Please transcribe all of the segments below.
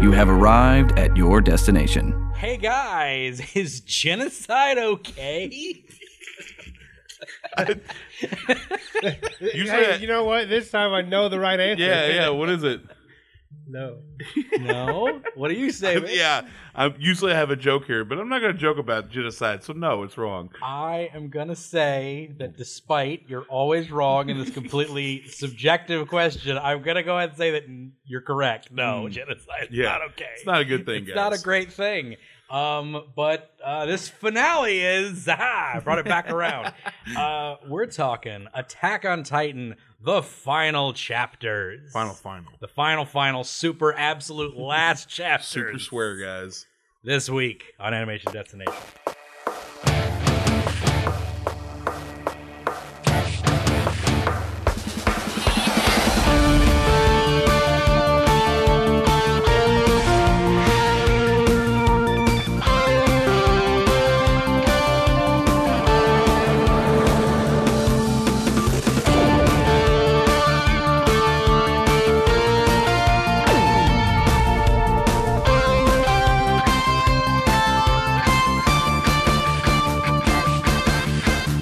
You have arrived at your destination. Hey guys, is genocide okay? Usually, Hey, I- you know what? This time I know the right answer. yeah, yeah. What is it? No. No. What do you say? man? yeah, I usually I have a joke here, but I'm not going to joke about genocide. So no, it's wrong. I am gonna say that despite you're always wrong in this completely subjective question, I'm gonna go ahead and say that you're correct. No, genocide is Hmm. Yeah, not okay. It's not a good thing, It's guys. not a great thing. Um, but uh, this finale is ah, I brought it back around. Uh, we're talking Attack on Titan, the final chapters, final final. the final, final, super absolute last chapters. Super swear, guys. this week on Animation Destination.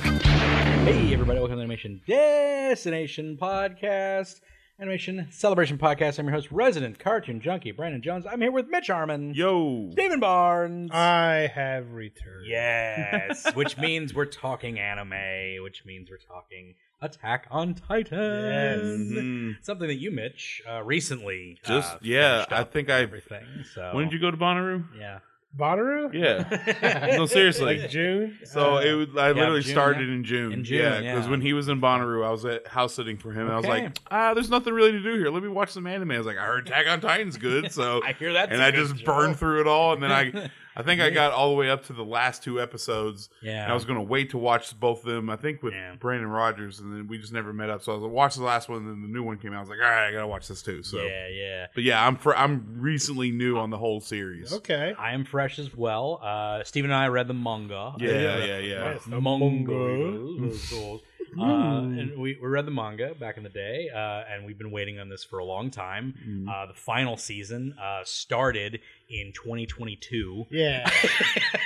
Hey, everybody, welcome to the Animation Destination Podcast, Animation Celebration Podcast. I'm your host, resident cartoon junkie, Brandon Jones. I'm here with Mitch Arman, Yo, Ah. Damon Barnes. I have returned. yes, which means we're talking anime, which means we're talking Attack on Titan. Mhm. Something that you, Mitch, uh, recently uh, just yeah. finished I up think I. everything. So When did you go to Bonnaroo? Yeah. Bonnaroo? Yeah. no, seriously. Like June? So Uh, it was, I literally June, started yeah. in June. In June, yeah, yeah. because when he was in Bonnaroo, I was at house sitting for him. And I was Okay. like, ah, there's nothing really to do here. Let me watch some anime. I was like, I heard Attack on Titan's good, so I hear that. and I just oh. burned through it all. And then I, I think I got all the way up to the last two episodes. Yeah. And I was going to wait to watch both of them. I think with Yeah. Brandon Rogers, and then we just never met up. So I was like, watch the last one, and then the new one came out. I was like, all right, I gotta watch this too. So, Yeah, yeah. but yeah, I'm fr- I'm recently new on the whole series. Okay. I am fresh as well. Uh, Steven and I read the manga. Yeah, yeah, yeah. Yes, the manga. uh, and we, we read the manga back in the day, uh, and we've been waiting on this for a long time. Mhm. Uh, the final season uh, started in 2022. Yeah.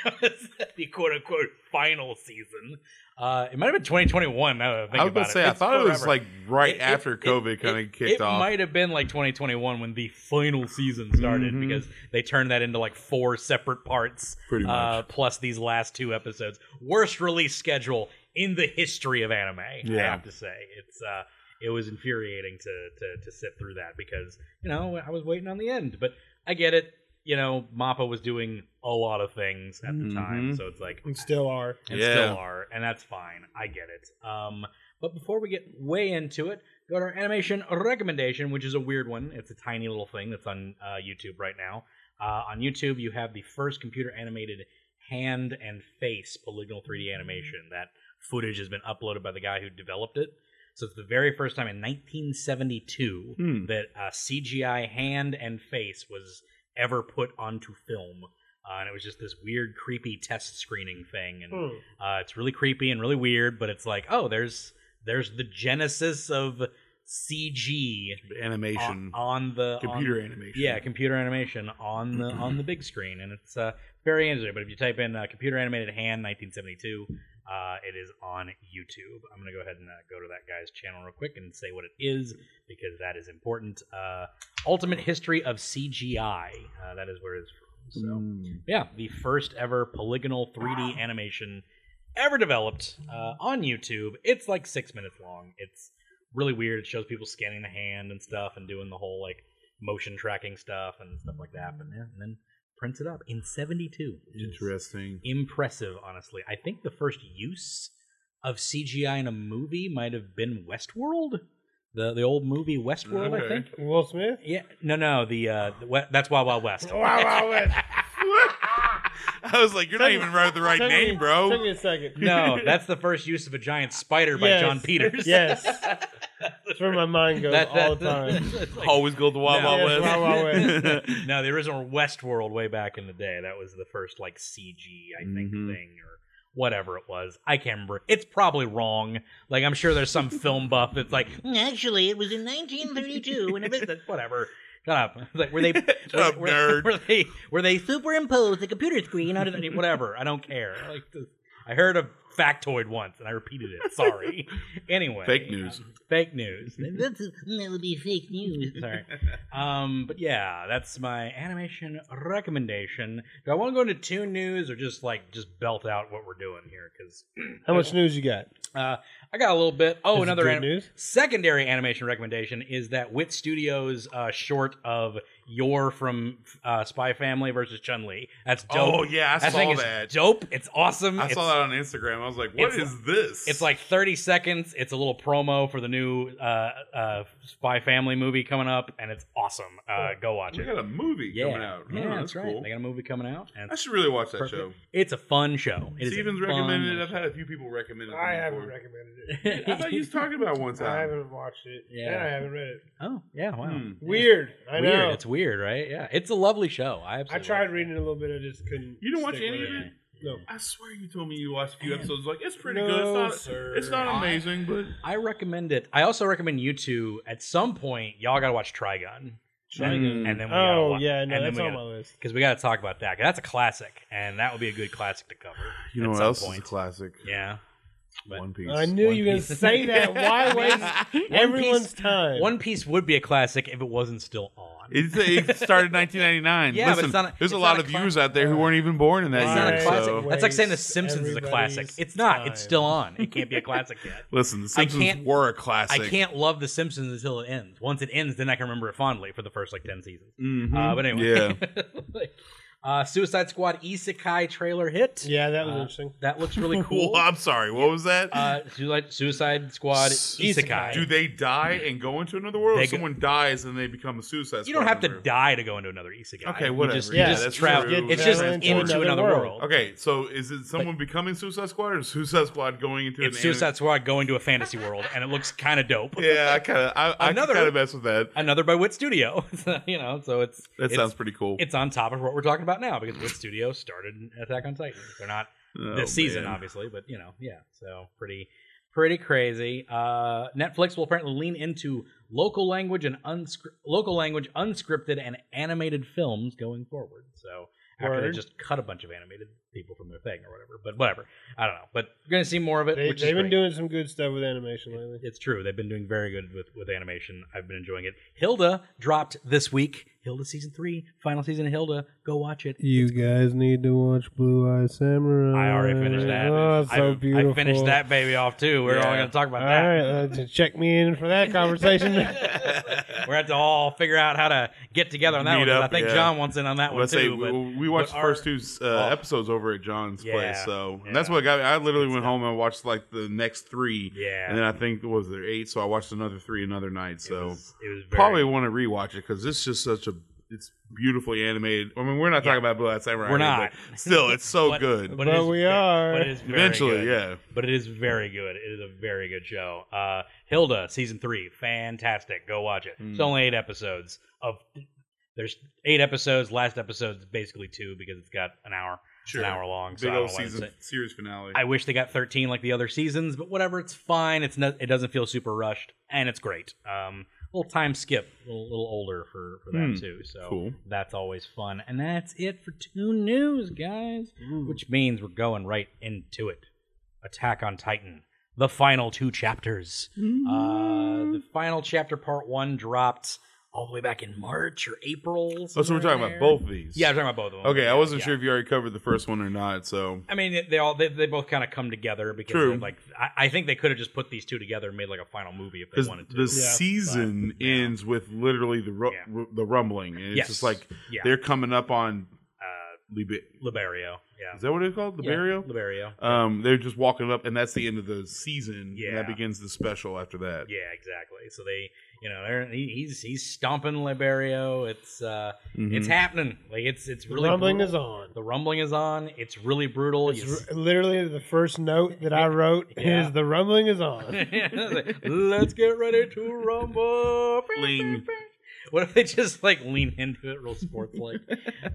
the quote unquote final season. Uh, it might have been 2021. Now that I think I was about gonna it. say I It's thought it was forever. like right It- it- after it- COVID it- kind of kicked it off. might have been like 2021 when the final season started Mhm. because they turned that into like four separate parts, Pretty uh, much. plus these last two episodes. Worst release schedule in the history of anime. I Yeah. have to say it's uh, it was infuriating to, to to sit through that because you know I was waiting on the end, but I get it. You know, Mappa was doing a lot of things at the time, Mhm. so it's like We still are. and Yeah. still are, and that's fine. I get it. Um, but before we get way into it, go to our animation recommendation, which is a weird one. It's a tiny little thing that's on uh, YouTube right now. Uh, on YouTube, you have the first computer animated hand and face polygonal 3D animation. That footage has been uploaded by the guy who developed it. So it's the very first time in 1972 Hmm. that uh, CGI hand and face was ever put onto film. Uh, and it was just this weird, creepy test screening thing, and Hmm. uh, it's really creepy and really weird. But it's like, oh, there's there's the genesis of CG on, Animation, uh, on the on- computer animation. yeah, computer animation on the on the big screen, and it's uh, very interesting. But if you type in uh, computer animated hand 1972, uh, it is on YouTube. I'm gonna go ahead and uh, go to that guy's channel real quick and say what it is because that is important. Uh, Ultimate history of CGI. Uh, that is where it's from. So Mm. yeah, the first ever polygonal 3D animation ever developed uh, on YouTube. It's like six minutes long. It's really weird. It shows people scanning the hand and stuff and doing the whole like motion tracking stuff and stuff like that. But yeah, and then prints it up in 72. which is Interesting. Impressive, honestly. I think the first use of CGI in a movie might have been Westworld, the the old movie Westworld. I Okay. think. Will Smith? Yeah, no, no. The, uh, the we- that's Wild Wild West. Wow, wow, wow. I was like, you're not even right the right Took name, me- bro. Took me a second. No, that's the first use of a giant spider by Yes. John Peters. Yes. That's where my mind goes That- all that- the time. that's like- Always go to Wild No. Wild Yes, Wild West. Wild no, the original Westworld way back in the day. That was the first like CG, I think, Mhm. thing or whatever it was. I can't remember. It's probably wrong. Like Hmm, I'm sure there's some film buff that's like, "Mm, actually, it was in 1932 and it was whatever. Shut up. It's like, were they, were, up, were- nerd. were they, were they superimposed the computer screen onto the, whatever? I don't care. Like, this- I heard a factoid once and I repeated it. Sorry. anyway, Fake news. um, fake news. That's, that would be fake news. Sorry. Um, but yeah, that's my animation recommendation. Do I want to go into two news or just like just belt out what we're doing here? Because How much news you got? uh, I got a little bit. Oh, Is it another good anim- news? secondary animation recommendation is that Wit Studios uh, short of Your from uh, Spy Family versus Chun Li. That's dope. Oh yeah, I that saw thing is that. dope. It's awesome. I it's, saw that on Instagram. I was like, "What it's- is this?" It's like 30 seconds. It's a little promo for the new uh, uh, Spy Family movie coming up, and it's awesome. Uh, go watch we it. got a movie Yeah, coming out. yeah, Oh, that's, that's, right. cool. They got a movie coming out, and I it's, should really watch that perfect. show. it's a fun show. It is a Stevens fun recommended it. I've show. had a few people recommend it. to I me haven't before. recommended it. I thought you was talking about it one I time. haven't watched it. Yeah. And I haven't read it. oh yeah, wow. Hmm. Weird. I weird. know. It's weird, right? Yeah, it's a lovely show. I I absolutely tried love reading it a little bit. I just couldn't. You didn't watch stick any with of it? No. I swear you told me you watched a few Man. episodes. Like it's pretty No, good. It's not. sir. It's not I- amazing, but I recommend it. I also recommend you two. At some point, y'all gotta watch Trigun, Trigun. and then we gotta Oh watch, yeah, no, and that's then on we my gotta, list. because we gotta talk about that. 'cause That's a classic, and that would be a good classic to cover. you at know what some else point. is a classic? Yeah, but- One Piece. I knew One you were gonna Piece. say that. Why waste everyone's Piece- time? One Piece would be a classic if it wasn't still on. It's, it started in 1999. Yeah, but Listen, it's not a- there's a it's lot not a of viewers out there who weren't even born in that it's It's not year. a Right. classic. So That's like saying The Waste Simpsons is a classic. everybody's It's not. It's time. still on. It can't be a classic yet. listen, The I Simpsons can't- were a classic. I can't love The Simpsons until it ends. Once it ends, then I can remember it fondly for the first like ten seasons. Mhm. Uh, but yeah. anyway, uh, Suicide Squad Isekai trailer hit. Yeah, that was Uh, interesting. That looks really Well, cool. I'm sorry. What was that? uh, Suicide, Suicide Squad S- Isekai. Do they die and go into another world? They Or go- someone dies and they become a suicide. you don't have to member? die to go into another Isekai. Okay, You whatever. just, Yeah, you just that's travel. true. It's just Travel into into another, another world. world. Okay, so is it someone becoming Suicide Squad or Suicide Squad going into It's an anime- Suicide Squad going to a fantasy world, and it looks kind of dope. Yeah, I kind of, I, I Another- kind of mess with that. Another by Wit Studio, you know. So it's That it's, sounds pretty cool. it's on top of what we're talking about now because Wit Studio started Attack on Titan. They're not Oh, this season, man. obviously, but you know, yeah. So pretty, pretty crazy. Uh, Netflix will apparently lean into local language and unscri- local language unscripted and animated films going forward. So after they Word. just cut a bunch of animated people from their thing or whatever, but whatever. I don't know, but we're gonna see more of it. They, which they've is been great. doing some good stuff with animation lately. It's true. They've been doing very good with, with animation. I've been enjoying it. Hilda dropped this week. Hilda season three, final season of Hilda. Go watch it. You guys need to watch Blue Eye Samurai. I already finished that. Oh, it's so I, beautiful. I finished that baby off too. We're all Yeah. gonna talk about All that. right, uh, check me in for that conversation. We're gonna have to all figure out how to get together on that Meet one. 'cause I up, think yeah. John wants in on that Let's one say too. but we, we watched but the first our- two uh, oh. episodes over at John's Yeah, place, so yeah. and that's what got me. I literally Good went stuff. home and watched like the next three, yeah, and then I think what was there eight, so I watched another three another night. it So was, it was very, probably want to rewatch it because it's just such a it's beautifully animated. I mean, we're not Yeah. talking about Blue Eye Samurai, We're here, not. but still, it's so But- good. it But is we ve- are. But it is very Eventually, good. yeah. But it is very good. It is a very good show. Uh, Hilda season three, fantastic. Go watch it. It's Mm. only eight episodes of. There's eight episodes. Last episode's basically two because it's got an hour, Sure. an hour long. so Big I don't old know why it's- season series finale. I wish they got 13 like the other seasons, but whatever, it's fine. It's not, it doesn't feel super rushed, and it's great. Um, little time skip, a little, little older for for that Hmm. too. So cool. that's always fun, and that's it for two news, guys. Which means we're going right into it. Attack on Titan, the final two chapters. Uh, Mm-hmm. the final chapter, part one, dropped all the way back in March or April. Oh, so we're somewhere talking there. about both these. Yeah, I'm talking about both of them. Okay, I wasn't Yeah. sure if you already covered the first one or not. So I mean, they- they all they, they both kind of come together because True. they're, like I, I think they could have just put these two together and made like a final movie if they because wanted to. the season But, yeah. ends with literally the ru- Yeah. ru- the rumbling, and it's Yes. just like yeah, they're coming up on uh, Libe- Liberio, yeah, is that what it's called? The Yeah, burial. Liberio, Um, they're just walking up, and that's the end of the season. and Yeah. that begins the special after that. yeah, exactly. So they, you know, they're, he, he's he's stomping Liberio. It's uh, Mhm. it's happening. Like it's it's really Rumbling brutal. is on. the rumbling is on. It's really brutal. It's You s- r- literally the first note that I wrote Yeah. is the rumbling is on. Let's get ready to rumble. Ling. What if they just like lean into it real sports like?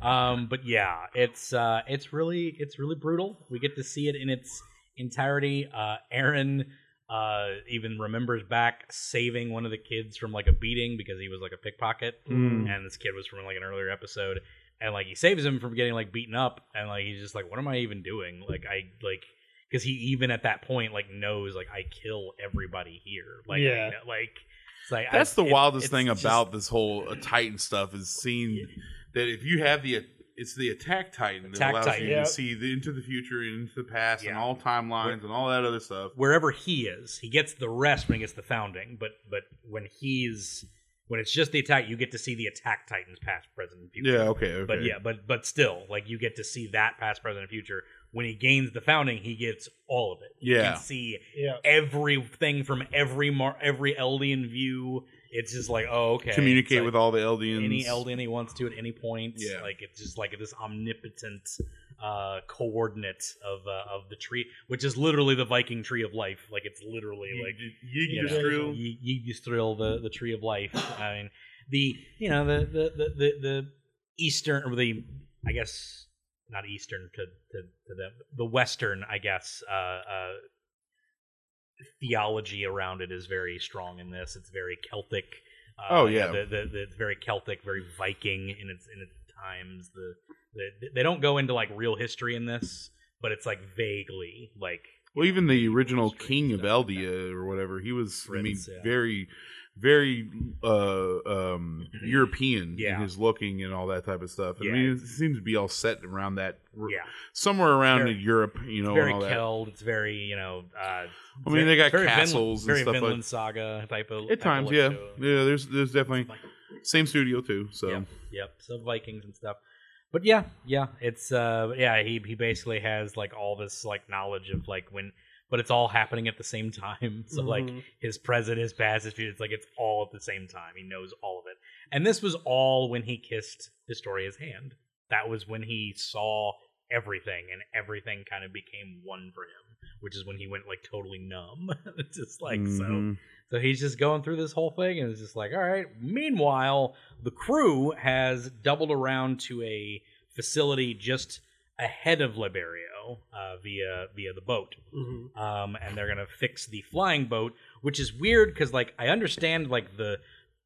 um, but yeah, it's uh, it's really it's really brutal. We get to see it in its entirety. Uh, Aaron uh, even remembers back saving one of the kids from like a beating because he was like a pickpocket, Mm. and this kid was from like an earlier episode, and like he saves him from getting like beaten up, and like he's just like, what am I even doing? Like I like because he even at that point like knows like I kill everybody here, like I Yeah. kn- like it's like I- That's the it- wildest it's thing just- about this whole uh, Titan stuff is seeing that if you have the it's the attack Titan that Attack allows Titan. you Yep. to see the, into the future and into the past and Yeah. all timelines and all that other stuff. wherever he is, he gets the rest when he gets the founding. But but when he's when it's just the attack, you get to see the attack titans, past, present, and future. Yeah. Okay. okay. But yeah, but but still, like you get to see that past, present, and future. When he gains the founding, he gets all of it. You Yeah. can see Yeah. everything from every mar- every Eldian view. It's just like oh okay, Communicate It's like with all the Eldians. any Eldian he wants to at any point. Yeah. Like it's just like this omnipotent uh coordinate of uh, of the tree, which is literally the Viking tree of life. Like it's literally like you, you know, thrill. Ye- Ye- Yggdrasil, the the tree of life. I mean, the you know the the the the, the eastern or the I guess not eastern to to, to them the western I guess uh, uh, theology around it is very strong in this. It's very Celtic. Uh, Oh, you know, yeah. the, the, the it's very Celtic, very Viking in its in its times. The, the they don't go into like real history in this, but it's like vaguely like Well, even the original Strange king of stuff like that. Eldia or whatever, he was, I mean, Prince, yeah. very, very uh, um, European Yeah. in his looking and all that type of stuff. I Yeah. mean, it seems to be all set around that, yeah. somewhere around Very- in Europe, you know, it's very and all that. killed. It's very you know. Uh, I mean, they got castles and very stuff like- Vinland Saga type of At type times, of yeah, look to it. yeah. There's, there's definitely Like, same studio too. So Yep, yep. So Vikings and stuff. But yeah, yeah. It's uh, yeah. He he basically has like all this like knowledge of like when, but it's all happening at the same time. So like Mhm. his present, his past, his future. It's like it's all at the same time. He knows all of it. And this was all when he kissed Historia's hand. That was when he saw everything, and everything kind of became one for him. Which is when he went like totally numb. it's just like so. mhm. So he's just going through this whole thing, and it's just like, all right. Meanwhile, the crew has doubled around to a facility just ahead of Liberio uh, via via the boat, Mhm. um, and they're gonna fix the flying boat, which is weird because like I understand like the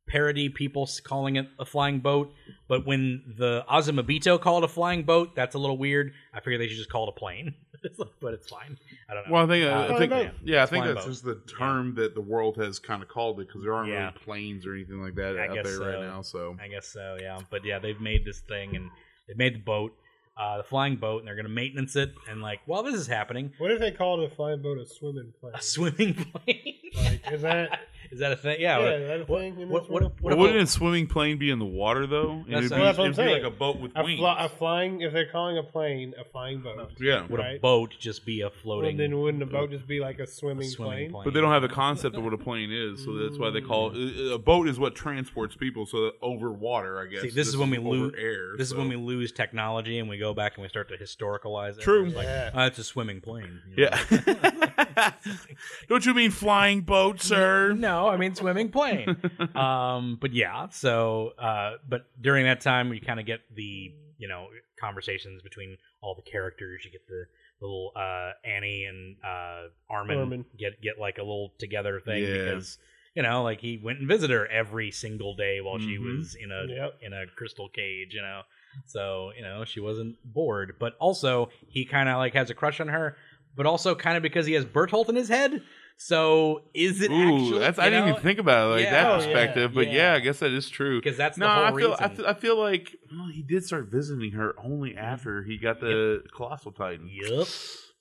parody people s- calling it a flying boat, but when the Azumabito called it a flying boat, that's a little weird. I figure they should just call it a plane, but it's fine. I don't know. Well, I think, uh, Uh, I think, Flying yeah, boat. I think Flying that's boat. just the term that the world has kind of called it because there aren't Yeah. really planes or anything like that I out guess there right so. now. So I guess so, yeah. But yeah, they've made this thing and they've made the boat, uh, the flying boat, and they're gonna maintenance it. And like, while this is happening, What if they called a flying boat a swimming plane? a swimming plane Like, is that is that a thing? Yeah. yeah, what- is that a what- thing in what- this what- world? what Well, about- wouldn't a swimming plane be in the water though? And That's- it'd be, Well, that's what I'm it'd be like saying. a boat with a, wings. fly, a flying if they're calling a plane a flying boat, yeah, would a right? boat just be a well, floating then wouldn't a boat just be like a a swimming, swimming plane? plane? but they don't have a concept of what a plane is, so that's why they call it, uh, a boat is what transports people. So that over water, I guess. See, this is when we over lose. air. This so. is when we lose technology, and we go back and we start to historicalize it. True. It's like, Yeah. "Ah, it's a swimming plane. you know? Yeah. Don't you mean flying boat, sir? No, I mean swimming plane. um, but yeah, so uh, but during that time, you kind of get the you know conversations between all the characters. You get the little uh, Annie and uh, Armin, Armin. get get like a little together thing Yeah. because you know like he went and visited her every single day while she Mhm. was in a Yep. in a crystal cage. You know, so you know she wasn't bored. But also he kind of like has a crush on her. But also, kind of because he has Bertholdt in his head, so is it Ooh, actually? that's I you didn't know? even think about it like Yeah. that Oh, yeah, perspective, but yeah. yeah. I guess that is true. because that's No, the whole I feel reason. I feel, I feel like well, he did start visiting her only after he got the colossal titan. Yep.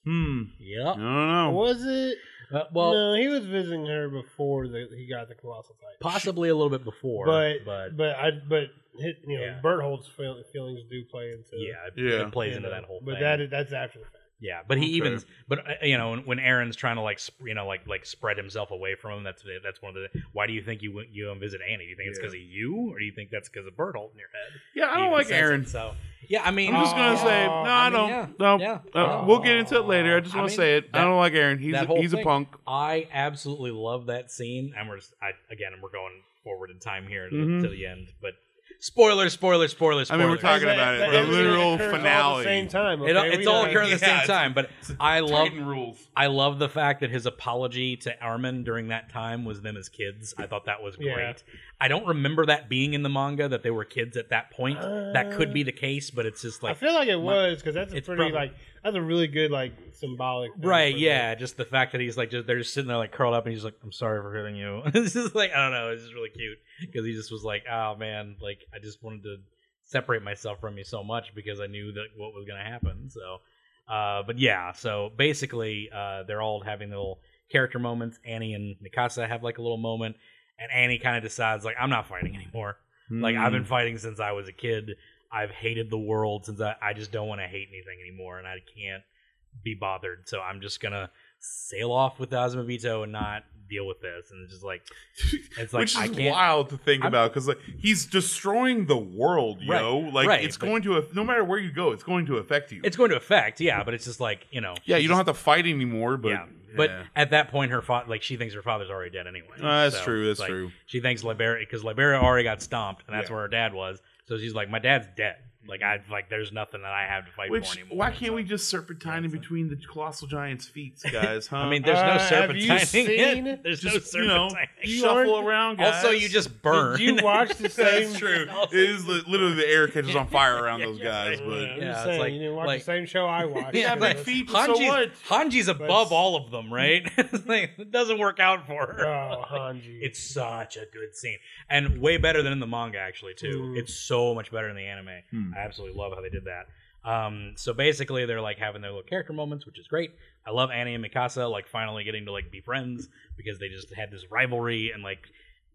Hmm. I Yep. don't know. Was it? Uh, well, no, he was visiting her before the, he got the colossal titan. possibly a little bit before, but uh, but but I but hit, you know Yeah. Bertholdt's feel, feelings do play into yeah, it, Yeah. it plays you into know, that whole But thing. that is, that's after the fact. yeah, but he Okay. even but uh, you know when, when Aaron's trying to like sp- you know like like spread himself away from him, that's that's one of the why do you think you went you and visit Annie? Do you think it's Yeah. 'cause it's because of you, or do you think that's because of Berthold in your head? Yeah, I He don't even like says it, Aaron. So yeah, I mean, I'm just gonna yeah, say no. Aw. I, I mean, don't. yeah. No. Yeah. Uh, Aw. We'll get into it later. I just I want to mean, say it. that- I don't like Aaron. He's that a, whole he's thing. a punk. I absolutely love that scene, and we're s- I, again we're going forward in time here to, the, Mhm. to the end, but Spoiler, spoiler, spoiler, I spoiler. mean, we're talking about it. The everything literal occurs all at the finale. same time. It, okay? it's We all know. occurring at the Yeah, same it's- time, but I love Titan rules. I love the fact that his apology to Armin during that time was them as kids. I thought that was great. Yeah. I don't remember that being in the manga that they were kids at that point. that could be the case, but it's just Uh, I like feel like it was because that's a It's pretty probably- like that's a really good like symbolic. thing right, for yeah. Just the fact that he's like just they're just sitting there like curled up and he's like, I'm sorry for hitting you. it's just like I don't know, it's just really cute because he just was like, oh man, like I just wanted to separate myself from you so much because I knew that what was gonna happen. So. Uh, but yeah, so basically, uh, they're all having little character moments. Annie and Mikasa have like a little moment, and Annie kind of decides like, I'm not fighting anymore. Like I've Mm. been fighting since I was a kid. I've hated the world since I, I just don't want to hate anything anymore, and I can't be bothered. So I'm just gonna sail off with Osmovito and not deal with this. And it's just like it's like Which is I can't. wild to think I'm- about because like he's destroying the world, yo. Right, Like right, it's but- going to no matter where you go, it's going to affect you. It's going to affect, yeah, but it's just like you know, yeah, you don't have to fight anymore, but yeah. But Yeah. at that point, her father, like she thinks her father's already dead anyway. Uh, that's So, true. That's like, true. She thinks Liberia because Liberia already got stomped, and that's Yeah. where her dad was. So she's like, my dad's dead. Like I like, there's nothing that I have to fight for Which anymore. why can't So- we just serpentine in between the colossal giant's feet, guys? Huh? I mean, there's no Uh, have serpentining. you seen- it. There's no just serpentining. you know, You shuffle aren't- around. Guys. also, you just burn. Did you watch the same? That's true. It is li- literally the air catches on fire around those guys, Yeah, but I'm Yeah, just it's saying, like- you didn't watch like- the same show I watched. Yeah, but because- feet. but Hanji's, so what? Hanji's above it's- all of them, right? It's like, it doesn't work out for her. oh, Hanji. Mm. It's such a good scene, and way better than in the manga, actually. Too, Mm. it's so much better in the anime. Hmm. I absolutely love how they did that. Um, so basically, they're like having their little character moments, which is great. I love Annie and Mikasa like finally getting to like be friends because they just had this rivalry and like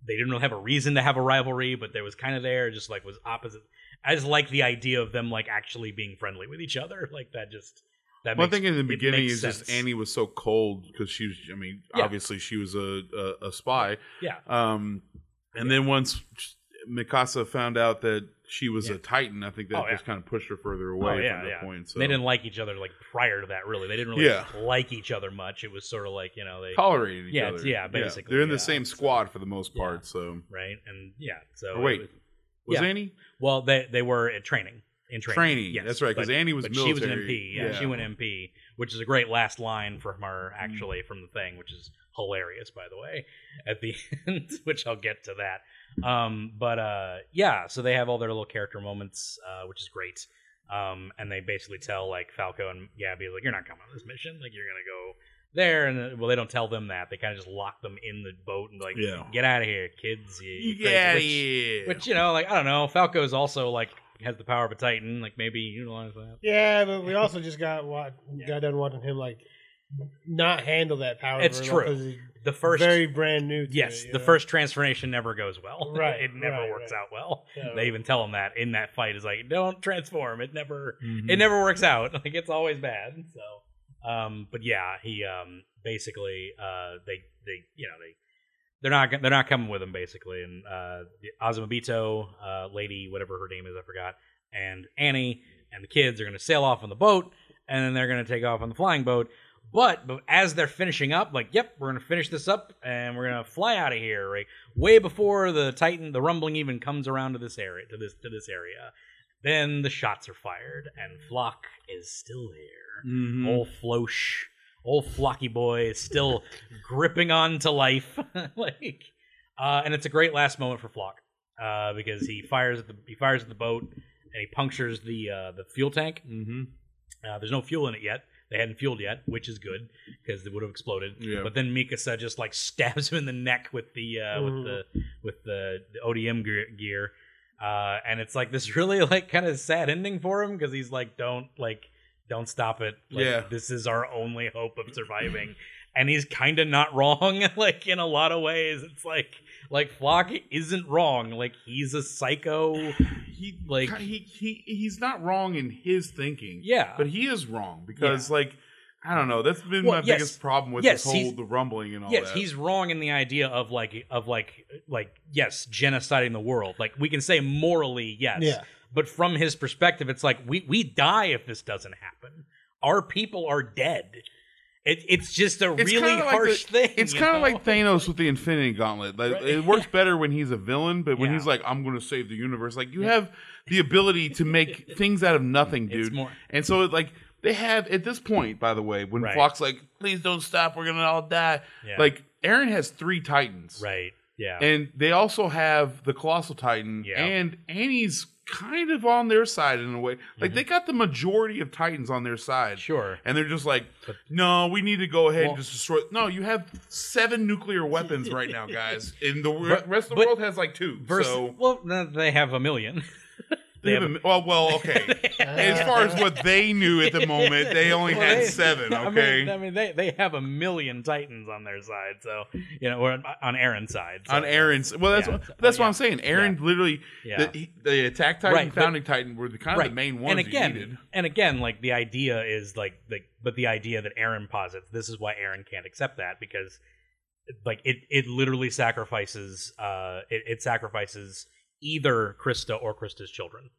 they didn't really have a reason to have a rivalry, but there was kind of there, just like was opposite. I just like the idea of them like actually being friendly with each other, like that just that. One makes, thing in the it beginning makes is just sense. Annie was so cold because she was. I mean, Yeah. obviously she was a a, a spy. Yeah. Um, and then once Mikasa found out that she was Yeah. a Titan, I think that Oh, yeah. Oh, just kind of pushed her further away yeah, from that yeah. point. So They didn't like each other like prior to that, really. They didn't really Yeah. like each other much. It was sort of like you know they tolerated each Yeah, other. it's- yeah, basically, They're in yeah. the same squad for the most part. So right and yeah. So Or wait. it was- was Yeah. Annie Well, they they were at training in training. training? yes, That's right, because but- Annie was but military. she was an MP. Yeah, she went MP, which is a great last line from her Mm-hmm. actually from the thing, which is hilarious by the way at the end, which I'll get to that. Um, but uh, yeah, so they have all their little character moments, uh, which is great. Um, and they basically tell like Falco and Gabby like you're not coming on this mission, like you're gonna go there. And then- well, they don't tell them that. They kind of just lock them in the boat and like Yeah. get out of here, kids. You, you crazy," You get outta which- here. which you know, like I don't know, Falco's also like has the power of a titan. Like maybe utilize that. yeah, but we also just got wa- got done watching him like not handle that power. It's very true. well 'cause he's The first, very brand new. To yes, it, you the know? first transformation never goes well. Right, it never right, works right. out well. So- They even tell him that in that fight is like, don't transform. It never, Mhm. it Hmm. never works out. Like it's always bad. So, um, but yeah, he um basically uh they they you know they. They're not. They're not coming with him, basically. And uh, the Azumabito, uh, lady, whatever her name is, I forgot, and Annie and the kids are going to sail off on the boat, and then they're going to take off on the flying boat. But, but as they're finishing up, like, yep, we're going to finish this up, and we're going to fly out of here, right? Way before the Titan, the rumbling even comes around to this area, to this to this area. Then the shots are fired, and Flock is still there. Mhm. Old Floche, old Flocky boy is still gripping on to life, like, uh, and it's a great last moment for Flock uh, because he fires at the he fires at the boat and he punctures the uh, the fuel tank. Mhm. Uh, there's no fuel in it yet. They hadn't fueled yet, which is good because it would have exploded. Yeah. But then Mikasa just like stabs him in the neck with the uh, with the with the, the ODM gear. gear. Uh, and it's like this really like kind of sad ending for him because he's like, don't like, don't stop it. Like, Yeah. this is our only hope of surviving. and he's kind of not wrong. like in a lot of ways, it's like like Flock isn't wrong. Like he's a psycho. he Like- like he, he he's not wrong in his thinking. Yeah. but he is wrong because like I don't know. That's been Well, my yes. biggest problem with Yes, this whole he's- the rumbling and all yes that. he's wrong in the idea of like of like like yes genociding the world like we can say morally yes Yeah. but from his perspective it's like we we die if this doesn't happen our people are dead It, it's just a It's really kinda like harsh the- thing. It's you kind know? of like Thanos with the Infinity Gauntlet. Like, Right. It works better when he's a villain, but when Yeah. he's like, "I'm going to save the universe," like you have the ability to make things out of nothing, dude. It's more- and so it, like they have at this point, by the way, when Right. Flock's like, "Please don't stop, we're going to all die," Yeah. like Aaron has three Titans, right. Yeah. and they also have the Colossal Titan, Yeah. and Annie's kind of on their side in a way. Like they got the majority of Titans on their side, Mm-hmm. sure. and they're just like, no, we need to go ahead Well- and just destroy. No, you have seven nuclear weapons right now, guys, and the wor- But- rest of the but- world has like two. Versus, so well, no, they have a million. they have a, well, well, okay. as far as what they knew at the moment, they only Well, had they- seven. I mean- Okay, I mean, they, they have a million Titans on their side, so you know, or on Aaron's side. so- on Aaron's. Well, that's Yeah. Oh, what, that's what Yeah. I'm saying. Aaron literally, Yeah. the, he- the attack titan, Right, but- founding titan, were the kind of the main ones. And you again, needed. and again, like the idea is like like, but the idea that Aaron posits, this is why Aaron can't accept that because, like, it it literally sacrifices, uh, it, it sacrifices either Krista or Krista's children,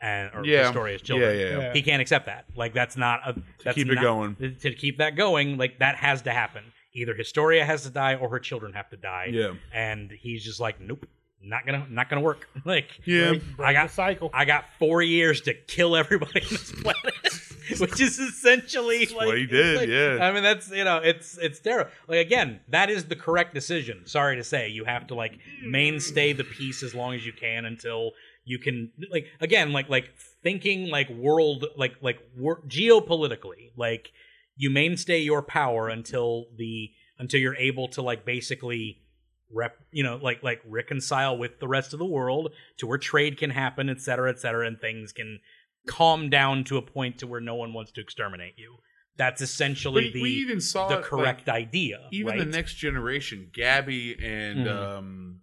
and or Yeah. Pistoria's yeah, children. yeah, yeah. Yeah. He can't accept that. Like, that's not a that's keep it not- going. To keep that going, like that has to happen. Either Historia has to die or her children have to die. Yeah. And he's just like, nope, not gonna not gonna work. Like, Yeah. I got the cycle. I got four years to kill everybody on this planet, which is essentially like what he did, like- yeah. I mean, that's you know, it's it's terrible. Like again, that is the correct decision. Sorry to say, you have to like mainstay the peace as long as you can until you can like again, like like thinking like world, like like wor- geopolitically, like you mainstay your power until the until you're able to like basically rep you know like like reconcile with the rest of the world to where trade can happen et cetera et cetera and things can calm down to a point to where no one wants to exterminate you that's But essentially the we even saw the it, correct like, idea even the right? next generation, Gabby and Mhm. um,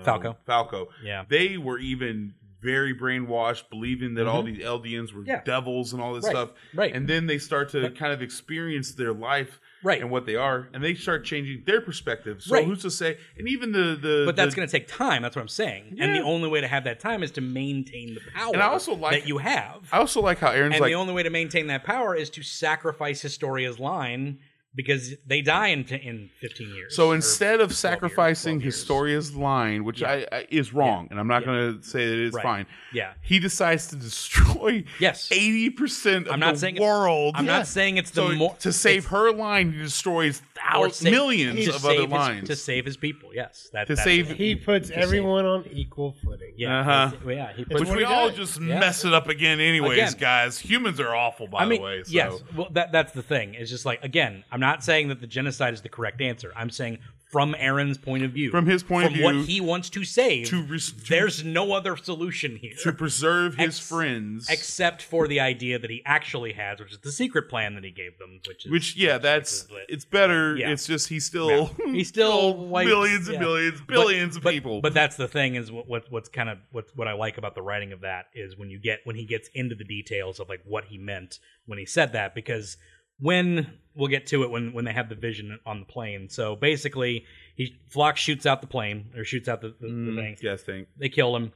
uh, Falco. Falco, yeah they were even very brainwashed, believing that all these Eldians were Mm-hmm. Yeah. devils and all this Right, stuff. right. And then they start to kind of experience their life Right. and what they are, and they start changing their perspective. So Right. who's to say? And even the the but that's the- going to take time that's what i'm saying and the Yeah. only way to have that time is to maintain the power And I also like- that you have I also like how Aaron's and like the only way to maintain that power is to sacrifice historia's line because they die in, in 15 years So or instead of 12 years, sacrificing 12 years. Historia's line, which Yeah. I, I is wrong, and I'm not going to say that it is Right. fine. Yeah. he decides to destroy Yes. eighty percent of I'm not the saying it's- world. I'm not saying it's the so more to save her line, he destroys or thousands, sa- millions to of save other his- lines. to save his people. Yes, that, To that's save- it. He puts everyone on equal footing. Yeah, Uh-huh. that's- yeah. He which what he we all does. just Yeah. mess it up again, anyways, Again. guys. Humans are awful, by I mean, the way. So. yes. Well, that that's the thing. It's just like again, I'm not saying that the genocide is the correct answer. I'm saying from Aaron's point of view, From his point of from view, what he wants to save, to res- to- there's no other solution here. To preserve his Ex- friends, Except for the idea that he actually has, which is the secret plan that he gave them, which is which yeah, that's lit. it's better. Yeah. It's just he's still Oh, He still wipes, millions and yeah. millions, But- billions of but- people. But that's the thing is what, what what's kind of what what I like about the writing of that is when you get when he gets into the details of like what he meant when he said that because when we'll get to it when when they have the vision on the plane. So basically, he Flock shoots out the plane or shoots out the, the, Mm. the thing. yes, thank. They kill him.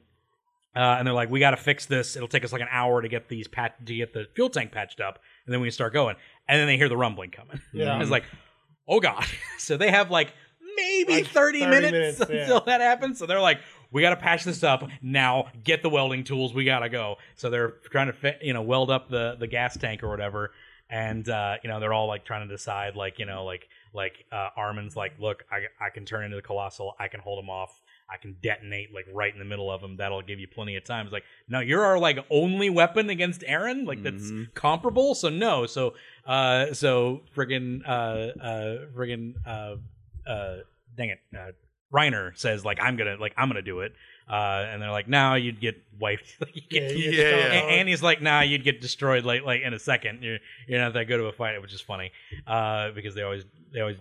Uh, and they're like, we got to fix this. It'll take us like an hour to get these pat- to get the fuel tank patched up, and then we can start going. And then they hear the rumbling coming. Yeah. it's like, oh god. So they have like maybe Like 30, 30 minutes, minutes, yeah. until that happens. So they're like, we got to patch this up now. Get the welding tools. We gotta go. So they're trying to fit, you know weld up the the gas tank or whatever. And uh, you know they're all like trying to decide like you know like like uh, Armin's like, look, I I can turn into the colossal. I can hold him off. I can detonate like right in the middle of him. That'll give you plenty of time. It's like, no, you're our like only weapon against Aaron, like that's comparable. So no, so uh, so friggin' uh, uh, friggin' uh, uh, dang it, uh, Reiner says like I'm gonna like I'm gonna do it, uh, and they're like, no, you'd get wiped. Like, you get- you Yeah, just yeah. a- don't- and he's like, "Nah, you'd get destroyed like like in a second. You're you're not that good of a fighter," which is funny, uh, because they always they always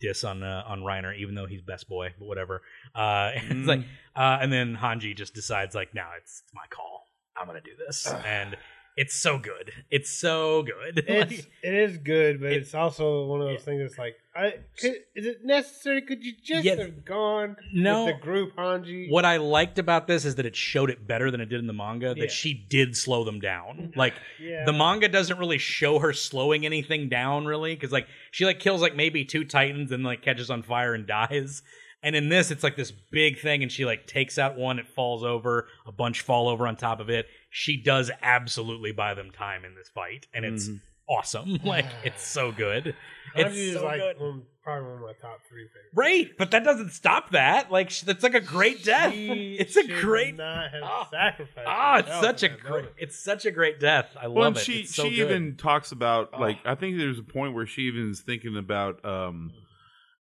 diss on uh, on Reiner, even though he's best boy, but whatever. Uh, and it's like, uh, and then Hanji just decides like, "Nah, it's, it's my call. I'm gonna do this," and It's so good. It's so good. It's Like, it is good, but It- it's also one of those Yeah. things that's like, I could, is it necessary? Could you just Yes. have gone No. with the group Hanji? what I liked about this is that it showed it better than it did in the manga. That Yeah. she did slow them down. Like Yeah. the manga doesn't really show her slowing anything down really because like she like kills like maybe two titans and like catches on fire and dies and in this it's like this big thing and she like takes out one it falls over a bunch fall over on top of it she does absolutely buy them time in this fight and it's Mhm. awesome like it's so good Hanji it's is so like good. one, probably one of my top three favorites. right but that doesn't stop that like sh- that's like a great death She it's a should great Not have Ah. sacrificed. ah it's herself such a in that great moment. it's such a great death i love Well, and it she It's so she good. even talks about Oh. like I think there's a point where she even is thinking about um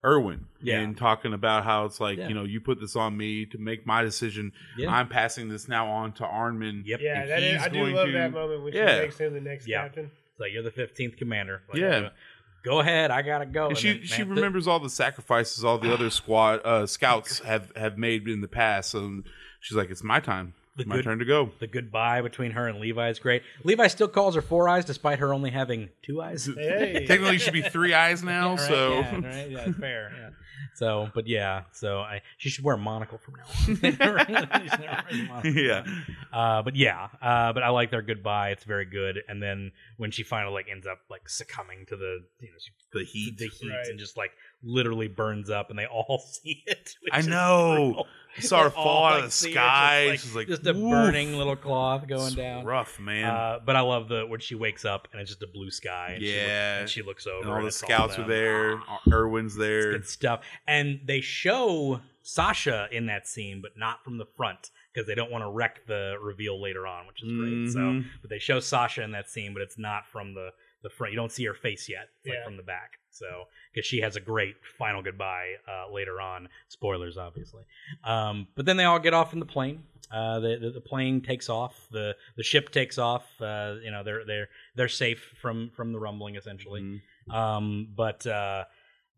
Irwin Yeah. and talking about how it's like Yeah. you know you put this on me to make my decision. Yeah. I'm passing this now on to Armin. yep Yeah, that is, he's I do going love to- that moment when Yeah. she makes him the next Yeah. captain. It's like you're the fifteenth commander. Like, uh, Yeah. Go ahead, I gotta go. And she Oh, then, she man, th- remembers all the sacrifices all the other squad uh, scouts have have made in the past. So she's like, it's my time, The my good- turn to go. the goodbye between her and Levi is great. Levi still calls her four eyes despite her only having two eyes. Hey, Technically, it should be three eyes now. Right, so yeah, right, yeah, fair. yeah. So, but yeah, so I she should wear a monocle from now on. She's never wearing a monocle. yeah. Uh, but yeah, uh, but I like their goodbye. It's very good. And then when she finally like ends up like succumbing to the you know she, the heat. the heat Right. and just like literally burns up, and they all see it. which I is know. brutal. I saw her All, fall out like, of the see her sky. Just, she's like, like just a "Woof." burning little cloth going It's down. Rough man. Uh, but I love the when she wakes up and it's just a blue sky. And she Yeah. look, and she looks over. and all the it's scouts are them. there. uh, Ah, Irwin's it's there. good stuff. And they show Sasha in that scene, but not from the front because they don't want to wreck the reveal later on, which is great. So, Mhm. but they show Sasha in that scene, but it's not from the the front. You don't see her face yet. It's like Yeah. from the back. So, because she has a great final goodbye uh, later on. Spoilers, obviously. Um, but then they all get off in the plane. Uh, the, the the plane takes off. The the ship takes off. Uh, you know they're they're they're safe from from the rumbling essentially. Mhm. Um, but uh,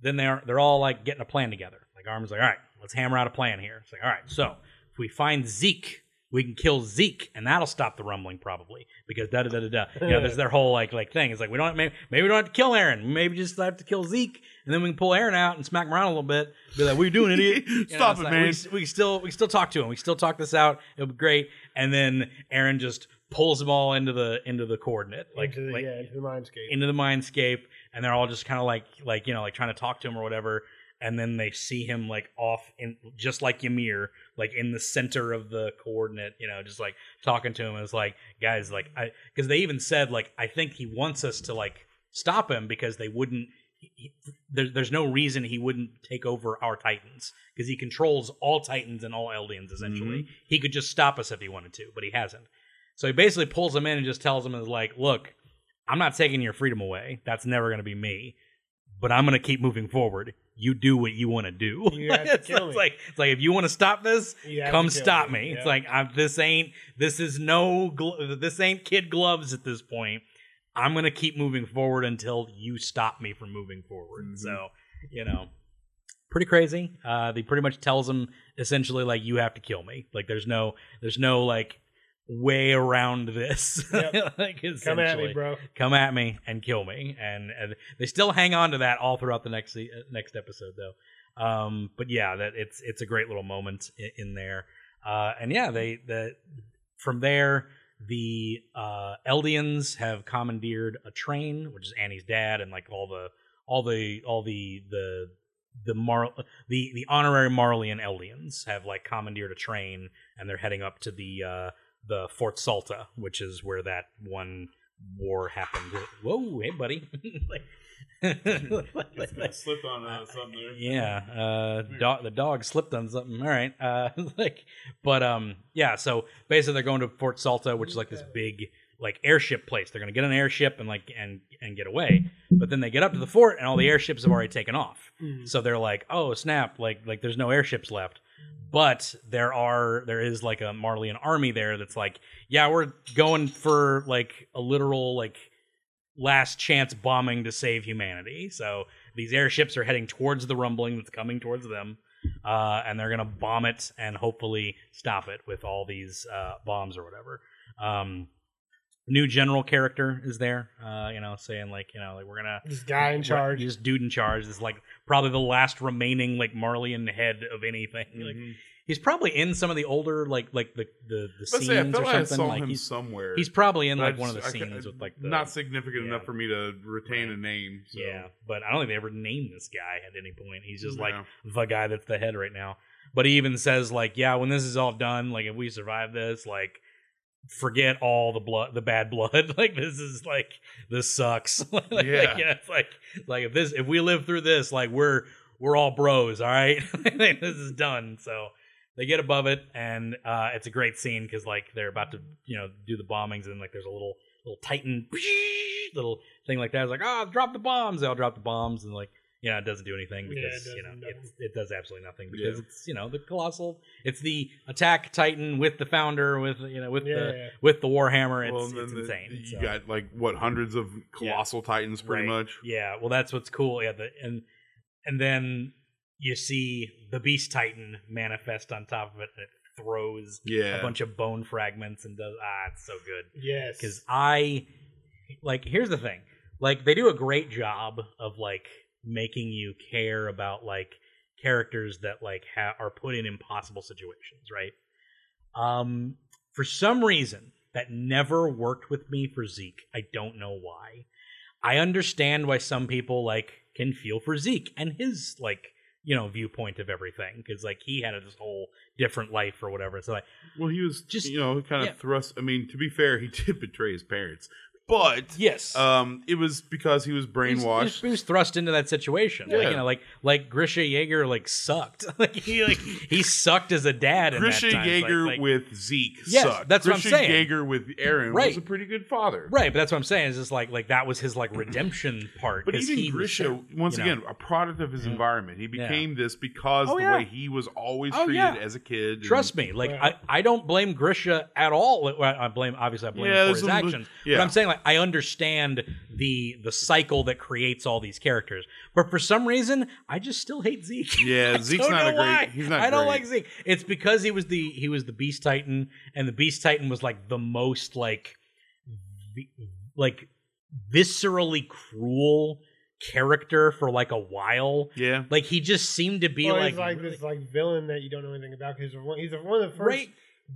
then they're they're all like getting a plan together. Like Armin's like, all right, let's hammer out a plan here. It's like, all right, so if we find Zeke, we can kill Zeke, and that'll stop the rumbling probably because da da da da da. You know, there's their whole like like thing. It's like we don't maybe, maybe we don't have to kill Aaron. Maybe just have to kill Zeke, and then we can pull Aaron out and smack him around a little bit. Be like, what are you doing, idiot? You know, Stop it's it, like, man. We, s- we still we still talk to him. We still talk this out. It'll be great. And then Aaron just pulls them all into the into the coordinate like into the, like yeah, into the mindscape. into the mindscape and they're all just kind of like like you know like trying to talk to him or whatever and then they see him like off in just like Ymir like in the center of the coordinate you know just like talking to him and it's like guys like I cuz they even said like I think he wants us to like stop him because they wouldn't he- he- there, there's no reason he wouldn't take over our titans because he controls all titans and all eldians essentially he could just stop us if he wanted to but he hasn't so he basically pulls him in and just tells him is like look I'm not taking your freedom away. That's never going to be me. But I'm going to keep moving forward. You do what you want to do. You have to it's, kill it's me. like it's like if you want to stop this, You have come to kill stop me. me. Yeah. It's like I, this ain't this is no glo- this ain't kid gloves at this point. I'm going to keep moving forward until you stop me from moving forward. Mm-hmm. Mhm. So you know, pretty crazy. Uh, they pretty much tells him essentially like you have to kill me. Like there's no there's no like way around this. Yep. like, Come at me, essentially bro. come at me and kill me and, and they still hang on to that all throughout the next se- uh, next episode though um but yeah that it's it's a great little moment in, in there uh and yeah they the from there the uh eldians have commandeered a train which is annie's dad and like all the all the all the the the Mar- the the honorary Marlian Eldians have like commandeered a train and they're heading up to the uh the Fort Salta, which is where that one war happened. Whoa, hey buddy. slipped on yeah, uh, dog, the dog slipped on something. All right, uh, like, but um, yeah. So basically, they're going to Fort Salta, which is like this big like airship place. They're gonna get an airship and like and and get away. But then they get up to the fort, and all the airships have already taken off. Mm. So they're like, oh snap! Like like there's no airships left. But there are there is like a Marlian army there that's like, yeah, we're going for like a literal like last chance bombing to save humanity. So these airships are heading towards the rumbling that's coming towards them, uh, and they're gonna bomb it and hopefully stop it with all these uh, bombs or whatever. Um, new general character is there. Uh, you know, saying like, you know, like we're gonna This guy in Right, charge. this dude in charge. This is like probably the last remaining like Marlian head of anything. Like Mm-hmm. he's probably in some of the older like like the the, the Let's scenes say I or felt like I something. saw like him he's, somewhere. he's probably in but I like one of the just- I ca- scenes with like the not significant yeah. enough for me to retain a name. So. yeah. But I don't think they ever named this guy at any point. He's just like No. the guy that's the head right now. But he even says like, yeah, when this is all done, like if we survive this, like forget all the blood, the bad blood. like this is like this sucks. like, like, Yeah. yeah, it's like like if this if we live through this, like we're we're all bros, all right. Like, this is done. So they get above it, and uh, it's a great scene because like they're about to you know do the bombings, and like there's a little little Titan little thing like that. It's like ah, drop the bombs. They'll drop the bombs, and like you know it doesn't do anything Yeah, it because does you know nothing. it's, it does absolutely nothing Yeah. because it's you know the colossal. It's the attack Titan with the founder with you know with yeah, the yeah. with the Warhammer. It's, Well, and it's then the- insane. You So- got like what hundreds of colossal titans, pretty Right. much. Yeah, well, that's what's cool. Yeah, the, and and then you see the Beast Titan manifest on top of it, and it throws Yeah, a bunch of bone fragments and does ah, it's so good. Yes. Because I like here's the thing, like they do a great job of like making you care about like characters that like ha- are put in impossible situations, right? Um, for some reason that never worked with me for Zeke. I don't know why. I understand why some people like can feel for Zeke and his like you know viewpoint of everything because like he had this whole different life or whatever. So like, Well, he was Just- just you know kind of yeah. thrust. I mean, to be fair, he did betray his parents, but yes, um, it was because he was He was- he was- brainwashed. He was thrust into that situation. Like Yeah. you know, like like Grisha Yeager like sucked. like he like he sucked as a dad. In Grisha that time. Like- Yeager like- with Zeke Yes, sucked. that's what I'm Grisha saying. Yeager with Aaron Right. was a pretty good father. right, but that's what I'm saying. Is just like like that was his like redemption part. But 'cause even he was Grisha, so- once you know. again, a product of his environment. He Yeah. became this because Oh, the yeah. way he was always Oh, treated yeah. as a kid. Trust me, like Right. I, I don't blame Grisha at all. Well, I blame obviously I blame Yeah, him for there's his some- actions, yeah. but I'm saying like I understand the the cycle that creates all these characters. But for some reason, I just still hate Zeke. Yeah, I Zeke's don't not know a great- why. he's not I don't great. like Zeke. It's because he was the he was the Beast Titan, and the Beast Titan was like the most like vi- like viscerally cruel character for like a while. And, yeah. Like he just seemed to be Or like, he's like this like villain that you don't know anything about because he's one of the first right,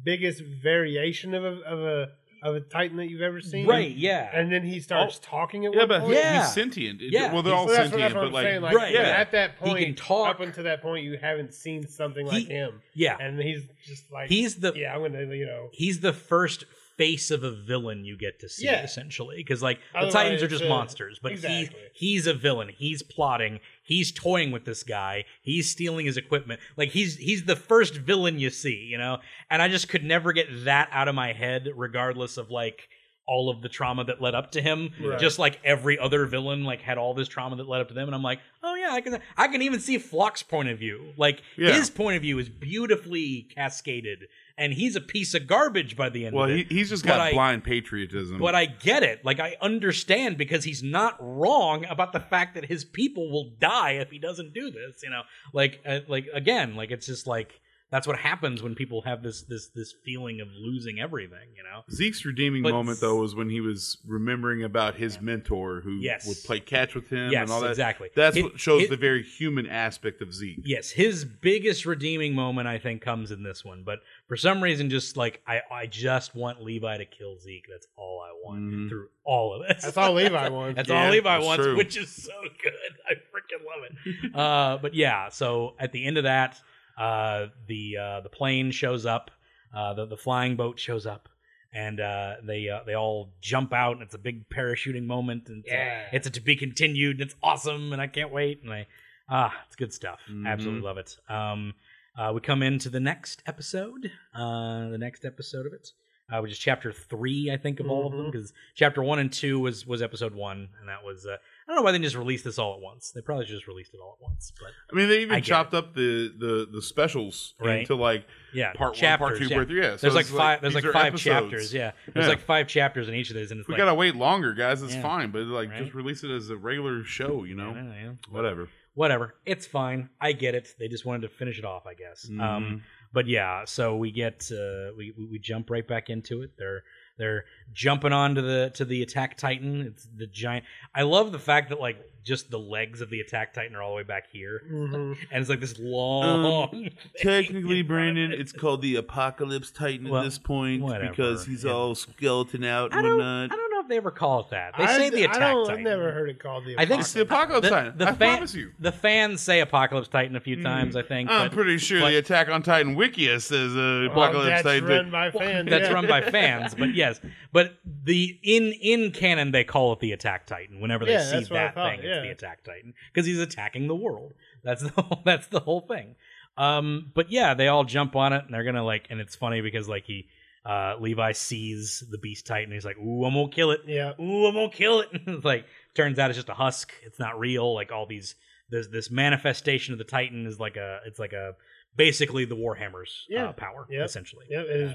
biggest variation of a of a of a Titan that you've ever seen. right, yeah. Oh. And then he starts talking at Yeah, one but point. Yeah. he's sentient. It- Yeah. Well, they're So all that's what- sentient, that's what but I'm like, saying, Right, yeah, yeah. at that He point, can talk. Up until that point, you haven't seen something like He- him, yeah. and he's just like, He's the yeah, I'm gonna, you know, he's the first face of a villain you get to see Yeah. essentially because like Otherwise, the titans are just uh, monsters but exactly. he, he's a villain he's plotting he's toying with this guy he's stealing his equipment like he's he's the first villain you see you know and i just could never get that out of my head regardless of like all of the trauma that led up to him Right. just like every other villain like had all this trauma that led up to them and i'm like oh yeah i can i can even see flock's point of view like Yeah. his point of view is beautifully cascaded and he's a piece of garbage by the end well, of it. he, he's just But got I- blind patriotism. but I get it. Like I understand because he's not wrong about the fact that his people will die if he doesn't do this. You know, like uh, like again, like it's just like that's what happens when people have this this this feeling of losing everything. You know, Zeke's redeeming But- moment though was when he was remembering about his mentor who Yes. would play catch with him yes, and all that. exactly. That's Hi- what shows hi- the very human aspect of Zeke. Yes, his biggest redeeming moment I think comes in this one, but for some reason, just like I, I just want Levi to kill Zeke. That's all I want Mhm. through all of this. that's all Levi wants. That's Yeah, all Levi that's wants, true. which is so good. I freaking love it. uh, but yeah, so at the end of that, uh, the uh, the plane shows up, uh, the the flying boat shows up, and uh, they uh, they all jump out, and it's a big parachuting moment, and it's, uh, Yeah. it's a to be continued, and it's awesome, and I can't wait, and I ah, it's good stuff. Mhm. Absolutely love it. Um, uh, we come into the next episode, uh, the next episode of it. Uh, which is chapter three, I think, of all of them, Mm-hmm. Mhm. because chapter one and two was was episode one, and that was uh, I don't know why they didn't just release this all at once. They probably should just released it all at once, but I mean, they even I get chopped up the the the specials Right. into like yeah, part one, part chapters, two, yeah. part three. Yeah, so there's like it's five. There's these like are five episodes. chapters. Yeah, there's Yeah. like five chapters in each of these, and it's We like gotta wait longer, guys. It's Yeah. fine, but like Right. just release it as a regular show, you know? Yeah, yeah. Whatever. Whatever, it's fine. I get it. They just wanted to finish it off, I Mm-hmm. guess. Um, but yeah, so we get uh, we we- we jump right back into it. They're They're jumping onto the to the attack titan. It's the giant. I love the fact that like just the legs of the attack titan are all the way back here, Mhm. and it's like this long. thing in front Um, Technically, of Brandon, it. it's called the Apocalypse Titan Well, at this point whatever, because he's yeah. all skeleton out I and don't. whatnot. I don't know if they ever call it that. They I- say the I attack don't- titan. I've never heard it called the. I think it's the Apocalypse Titan. I fan- promise you. Mm-hmm. The fans say Apocalypse Titan a few times, I think. I'm but pretty sure but- Oh, the Attack on Titan Wikia says uh, Well, Apocalypse that's Titan. run by fans. that's yeah. run by fans, but yes. But the in in canon they call it the Attack Titan. Whenever they Yeah, see that's what I that thought, thing, it's yeah. the Attack Titan because he's attacking the world. That's the whole, that's the whole thing. Um, but yeah, they all jump on it and they're gonna like, and it's funny because like he uh, Levi sees the Beast Titan, he's like, "Ooh, I'm gonna kill it." Yeah. ooh, I'm gonna kill it. It's like turns out it's just a husk. It's not real. Like all these this this manifestation of the Titan is like a it's like a basically the Warhammer's uh, Yeah. power Yep. essentially. Yep, it is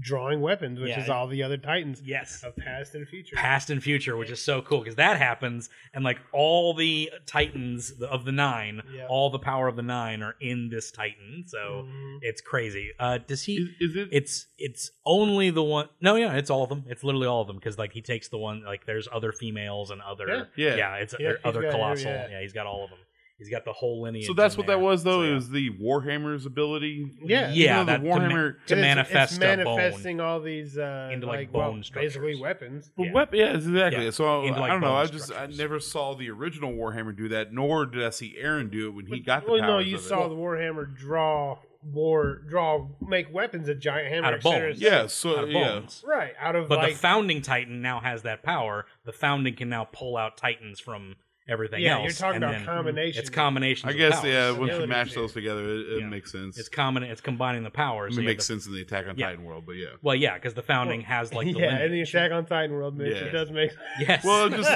drawing weapons, which Yeah, is it- all the other Titans Yes. of past and future. Past and future, which is so cool because that happens, and like all the titans of the nine, Yeah. all the power of the nine are in this titan. So Mhm. it's crazy. Uh, does he? Is, is it? it's it's only the one no yeah it's all of them it's literally all of them because like he takes the one like there's other females and other Yeah. Yeah. it's Yeah, there he's other got every- colossal yeah. yeah. he's got all of them he's got the whole lineage so that's in what there. that was, though. So, It was the Warhammer's ability. Yeah. yeah, You know, that the to ma- Warhammer. to, It is- manifest it's a bone manifesting all these uh, Into, like, well, bone basically structures. weapons. Well, Yeah. yeah. yeah, exactly. Yeah. So Into, like, I don't know. bone I just I structures. never saw the original Warhammer do that, nor did I see Aaron do it when he got the well, no, powers you of it. saw the Warhammer draw war draw make weapons a giant hammer out of et cetera, bones et cetera. Yeah, so, out of yeah. bones right out of but like the founding titan now has that power the founding can now pull out titans from everything yeah, else you're talking and about then combination. it's combinations I of guess powers. yeah. Once you Ability match to- those together, it, it Yeah. makes sense. it's common it's combining the powers it so you have makes the- sense in the Attack on Yeah. Titan world, but yeah. well yeah because the founding has like the yeah, in the lineage. Attack on Titan world, Mitch, Yeah. it does make yes Well, just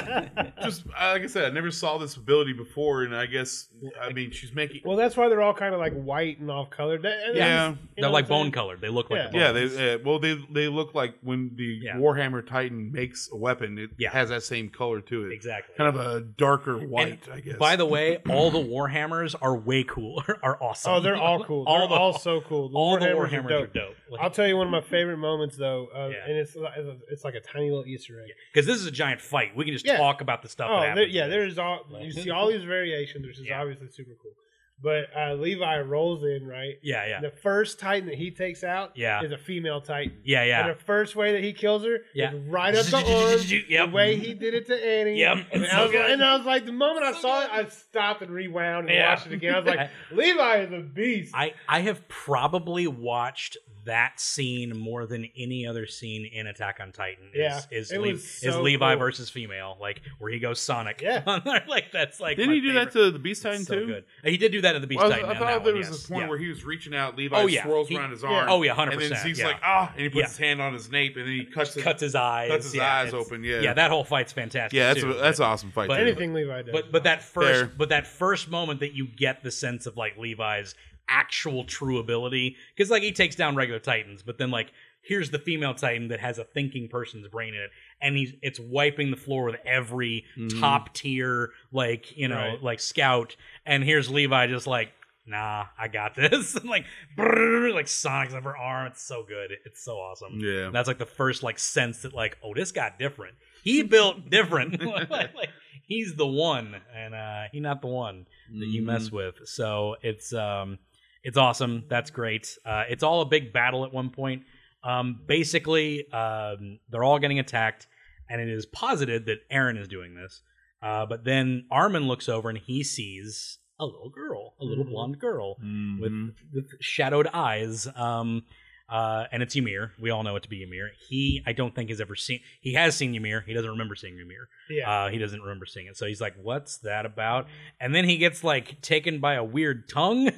just uh, like I said, I never saw this ability before, and I guess I mean she's making. Well, that's why they're all kind of like white and off colored. That, Yeah. They're like bone colored. They look like Yeah. the Yeah, bones. they uh, well they they look like when the Yeah. Warhammer Titan makes a weapon, it Yeah. has that same color to it, exactly. kind of a darker white, I guess. By the way, all the Warhammers are way cool. Are awesome. Oh, they're all cool. They're all, the, so cool. The all the Warhammers Warhammers are dope. Like I'll tell you one of my favorite moments though, uh, Yeah. and it's li- it's a- it's like a tiny little Easter egg. Because this is a giant fight. We can just Yeah. talk about the stuff. that Oh, there, happens. yeah, there's all Like- you see all these variations, which is Yeah. obviously super cool. But uh, Levi rolls in right. yeah, yeah, The first Titan that he takes out Yeah. is a female Titan. yeah, And yeah. the first way that he kills her Yeah. is right up the arm. Yep. The way he did it to Annie. Yep. And, It's I so was, like, good. and I was like, the moment I So saw good. it, I stopped and rewound and Yeah. watched it again. I was like, Levi is a beast. I I have probably watched that scene more than any other scene in Attack on Titan. Is, Yeah, is, it Le- was is so Levi cool. versus female, like where he goes Sonic. Yeah. on there. like that's like. didn't my he do that favorite. to the Beast Titan so too? good. Uh, He did do that in the Beast Well, I, Titan. I on thought that there one, was yes. this point Yeah. where he was reaching out, Levi Oh, yeah. swirls He- around his yeah. arm. Oh, yeah, 100%, And then he's yeah. like, ah, and he puts Yeah. his hand on his nape, and then he cuts his, cuts his eyes. cuts his yeah, eyes it's- open. Yeah, Yeah, that whole fight's fantastic. yeah, that's too, a, that's but, an awesome fight. but- too. Anything Levi does. But but that first Fair. but that first moment that you get the sense of like Levi's actual true ability because like he takes down regular titans, but then like here's the female titan that has a thinking person's brain in it, and he's it's wiping the floor with every Mhm. top tier like you know Right. like scout, and here's Levi just like. Nah, I got this. And like, brrr, like Sonic's up her arm. It's so good. It's so awesome. Yeah. And that's like the first like sense that like, oh, this guy different. He built different. like, like, he's the one, and uh, he not the one that you mess with. So it's um, it's awesome. That's great. Uh, it's all a big battle at one point. Um, basically, um, they're all getting attacked, and it is posited that Aaron is doing this. Uh, but then Armin looks over and he sees a little girl, a little Mhm. blonde girl, Mhm. with with shadowed eyes. Um, uh, and it's Ymir. We all know it to be Ymir. He, I don't think, has ever seen. He has seen Ymir. He doesn't remember seeing Ymir. yeah. Uh, he doesn't remember seeing it. So he's like, "What's that about?" And then he gets like taken by a weird tongue,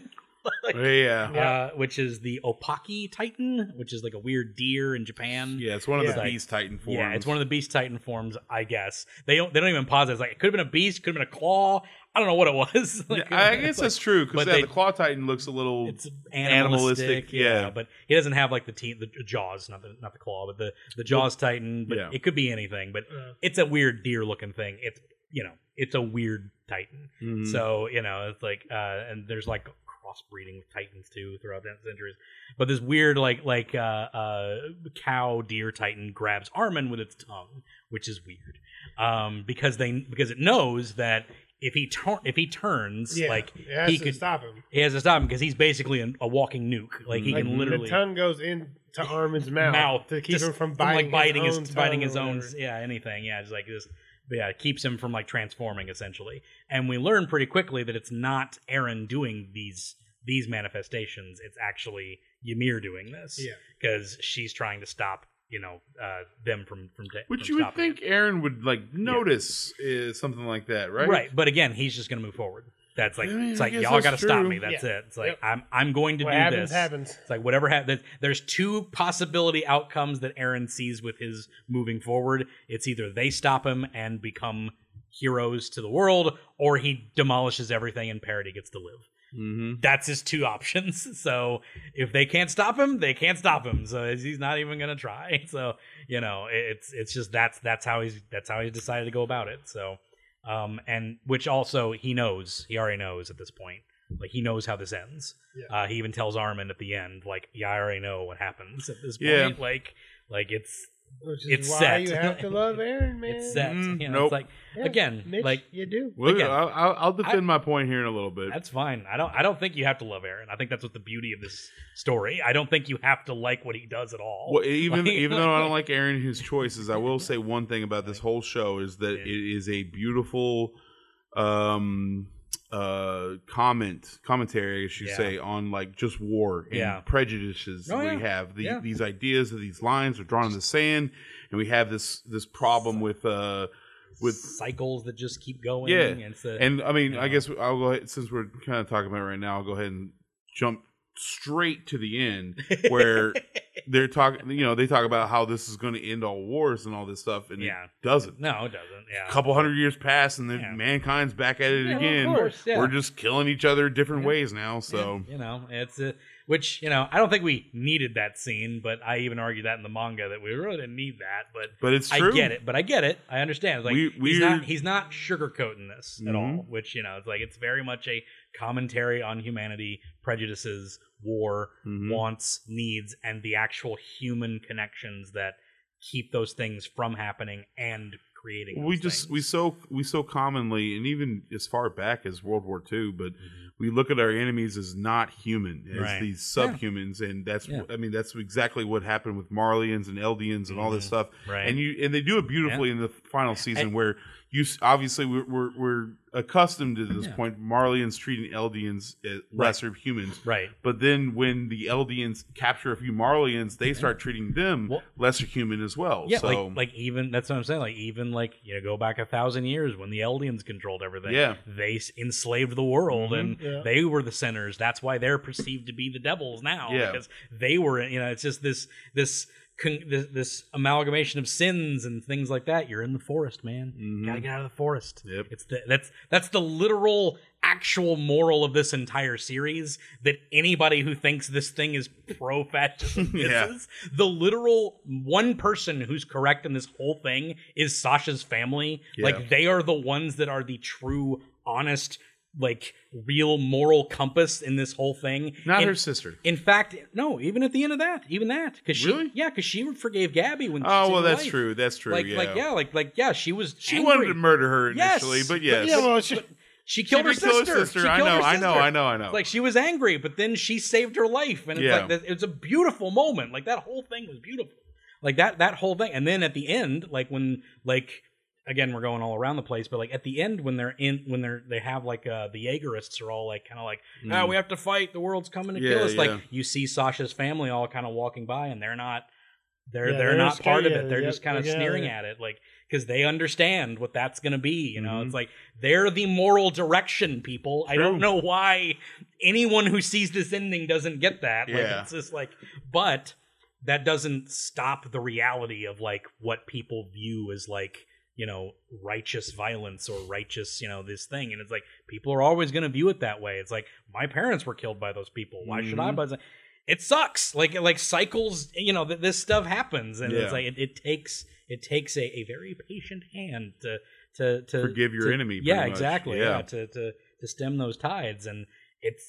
Oh, yeah, uh, which is the Opaki Titan, which is like a weird deer in Japan. yeah, it's one of Yeah. the Beast Titan forms. Yeah, it's one of the beast titan forms, I guess. They don't they don't even pause. it. It's like it could have been a beast, could have been a claw. I don't know what it was. Like, Yeah, I guess like- that's true but because yeah, they- the Claw Titan looks a little. it's animalistic, Animalistic, yeah. yeah. But he doesn't have like the teeth, the jaws, not the not the claw, but the the jaws titan. But yeah. it could be anything. But Uh, it's a weird deer looking thing. It's you know, it's a weird titan. Mhm. Mm. So you know, it's like uh, and there's like crossbreeding with titans too throughout the centuries. But this weird like like uh, uh, cow deer titan grabs Armin with its tongue, which is weird um, because they because it knows that if he tur- if he turns Yeah, like it has he to could stop him. he has to stop him because he's basically an, a walking nuke. Like he Like, can literally the tongue goes into Armin's mouth, to keep just him from like, biting, biting his, own tongue biting or his own whatever. yeah anything yeah just like this but yeah it keeps him from like transforming essentially and we learn pretty quickly that it's not Aaron doing these these manifestations it's actually Ymir doing this Yeah. because she's trying to stop you know uh, them from from ta- Which from you would stopping it. think Aaron would like notice uh, something like that, right? but again he's just gonna move forward that's like I mean, it's I like guess y'all that's gotta stop true. me that's Yeah. it it's like Yep. I'm I'm going to What do happens this happens. It's like whatever happens. There's two possibility outcomes that Aaron sees with his moving forward. It's either they stop him and become heroes to the world, or he demolishes everything and Parody gets to live. Mm-hmm. That's his two options. So if they can't stop him, they can't stop him. So he's not even gonna try. So you know, it's it's just that's that's how he's that's how he decided to go about it. So, um, and which also he knows he already knows at this point. Like he knows how this ends. Yeah. Uh, he even tells Armin at the end, like, "Yeah, I already know what happens at this point." Yeah. Like, like it's Which is it's why set. you have to love Aaron, man. it's set. Mm, you know, nope. it's like Yeah, again, Mitch, like you do. Well, Again, I'll, I'll- I'll defend my point here in a little bit. That's fine. I don't. I don't think you have to love Aaron. I think that's what the beauty of this story. I don't think you have to like what he does at all. Well, even Like- even though I don't like Aaron and his choices, I will say one thing about this whole show is that Yeah. it is a beautiful um uh comment commentary, I should Yeah. say, on like just war and Yeah. prejudices that Oh, yeah. we have. The, Yeah. These ideas of these lines are drawn in the sand, and we have this this problem with uh with cycles that just keep going. Yeah. and, it's a- and I mean, you know. I guess I'll go ahead, since we're kind of talking about it right now. I'll go ahead and jump straight to the end where they're talking. You know, they talk about how this is going to end all wars and all this stuff, and Yeah. it doesn't. no, it doesn't. A Yeah, couple hundred years pass, and then Yeah. mankind's back at Yeah, it well, of again. course, yeah. We're just killing each other different Yeah. ways now. So you know, it's a, which you know, I don't think we needed that scene, but I even argued that in the manga that we really didn't need that, but. But it's true. I get it, but I get it. I understand. It's like We- he's we're- not he's not sugarcoating this at all, Mhm. which you know, it's like it's very much a commentary on humanity, prejudices, war, Mhm. wants, needs, and the actual human connections that keep those things from happening and creating. we those just things. we so we so commonly and even as far back as World War II, but we look at our enemies as not human, as Mm-hmm. Right. these subhumans, and that's Yeah. I mean that's exactly what happened with Marlians and Eldians and all this Mhm. stuff, right and you and they do it beautifully in the final season where you s- obviously we're we're, we're accustomed to this Yeah. point Marlians treating Eldians as lesser humans. right. But then, when the Eldians capture a few Marlians, they start treating them Mm-hmm. Well- lesser human as well. Yeah, so, like like even that's what I'm saying. Like even like you know, go back a thousand years when the Eldians controlled everything. Yeah. they s- enslaved the world Mhm. and Yeah. they were the sinners. That's why they're perceived to be the devils now. Yeah. because they were. You know, it's just this this. Con- this, this amalgamation of sins and things like that. You're in the forest, man. Mhm. Gotta get out of the forest. Yep. It's the, that's that's the literal actual moral of this entire series that anybody who thinks this thing is pro fascism Yeah. is the literal one person who's correct in this whole thing is Sasha's family. Yeah. Like they are the ones that are the true honest like real moral compass in this whole thing. not in, her sister. in fact, no, even at the end of that, even that cuz she Really? yeah, cuz she forgave Gabby when she Oh well, saved that's life. true. That's true. Like yeah. like yeah, like like yeah, she was She angry. wanted to murder her Yes, initially, but but yes, Yeah, well, she, She She killed her did kill sister. her sister. She I know, killed her I know, sister. I know, I know. It's like she was angry, but then she saved her life, and it's Yeah. like that- it's a beautiful moment. Like that whole thing was beautiful. Like that that whole thing, and then at the end, like when like again we're going all around the place, but like at the end when they're in when they're they have like uh the Jaegerists are all like kind of like ah we have to fight the world's coming to kill Mm. Yeah, us. yeah. Like you see Sasha's family all kind of walking by, and they're not. They're, Yeah, they're they're not scared, part of yeah, it. They're yep, just kind of yeah, sneering yeah. at it, like because they understand what that's going to be. You know, Mhm. it's like they're the moral direction people. I don't True. know why anyone who sees this ending doesn't get that. Like Yeah. it's just like, but that doesn't stop the reality of like what people view as like you know righteous violence or righteous you know this thing and it's like people are always going to view it that way it's like my parents were killed by those people why should i Mhm. but it sucks like it like cycles you know that this stuff happens and Yeah. it's like it, it takes it takes a, a very patient hand to to to Forgive your to- enemy, yeah pretty much. exactly yeah. Yeah. to to to stem those tides and it's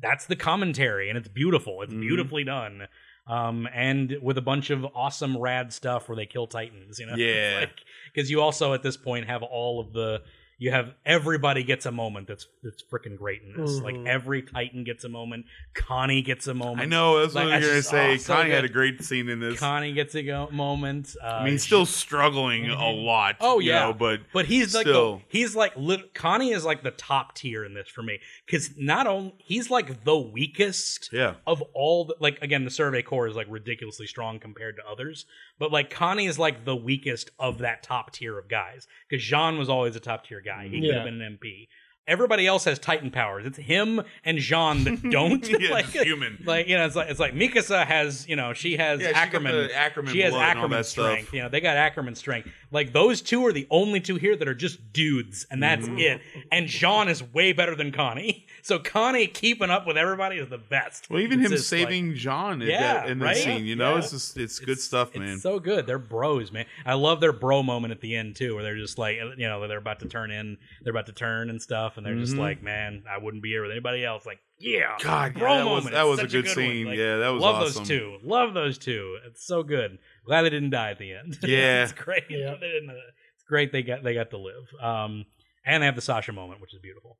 that's the commentary, and it's beautiful. It's Mhm. beautifully done. Um, and with a bunch of awesome rad stuff where they kill titans, you know, Yeah. because you also at this point have all of the you have everybody gets a moment that's that's freaking great in this. Like Mhm. every titan gets a moment. Connie gets a moment. Mm-hmm. I know that's Like, what I was that's gonna just- oh, so say. Connie had good. a great scene in this. Connie gets a go- moment. Uh, I mean, he's still struggling a Mhm. lot. Oh, you yeah. know, but But he's like the, Still. he's like lit, Connie is like the top tier in this for me because not only he's like the weakest yeah, of all the, like again the Survey Corps is like ridiculously strong compared to others, but like Connie is like the weakest of that top tier of guys because Jean was always a top tier guy. He could Yeah. have been an MP. Everybody else has Titan powers. It's him and Jean that don't. yeah, like, just human. like you know, it's like it's like Mikasa has you know she has yeah, she got Ackerman the Ackerman she has blood and all Ackerman that stuff. strength. You know, they got Ackerman strength. Like those two are the only two here that are just dudes, and that's Mm-hmm. it. And Jean is way better than Connie. So Connie keeping up with everybody is the best. Well, even It's him just, like, saving John in Yeah, that in the right? scene, you know, Yeah. it's just it's, good stuff, man. It's so good. They're bros, man. I love their bro moment at the end too, where they're just like, you know, they're about to turn in, they're about to turn and stuff, and they're just Mhm. like, man, I wouldn't be here with anybody else. Like, yeah, God, yeah, bro that was moment. that It's was a such good, one. scene. Like, yeah, that was love awesome. those two. Love those two. It's so good. Glad they didn't die at the end. Yeah. it's great. Yeah. They didn't, uh, it's great they got they got to live. Um, and they have the Sasha moment, which is beautiful.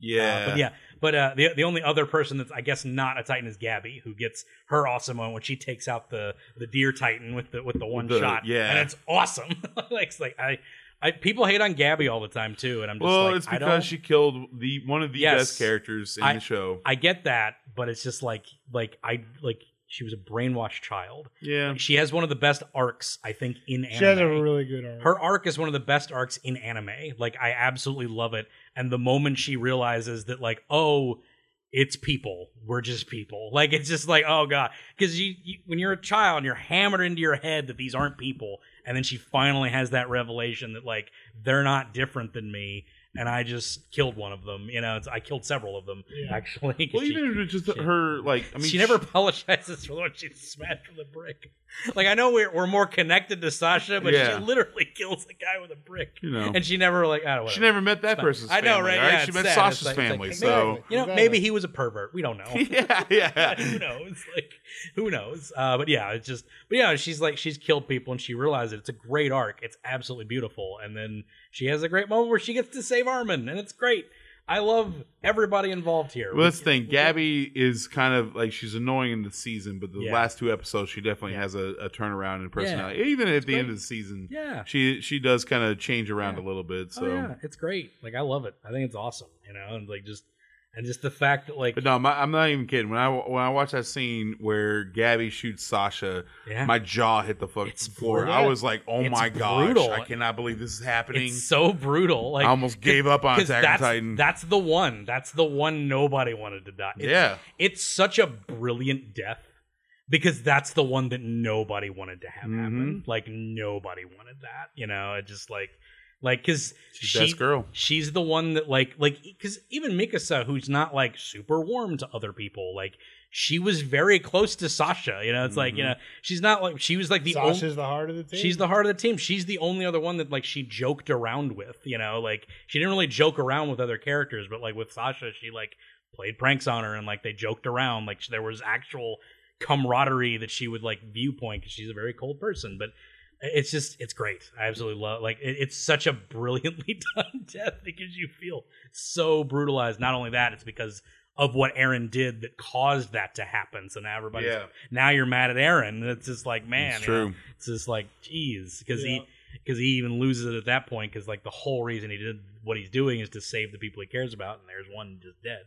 Yeah, Uh, but yeah, but uh, the the only other person that's I guess not a Titan is Gabby, who gets her awesome moment when she takes out the the deer Titan with the with the one The- shot. yeah. and it's awesome. like it's like I. I, people hate on Gabby all the time too, and I'm just Well, like, it's I don't. because she killed the one of the Yes. best characters in I- the show. I get that, but it's just like, like I like she was a brainwashed child, Yeah, She has one of the best arcs, I think, in anime. She has a really good arm. her arc is one of the best arcs in anime. Like, I absolutely love it. And the moment she realizes that, like, oh, it's people. We're just people. Like, it's just like, oh god, because you, you when you're a child, and you're hammered into your head that these aren't people, and then she finally has that revelation that like they're not different than me, and I just killed one of them. You know, it's, I killed several of them Yeah. actually. 'cause well, she- even if it's just she- her, like, I mean, she never apologizes for what she smashed with a brick. Like I know we're we're more connected to Sasha, but Yeah. she literally kills a guy with a brick, you know, and she never like I don't know. she never met that fine. person's. I know, family, right? all Yeah, she it's met sad. It's Sasha's like- it's family, like- so Exactly. You know, maybe he was a pervert. We don't know. yeah, yeah. who knows? Like, who knows? Uh, but yeah, it's just, but yeah, she's like, she's killed people and she realized it. It's a great arc. It's absolutely beautiful. And then she has a great moment where she gets to save Armin, and it's great. I love everybody involved here. Well, that's the thing. Gabby is kind of like she's annoying in the season, but the Yeah. last two episodes, she definitely Yeah. has a, a turnaround in personality. Even at the end great. of the season, yeah. she she does kind of change around Yeah. a little bit. So, Oh yeah, it's great. Like I love it. I think it's awesome. You know, and like just and just the fact that like but no, my, I'm not even kidding. When I when I watched that scene where Gabby shoots Sasha, yeah, my jaw hit the fucking It's floor. brutal. I was like, "Oh It's my brutal. gosh, I cannot believe this is happening." it's so brutal. Like I almost gave up on 'cause Attack on that's, Titan. That's the one. That's the one nobody wanted to die. It's, yeah, it's such a brilliant death because that's the one that nobody wanted to have Mm-hmm. happen. Like nobody wanted that. You know, it just like like because she's the best girl. she's the one that like like because even mikasa who's not like super warm to other people like she was very close to sasha you know it's like you Mhm. know she's not like she was like the only Sasha's the heart of the team. she's the heart of the team she's the only other one that like she joked around with you know like she didn't really joke around with other characters but like with sasha she like played pranks on her and like they joked around like there was actual camaraderie that she would like viewpoint because she's a very cold person but it's just it's great i absolutely love like it, it's such a brilliantly done death because you feel so brutalized not only that it's because of what aaron did that caused that to happen so now everybody's Yeah. now you're mad at aaron and it's just like man it's you know, true. it's just like geez because Yeah. he because he even loses it at that point because like the whole reason he did what he's doing is to save the people he cares about and there's one just dead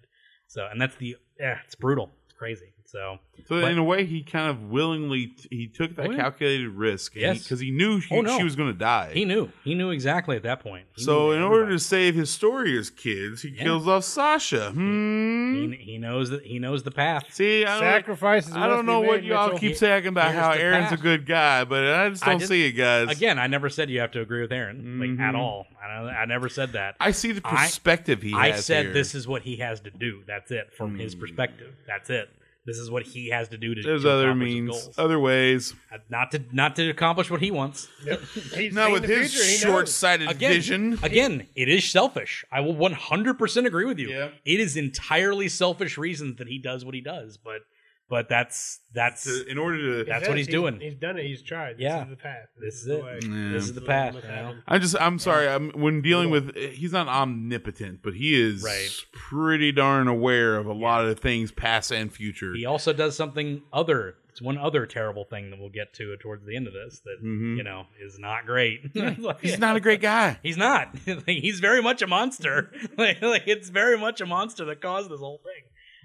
so and that's the yeah it's brutal it's crazy so So But- in a way, he kind of willingly t- he took that Oh, yeah. calculated risk Yes. because he, knew he- Oh, no. she was going to die. he knew he knew exactly at that point He so knew in order everybody. to save his Historia's kids, he Yeah. kills off Sasha. Hmm. he, he knows that he knows the path See, I don't, sacrifices. I must be don't know made, what y'all Mitchell. keep saying about Here's how the Aaron's path. a good guy, but I just I don't just- see it, guys. again i never said you have to agree with aaron like at Mhm. all i, don't- I never said that I see the I- perspective he I has said here. this is what he has to do. That's it from his Hmm. perspective. That's it. This is what he has to do to There's to other accomplish his means, goals. other ways. Uh, not to not to accomplish what he wants. Yep. He's Not seen with the his future, he knows. short-sighted Again, vision. again, it is selfish. I will 100% agree with you. Yeah. It is entirely selfish reasons that he does what he does, but but that's that's To- in order to, That's what he's doing. He's done it. He's tried. This Yeah. is the path. This is the it. way. Yeah. this is the This path. what's you know? happened. I just I'm sorry. I'm when dealing with he's not omnipotent, but he is Right. pretty darn aware of a lot of things, past and future. He also does something other. It's one other terrible thing that we'll get to towards the end of this that Mhm. you know is not great. He's not a great guy. He's not. He's very much a monster. like, like, it's very much a monster that caused this whole thing.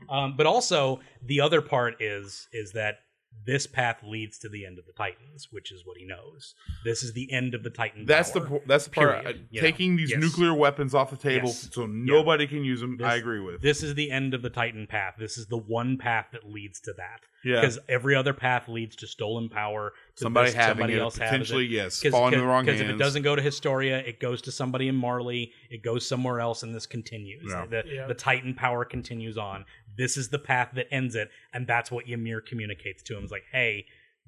Um, but also the other part is is that this path leads to the end of the Titans, which is what he knows. This is the end of the Titan. That's the power. po- that's the part. Period. uh, You know, taking these yes. nuclear weapons off the table Yes. so nobody can use them. This- I agree with. This is the end of the Titan path. This is the one path that leads to that. yeah, Because every other path leads to stolen power. To somebody this- having somebody it else having it. potentially yes, Because falling in the wrong hands. if it doesn't go to Historia, it goes to somebody in Marley. It goes somewhere else, and this continues. Yeah. The, Yeah. the Titan power continues on. This is the path that ends it, and that's what Ymir communicates to him. It's like, hey,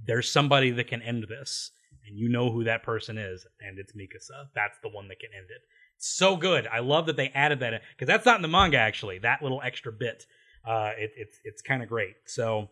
there's somebody that can end this, and you know who that person is, and it's Mikasa. That's the one that can end it. So good. I love that they added that because that's not in the manga actually. That little extra bit, uh, it, it's it's kind of great. So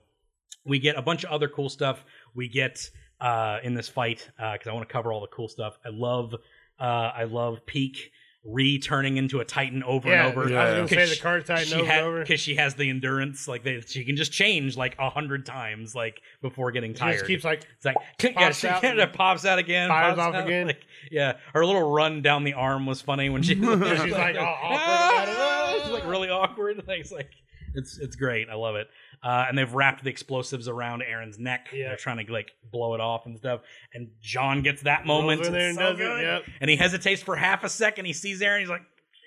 we get a bunch of other cool stuff. We get uh, in this fight because I want to cover all the cool stuff. I love uh, I love Peak re turning into a Titan over yeah, and over. Yeah. I was gonna say She- the card tightened she over had- and over. She Because she has the endurance, like they, she can just change like a hundred times, like before getting tired. just keeps like it's like yeah, pops she out kind of and pops out again, fires pops off out, again. like- yeah, her little run down the arm was funny when she she's like all awkward about it. Ah! It's like really awkward. Like, it's like it's it's great. I love it. Uh, and they've wrapped the explosives around Aaron's neck. Yeah. They're trying to like blow it off and stuff. And John gets that moment. Goes in there It's and so does it, good. yep. And he hesitates for half a second. He sees Aaron. He's like,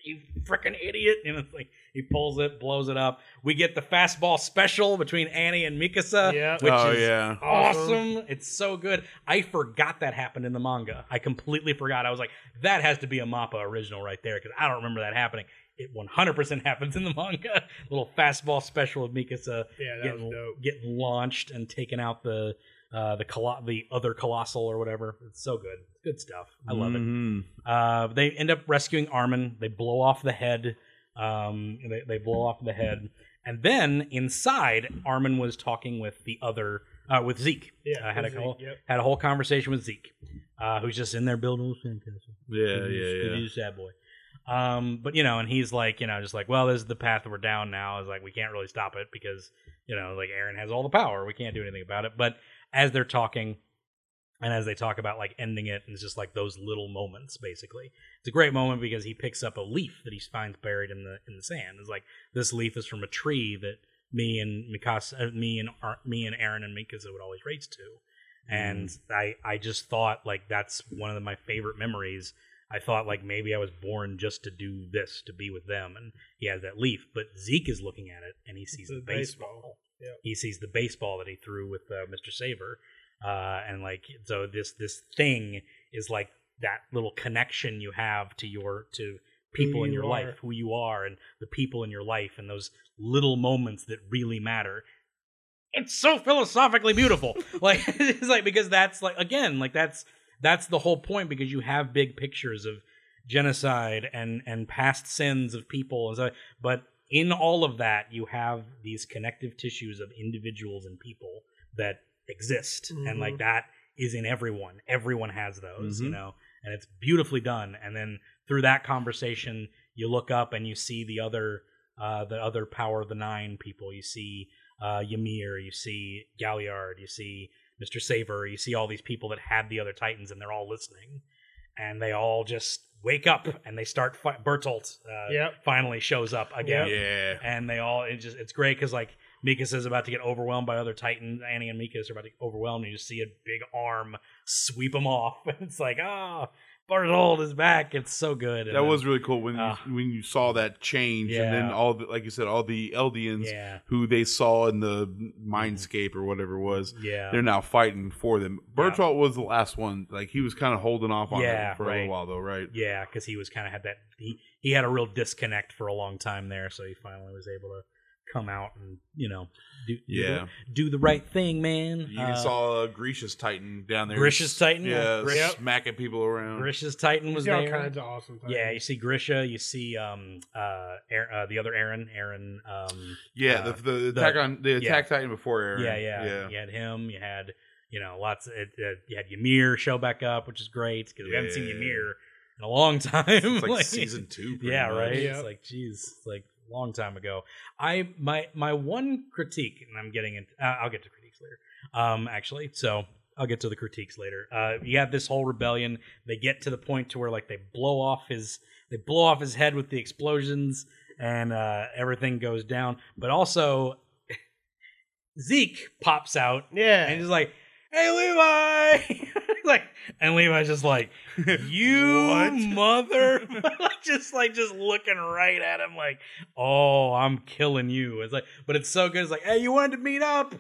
"You freaking idiot!" And it's like he pulls it, blows it up. We get the fastball special between Annie and Mikasa, Yeah. which oh is yeah, awesome. It's so good. I forgot that happened in the manga. I completely forgot. I was like, that has to be a Mappa original right there because I don't remember that happening. It 100% happens in the manga. Little fastball special of Mikasa Yeah, that getting, was dope. getting launched and taking out the uh, the colo- the other colossal or whatever. It's so good. Good stuff. I love it. Mhm. Uh, they end up rescuing Armin. They blow off the head. Um, they, they blow off the head, and then inside, Armin was talking with the other uh, with Zeke. Yeah, uh, had a with Zeke, whole, yep. had a whole conversation with Zeke, uh, who's just in there building a little sandcastle. Yeah, He's- yeah, yeah. He's a sad boy. Um, but you know, and he's like, you know, just like, well, this is the path that we're down now. Is like we can't really stop it because you know, like Aaron has all the power. We can't do anything about it. But as they're talking, and as they talk about like ending it, and it's just like those little moments. Basically, it's a great moment because he picks up a leaf that he finds buried in the in the sand. It's like this leaf is from a tree that me and Mikasa, uh, me and Ar- me and Aaron and Mikasa would always race to. And I I just thought like that's one of my favorite memories. I thought like maybe I was born just to do this, to be with them, and he has that leaf. But Zeke is looking at it and he sees The the baseball. baseball. Yep. He sees the baseball that he threw with uh, Mr. Saber, uh, and like so this this thing is like that little connection you have to your to people in you your are. life, who you are, and the people in your life, and those little moments that really matter. It's so philosophically beautiful, like it's like because that's like again like that's that's the whole point because you have big pictures of genocide and and past sins of people and so but in all of that you have these connective tissues of individuals and people that exist and like Mhm. that is in everyone everyone has those you Mhm. know and it's beautifully done and then through that conversation you look up and you see the other uh the other power of the nine people you see uh ymir you see galliard you see mr saver you see all these people that had the other titans and they're all listening and they all just wake up and they start fi- Bertolt uh, Yep. finally shows up again Yeah. and they all it just it's great because like Mika's is about to get overwhelmed by other Titans. Annie and Mika's are about to get overwhelmed, and you just see a big arm sweep them off. It's like, ah, oh, Bertolt is back. It's so good. And That then- was really cool when Ah. you, when you saw that change, and then Yeah. all the, like you said, all the Eldians yeah, Mm-hmm. who they saw in the mindscape or whatever it was, yeah. they're now fighting for them. Yeah. Bertolt was the last one; like he was kind of holding off on Yeah, it for a right. little while, though, right? Yeah, because he was kind of had that he he had a real disconnect for a long time there, so he finally was able to come out and you know do do the- Yeah, do the right thing, man. you Mm-hmm. Uh, saw uh, Grisha's Titan down there. Grisha's Titan. Yeah, Grish- smacking people around. Grisha's Titan was He's got all there. kinds of awesome things. yeah, you see Grisha. You see um uh, Aar- uh the other Aaron, Aaron. Um, Yeah, Uh, the, the, attack on the attack Titan before Aaron. yeah, yeah, yeah. You had him. You had you know lots. Of, it, it, you had Ymir show back up, which is great because we haven't seen Yeah. Ymir in a long time. It's like, season two. pretty yeah, much. right. Yeah. It's like, geez, like long time ago. I my my one critique, and I'm getting into. Uh, I'll get to critiques later. Um, actually, so I'll get to the critiques later. Uh, you have this whole rebellion. They get to the point to where like they blow off his they blow off his head with the explosions, and uh, everything goes down. But also, Zeke pops out Yeah. and he's like, "Hey, Levi!" like, and Levi's just like, "You What? mother!" Like, just like just looking right at him, like, "Oh, I'm killing you." It's like, but it's so good. It's like, "Hey, you wanted to meet up."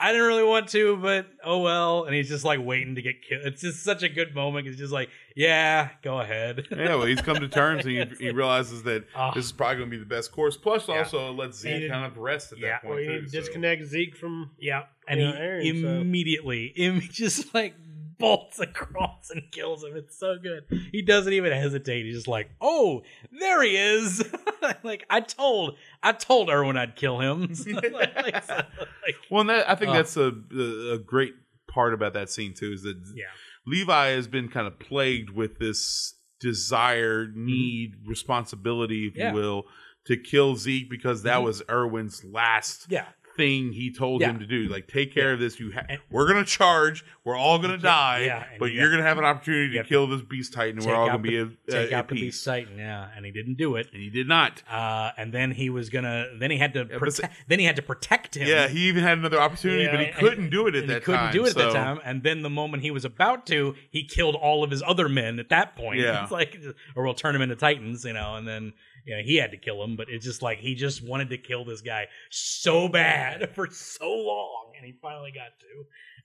I didn't really want to, but oh well. And he's just like waiting to get killed. It's just such a good moment. It's just like, yeah, go ahead. Yeah, well, he's come to terms and he, he realizes that Ah. this is probably going to be the best course. Plus, Yeah. also let And Z it- kind of rest at yeah, that point. Well, you too, need to so. disconnect Zeke from. uh, Yeah, and Yeah, he Aaron, so- immediately, im- just like bolts across and kills him. It's so good. He doesn't even hesitate. He's just like, "Oh, there he is!" like I told, I told Erwin I'd kill him. So, like, like, so, like, Well, and that, I Ah. think that's a, a a great part about that scene too is that yeah, Levi has been kind of plagued with this desire, need, responsibility, if Mm-hmm. Yeah. you will, to kill Zeke because that Mhm. was Erwin's last yeah. thing he told Yeah. him to do. Like, take care of this. You, ha- And- we're gonna charge. We're all gonna Yeah, die. yeah, and but you you're got- gonna have an opportunity you to have to kill this beast titan. and We're take all out gonna be at, Take uh, out at the peace. beast Titan, yeah, and he didn't do it. And he did not. Uh, and then he was gonna. Then he had to. but Prote- then he had to protect him. Yeah, he even had another opportunity, Yeah, but he and- couldn't do it at and that he couldn't time. do it at that so- time. And then the moment he was about to, he killed all of his other men at that point. Yeah. It's like, or we'll turn him into titans, you know. And then you know he had to kill him, but it's just like he just wanted to kill this guy so bad for so long, and he finally got to,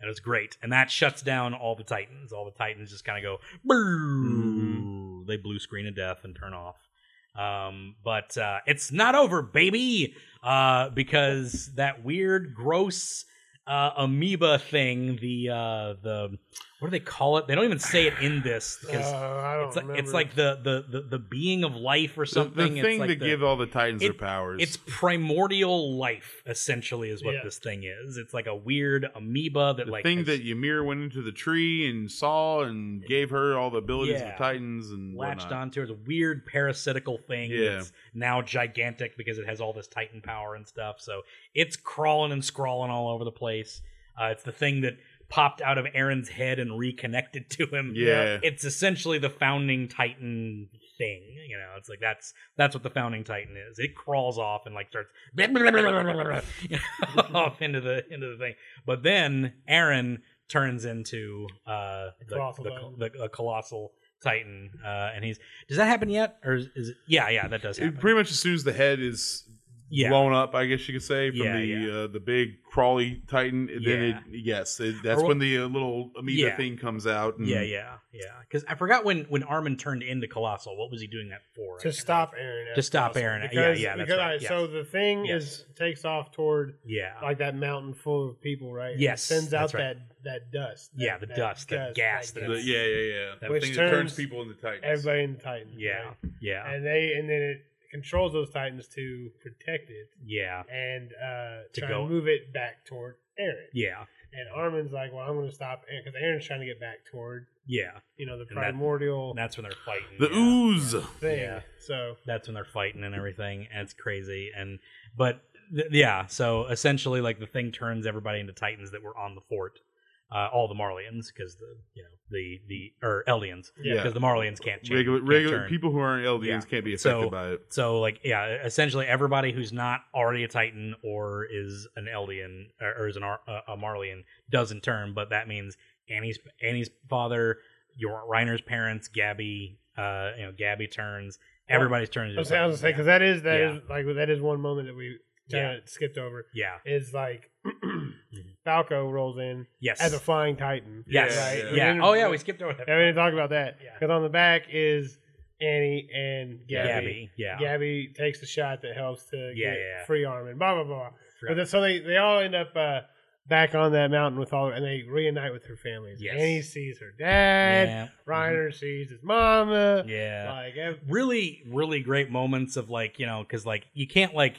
and it was great. And that shuts down all the titans. All the titans just kind of go, Mm-hmm. boo. They blue screen of death and turn off. Um, but uh, it's not over, baby, uh, because that weird, gross uh, amoeba thing, the uh, the what do they call it? They don't even say it in this Uh, because I don't it's, like, remember. it's like the, the the the being of life or The- something. The, it's thing like that the- give all the titans it- their powers. it's primordial life, essentially, is what Yeah. this thing is. It's like a weird amoeba that the like thing has that Ymir went into the tree and saw and gave her all the abilities Yeah. of titans and latched whatnot. onto. It's a weird parasitical thing Yeah. that's now gigantic because it has all this Titan power and stuff. So it's crawling and scrawling all over the place. Uh, it's the thing that popped out of Aaron's head and reconnected to him. Yeah. It's essentially the founding Titan thing. You know, it's like that's that's what the founding Titan is. It crawls off and like starts off into the into the thing. But then Aaron turns into uh the, Colossal the- Titan. the- the colossal Titan, uh, and he's does that happen yet, or is, is it, yeah, yeah, that does happen. It, pretty much as soon as the head is yeah, blown up, I guess you could say, from Yeah, the yeah. uh, the big crawly titan. Then it, Yeah. yes, it, that's Or- when the uh, little amoeba Yeah. thing comes out. And, yeah, yeah, yeah. Because I forgot when when Armin turned into colossal. What was he doing that for? I to can't stop Aaron. at To stop Fossil. Aaron at- yeah, Because, yeah, that's because, right, alright, yeah. So the thing Yeah. is takes off toward remember. Yeah, like that mountain full of people, right? And Yes, sends out that's right. that that dust. that- Yeah, the that dust, that gas The- that- yeah, yeah, yeah. That Which thing that turns turns people into titans. Everybody in the Titans. yeah, right? yeah, And they and then it controls those Titans to protect it yeah, and uh To try go- and move it back toward Aaron. yeah, And Armin's like, Well, I'm gonna stop Aaron because Aaron's trying to get back toward, yeah. you know, the that- primordial And that's when they're fighting. The yeah. ooze. thing. yeah. So that's when they're fighting and everything and it's crazy and but th- yeah so essentially like the thing turns everybody into titans that were on the fort uh, all the Marlians because the you know the the or Eldians Yeah. because the Marlians can't change Regular, can't regular turn. people who aren't LDNs Yeah. can't be So- affected by it. So like yeah, e-, essentially everybody who's not already a Titan or is an Eldian or, or is an Ar- a- a Marlian doesn't turn, but that means Annie's Annie's father, your Reiner's parents, Gabby, uh, you know Gabby turns. Well, Everybody's turns. I was, into I Titans, was gonna say because that is that is Yeah. like that is one moment that we yeah. Mm-hmm. kind of skipped over yeah. is like Falco rolls in Yes. as a flying titan. yes. Oh, Right. Yeah. And then- Oh yeah, we skipped over that. I mean, talk about that Yeah. because on the back is Annie and Gabby. Gabby. Yeah. Gabby takes the shot that helps to Yeah, get yeah. free arm and blah blah blah. But Forgot- then, so they they all end up uh, back on that mountain with all, and they reunite with her families. Yes. Annie sees her dad. Yeah. Reiner sees his mama. Yeah. Like ev- really really great moments of like you know because like you can't like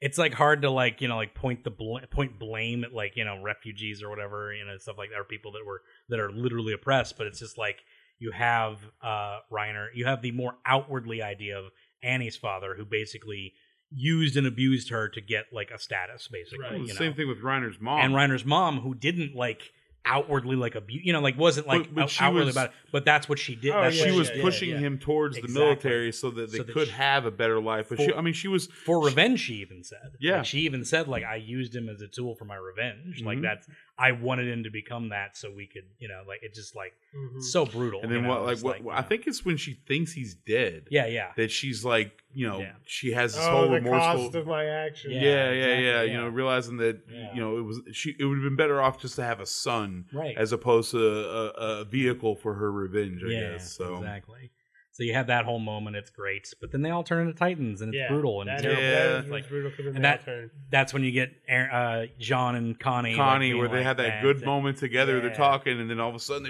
it's like hard to like you know like point the bl- point blame at like you know refugees or whatever you know stuff like that or people that were that are literally oppressed but it's just like you have uh reiner you have the more outwardly idea of annie's father who basically used and abused her to get like a status basically Right. Well, you the know? same thing with Reiner's mom. and reiner's mom who didn't like outwardly like abuse you know like wasn't like But- but out- she outwardly was- about it but that's what she did Oh, that's yeah, she what was did, pushing yeah. him towards Exactly. the military so that they So that could she- have a better life. But she, For- I mean, she was for revenge she even said Yeah. Like, she even said like i used him as a tool for my revenge like Mhm. that's i wanted him to become that so we could you know like it just like mhm. so brutal Mm-hmm. and then you know, what? Like, just, what? you I know. think it's when she thinks he's dead yeah yeah that she's like, you know, Yeah. she has this oh, whole the remorseful. cost of my actions. Yeah, yeah, yeah, yeah, exactly, You yeah. know, realizing that Yeah. you know it was she. It would have been better off just to have a son right as opposed to a, a, a vehicle for her revenge. I yeah guess so. exactly so you have that whole moment it's great but then they all turn into titans and it's Yeah, brutal and that- terrible Yeah. that It's was like brutal 'cause then and they all that- turn. that's when you get Aaron- uh john and connie like, Connie, being where they like, had that "That's good it." moment together, they're Yeah. talking, and then all of a sudden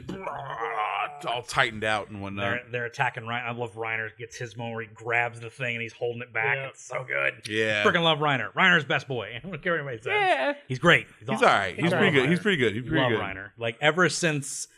they all tightened out and whatnot. they're, they're attacking Reiner. I love Reiner gets his moment where he grabs the thing and he's holding it back. Yeah. It's so good. Yeah, Freaking love Reiner. Reiner's best boy. I don't care what anybody says. He's great. He's, he's awesome. all right. He's I pretty love good. He's Reiner. pretty good. He's pretty love good. Reiner. Like ever since,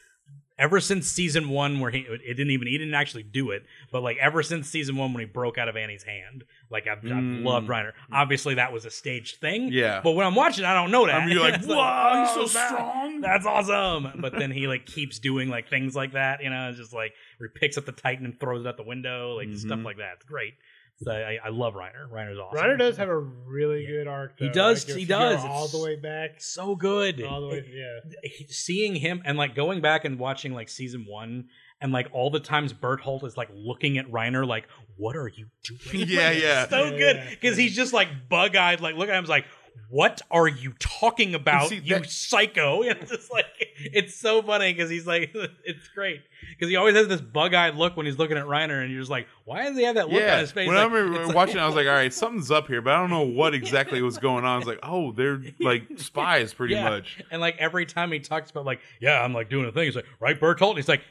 ever since season one, where he it didn't even he didn't actually do it, but like ever since season one when he broke out of Annie's hand, like I've, Mm. I've loved Reiner. Obviously, that was a staged thing. Yeah. But when I'm watching, I don't know that. I mean, you're like, It's wow, he's oh, so that- strong. That's awesome. But then he like keeps doing like things like that, you know, it's just like where he picks up the Titan and throws it out the window, like stuff Mhm. like that. It's great. So I, I love Reiner. Reiner's awesome. Reiner does have a really good arc. He though. does, Like, if he you does. Go all the It's- way back. so good. All the way. Yeah. he- seeing him and like going back and watching like season one and like all the times Berthold is like looking at Reiner like, what are you doing? Yeah, Like, it's yeah. So Yeah, good. yeah. Because he's just like bug eyed, like look at him he's like, what are you talking about, see, you that- psycho? And it's just like it's so funny because he's like, it's great because he always has this bug-eyed look when he's looking at Reiner, and you're just like, why does he have that look on Yeah. his face? When Like, I remember it's like- watching, I was like, all right, something's up here, but I don't know what exactly was going on. I was like, oh, they're like spies pretty Yeah. much. and like every time he talks about like, yeah, I'm like doing a thing. He's like, right, Berthold, and he's like,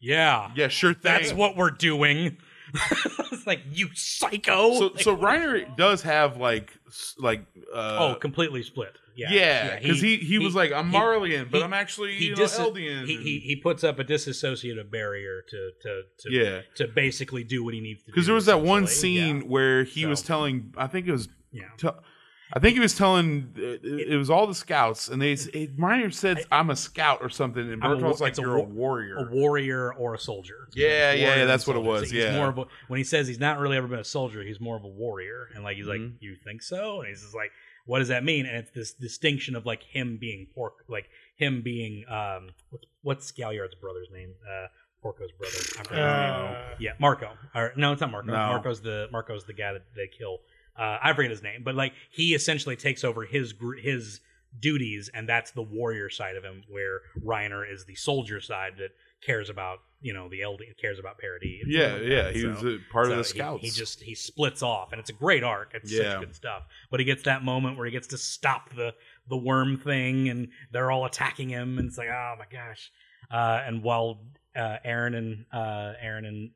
yeah, Yeah, sure thing. That's what we're doing. it's like you psycho. so, Like, so Reiner does have like, s- like, oh, uh, completely split. Yeah, yeah, because he, he was like, I'm he- Marlian, but he- I'm actually he you know, dis- Eldian. he, he he puts up a disassociative barrier to to to, yeah, to basically do what he needs to do. because there was that one essentially. Yeah. scene where he So- was telling, I think it was Yeah. t- I think he was telling uh, it, it was all the scouts, and they s- it, Reiner said, "I'm a scout" or something, and I'm a Berthold's wa- like, it's a "You're a wa- warrior." A warrior or a soldier. Yeah, He's a yeah, warrior yeah, and that's what it soldier. was, So he's yeah. more of a, when he says he's not really ever been a soldier, he's more of a warrior, and like he's like, Mhm. you think so? And he's just like, what does that mean? And it's this distinction of like him being pork, like him being um, what's, what's Galliard's brother's name? Uh, Porco's brother. I forgot his name. Uh, Yeah, Marco. Or, no, it's not Marco. No. Marco's the Marco's the guy that they kill. Uh, I forget his name, but like he essentially takes over his gr- his duties, and that's the warrior side of him, where Reiner is the soldier side that cares about you know the elder cares about parody. and yeah, stuff like yeah, that. he So- was a part of so the he- scouts. He, just he splits off, and it's a great arc. It's Yeah. such good stuff. But he gets that moment where he gets to stop the the worm thing, and they're all attacking him, and it's like, oh my gosh. Uh, and while uh, Aaron and uh, Aaron and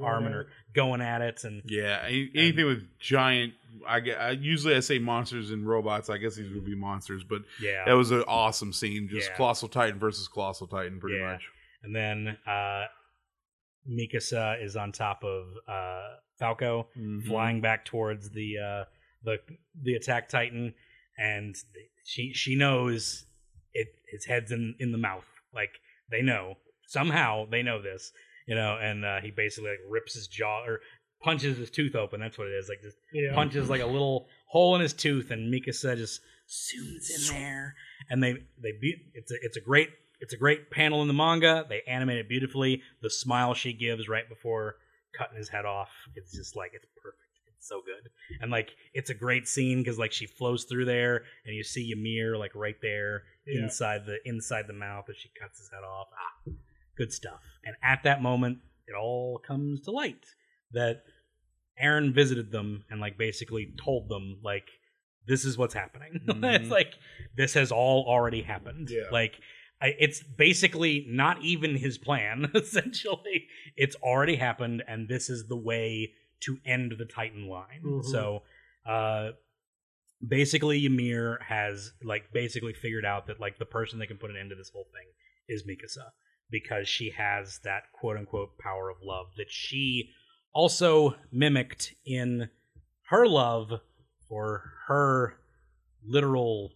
uh, are going Armin at are it. going at it, and yeah, any- anything with giant. I, gue- I usually I say monsters and robots. I guess these would be monsters, but yeah, that was an awesome scene. Just Yeah. colossal titan versus colossal titan, pretty Yeah. much. and then uh, Mikasa is on top of uh, Falco, Mm-hmm. flying back towards the uh, the the attack titan, and she she knows it. His head's in in the mouth. Like they know somehow they know this, you know. And uh, he basically like rips his jaw or punches his tooth open. That's what it is. Like just yeah. punches like a little hole in his tooth, and Mikasa just zooms in there, and they they be, it's a it's a great it's a great panel in the manga. They animate it beautifully. The smile she gives right before cutting his head off, it's just like it's perfect. It's so good, and like it's a great scene because like she flows through there, and you see Ymir like right there Yeah. inside the inside the mouth as she cuts his head off. Ah, good stuff. And at that moment, it all comes to light that Aaron visited them and like basically told them like this is what's happening. Mhm. it's like this has all already happened. Yeah. Like I, it's basically not even his plan. Essentially, it's already happened, and this is the way to end the Titan line. Mhm. So, uh, basically, Ymir has like basically figured out that like the person that can put an end to this whole thing is Mikasa because she has that quote unquote power of love that she also mimicked in her love for her literal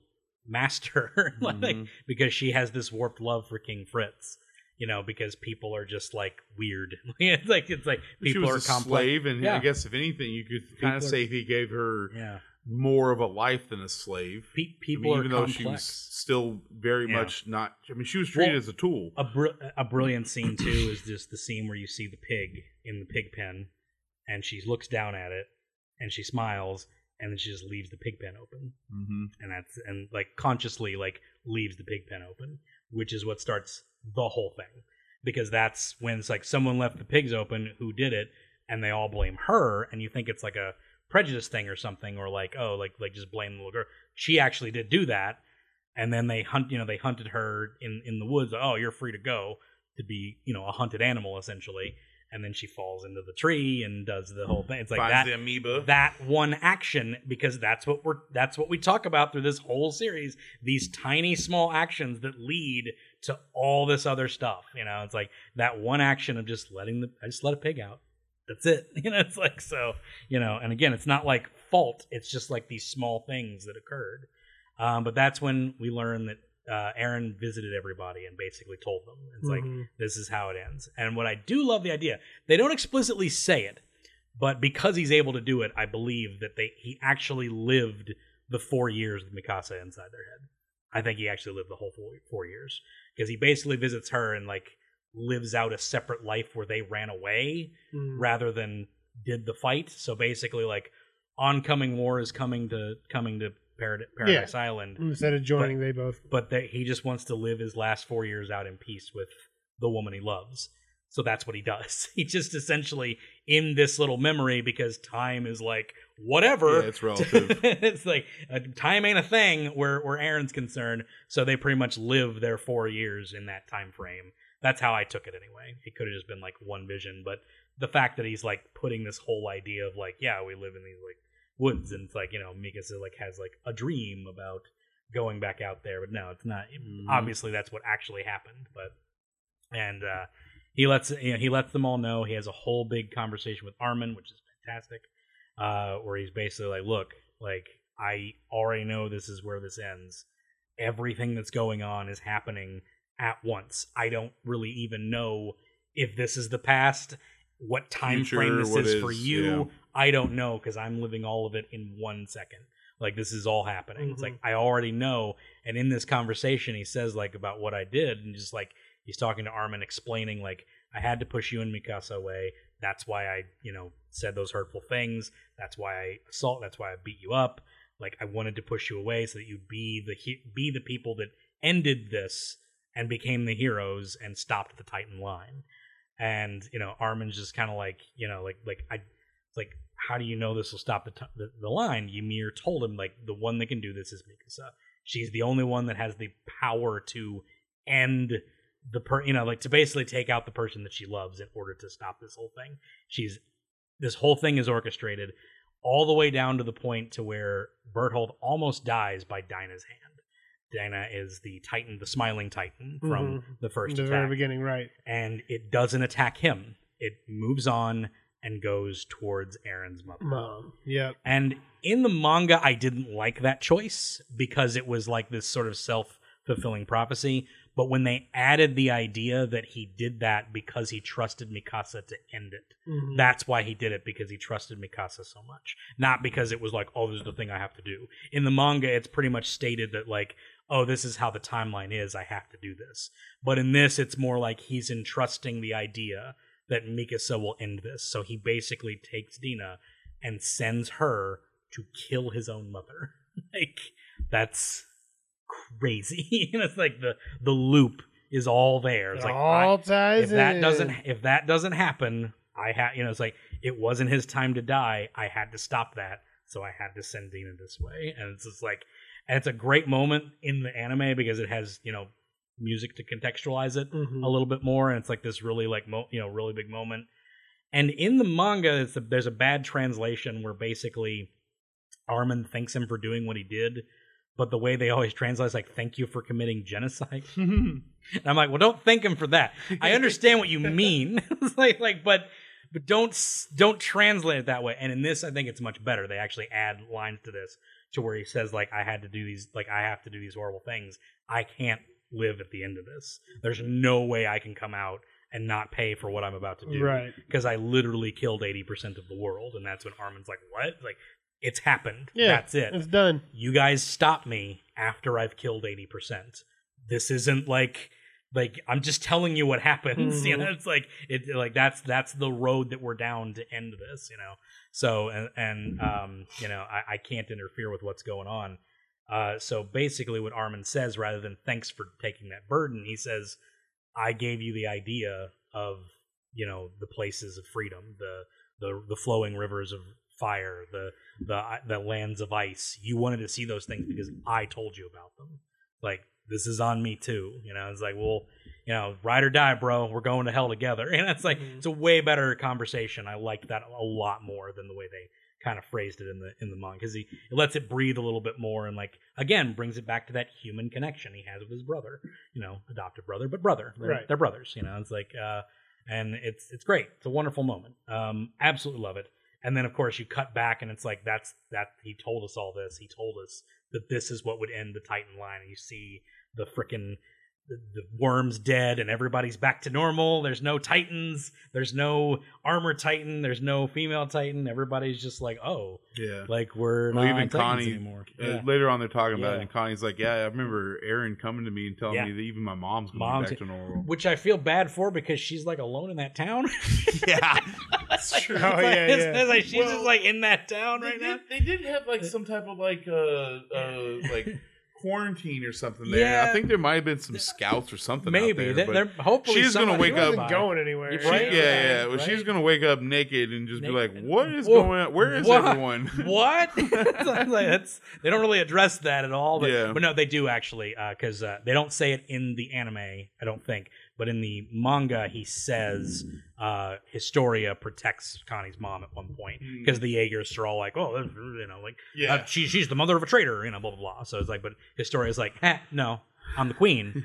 master like Mhm. because she has this warped love for King Fritz you know because people are just like weird it's like it's like she people was are a complex slave, and Yeah. I guess if anything, you could kind People are- of say he gave her yeah more of a life than a slave. Pe- I mean, people even are though complex she was still very Yeah. much not. I mean, she was treated Well, as a tool. a, br- a brilliant scene too is just the scene where you see the pig in the pig pen and she looks down at it and she smiles and then she just leaves the pig pen open hmm and that's and like consciously like leaves the pig pen open which is what starts the whole thing because that's when it's like someone left the pigs open who did it and they all blame her and you think it's like a prejudice thing or something or like oh like like just blame the little girl she actually did do that and then they hunt you know they hunted her in in the woods oh you're free to go to be you know a hunted animal essentially and then she falls into the tree and does the whole thing it's like Finds that the amoeba. that one action because that's what we're that's what we talk about through this whole series these tiny small actions that lead to all this other stuff you know it's like that one action of just letting the i just let a pig out that's it you know it's like so you know and again it's not like fault it's just like these small things that occurred um, but that's when we learn that uh, aaron visited everybody and basically told them it's like Mhm. this is how it ends. And what I do love the idea, they don't explicitly say it, but because he's able to do it, I believe that they he actually lived the four years with Mikasa inside their head. I think he actually lived the whole four, four years because he basically visits her and like lives out a separate life where they ran away Mm. rather than did the fight. So basically, like oncoming war is coming to coming to Parad- Paradise Island, Instead of joining, they both. but that he just wants to live his last four years out in peace with the woman he loves. So that's what he does. He just essentially in this little memory because time is like whatever. Yeah, it's relative. it's like uh, time ain't a thing where where Aaron's concerned. So they pretty much live their four years in that time frame. That's how I took it anyway. It could have just been like one vision, but the fact that he's like putting this whole idea of like, yeah, we live in these like woods, and it's like you know, Mikasa like has like a dream about going back out there, but no, it's not. Mm-hmm. Mm-hmm. Obviously, that's what actually happened, but and uh, he lets you know, he lets them all know. He has a whole big conversation with Armin, which is fantastic, uh, where he's basically like, "Look, like I already know this is where this ends. Everything that's going on is happening at once. I don't really even know if this is the past, what time Future, frame this what is for is- you. yeah. I don't know because I'm living all of it in one second. Like this is all happening. It's like I already know. And in this conversation, he says like about what I did, and just like he's talking to Armin, explaining like I had to push you and Mikasa away. That's why I, you know, said those hurtful things. That's why I assault. That's why I beat you up. Like I wanted to push you away so that you'd be the he- be the people that ended this and became the heroes and stopped the Titan line. And you know, Armin's just kind of like, you know, like like I like how do you know this will stop the, t- the the line? Ymir told him like the one that can do this is Mikasa. She's the only one that has the power to end the per you know like to basically take out the person that she loves in order to stop this whole thing. She's this whole thing is orchestrated all the way down to the point to where Berthold almost dies by Dinah's hand. Dinah is the Titan, the smiling Titan from the first Mm-hmm. the attack very beginning, right? and it doesn't attack him. It moves on and goes towards Aaron's mother. Mom. Yep. And in the manga, I didn't like that choice because it was like this sort of self fulfilling prophecy. But when they added the idea that he did that because he trusted Mikasa to end it, Mhm. that's why he did it because he trusted Mikasa so much, not because it was like, oh, this is the thing I have to do. In the manga, it's pretty much stated that like, oh, this is how the timeline is. I have to do this. But in this, it's more like he's entrusting the idea that Mikasa will end this. So he basically takes Dina and sends her to kill his own mother. like that's crazy. and it's like the the loop is all there. It's It like I- all ties if that in. doesn't if that doesn't happen I had, you know, it's like it wasn't his time to die. I had to stop that, so I had to send Dina this way. And it's just like, and it's a great moment in the anime because it has, you know, music to contextualize it Mm-hmm. a little bit more, and it's like this really like mo- you know really big moment. And in the manga, it's a, there's a bad translation where basically Armin thanks him for doing what he did, but the way they always translate is like "thank you for committing genocide." and I'm like, well, don't thank him for that. I understand what you mean, It's like like but but don't s- don't translate it that way. And in this, I think it's much better. They actually add lines to this to where he says like I had to do these like I have to do these horrible things. I can't live at the end of this. There's no way I can come out and not pay for what I'm about to do Right. because I literally killed 80% of the world. And that's when Armin's like, what? Like, it's happened. Yeah. That's it. It's done. you guys stop me after I've killed 80%. This isn't like, like, I'm just telling you what happens. You know, it's like, it, like, that's, that's the road that we're down to end this, you know? So, and, and, um, you know, I, I can't interfere with what's going on. Uh, so basically what Armin says, rather than thanks for taking that burden, he says, I gave you the idea of you know the places of freedom, the the the flowing rivers of fire, the the the lands of ice. You wanted to see those things because I told you about them. Like this is on me too. You know, it's like well, you know, ride or die, bro. We're going to hell together. And it's like Mhm. it's a way better conversation. I liked that a lot more than the way they kind of phrased it in the in the manga because he it lets it breathe a little bit more and like again brings it back to that human connection he has with his brother you know, adopted brother, but brother. They're, Right. they're brothers, you know. It's like uh and it's it's great. It's a wonderful moment. Um absolutely love it. And then of course you cut back and it's like that's that he told us all this. He told us that this is what would end the Titan line and you see the frickin' the, the worm's dead and everybody's back to normal. There's no Titans, there's no armor Titan, there's no female Titan. Everybody's just like, "Oh, Yeah. like we're Well, not even even Titans Connie, anymore." Uh, Yeah. Later on, they're talking about Yeah. it, and Connie's like, "Yeah, I remember Aaron coming to me and telling Yeah. me that even my mom's going Mom's- back to normal." Which I feel bad for because she's like alone in that town. yeah, Oh yeah, it's, yeah. it's like she's just Well, like in that town they right did, now. they did have like some type of like uh, uh like quarantine or something there. Yeah. I think there might have been some scouts or something. out Maybe there, they but they're hopefully she's gonna somebody- wake He up- wasn't going anywhere. She- She- Right? yeah, yeah. Right, Well, she's right. gonna wake up naked and just be Naked. like, "What is Whoa. going on? Where is What? everyone?" What? It's like that's- they don't really address that at all. But, Yeah. but no, they do actually because uh, they don't say it in the anime, I don't think. But in the manga, he says uh, Historia protects Connie's mom at one point because the Jaegers are all like, "Oh, that's- you know, like Hmm. yeah. uh, she, she's the mother of a traitor," you know, blah blah blah. So it's like, but Historia's like, "Eh, "No, I'm the queen."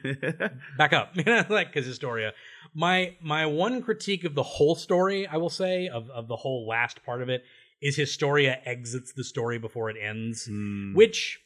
back up you know like because historia my my one critique of the whole story i will say of, of the whole last part of it is historia exits the story before it ends Hmm. which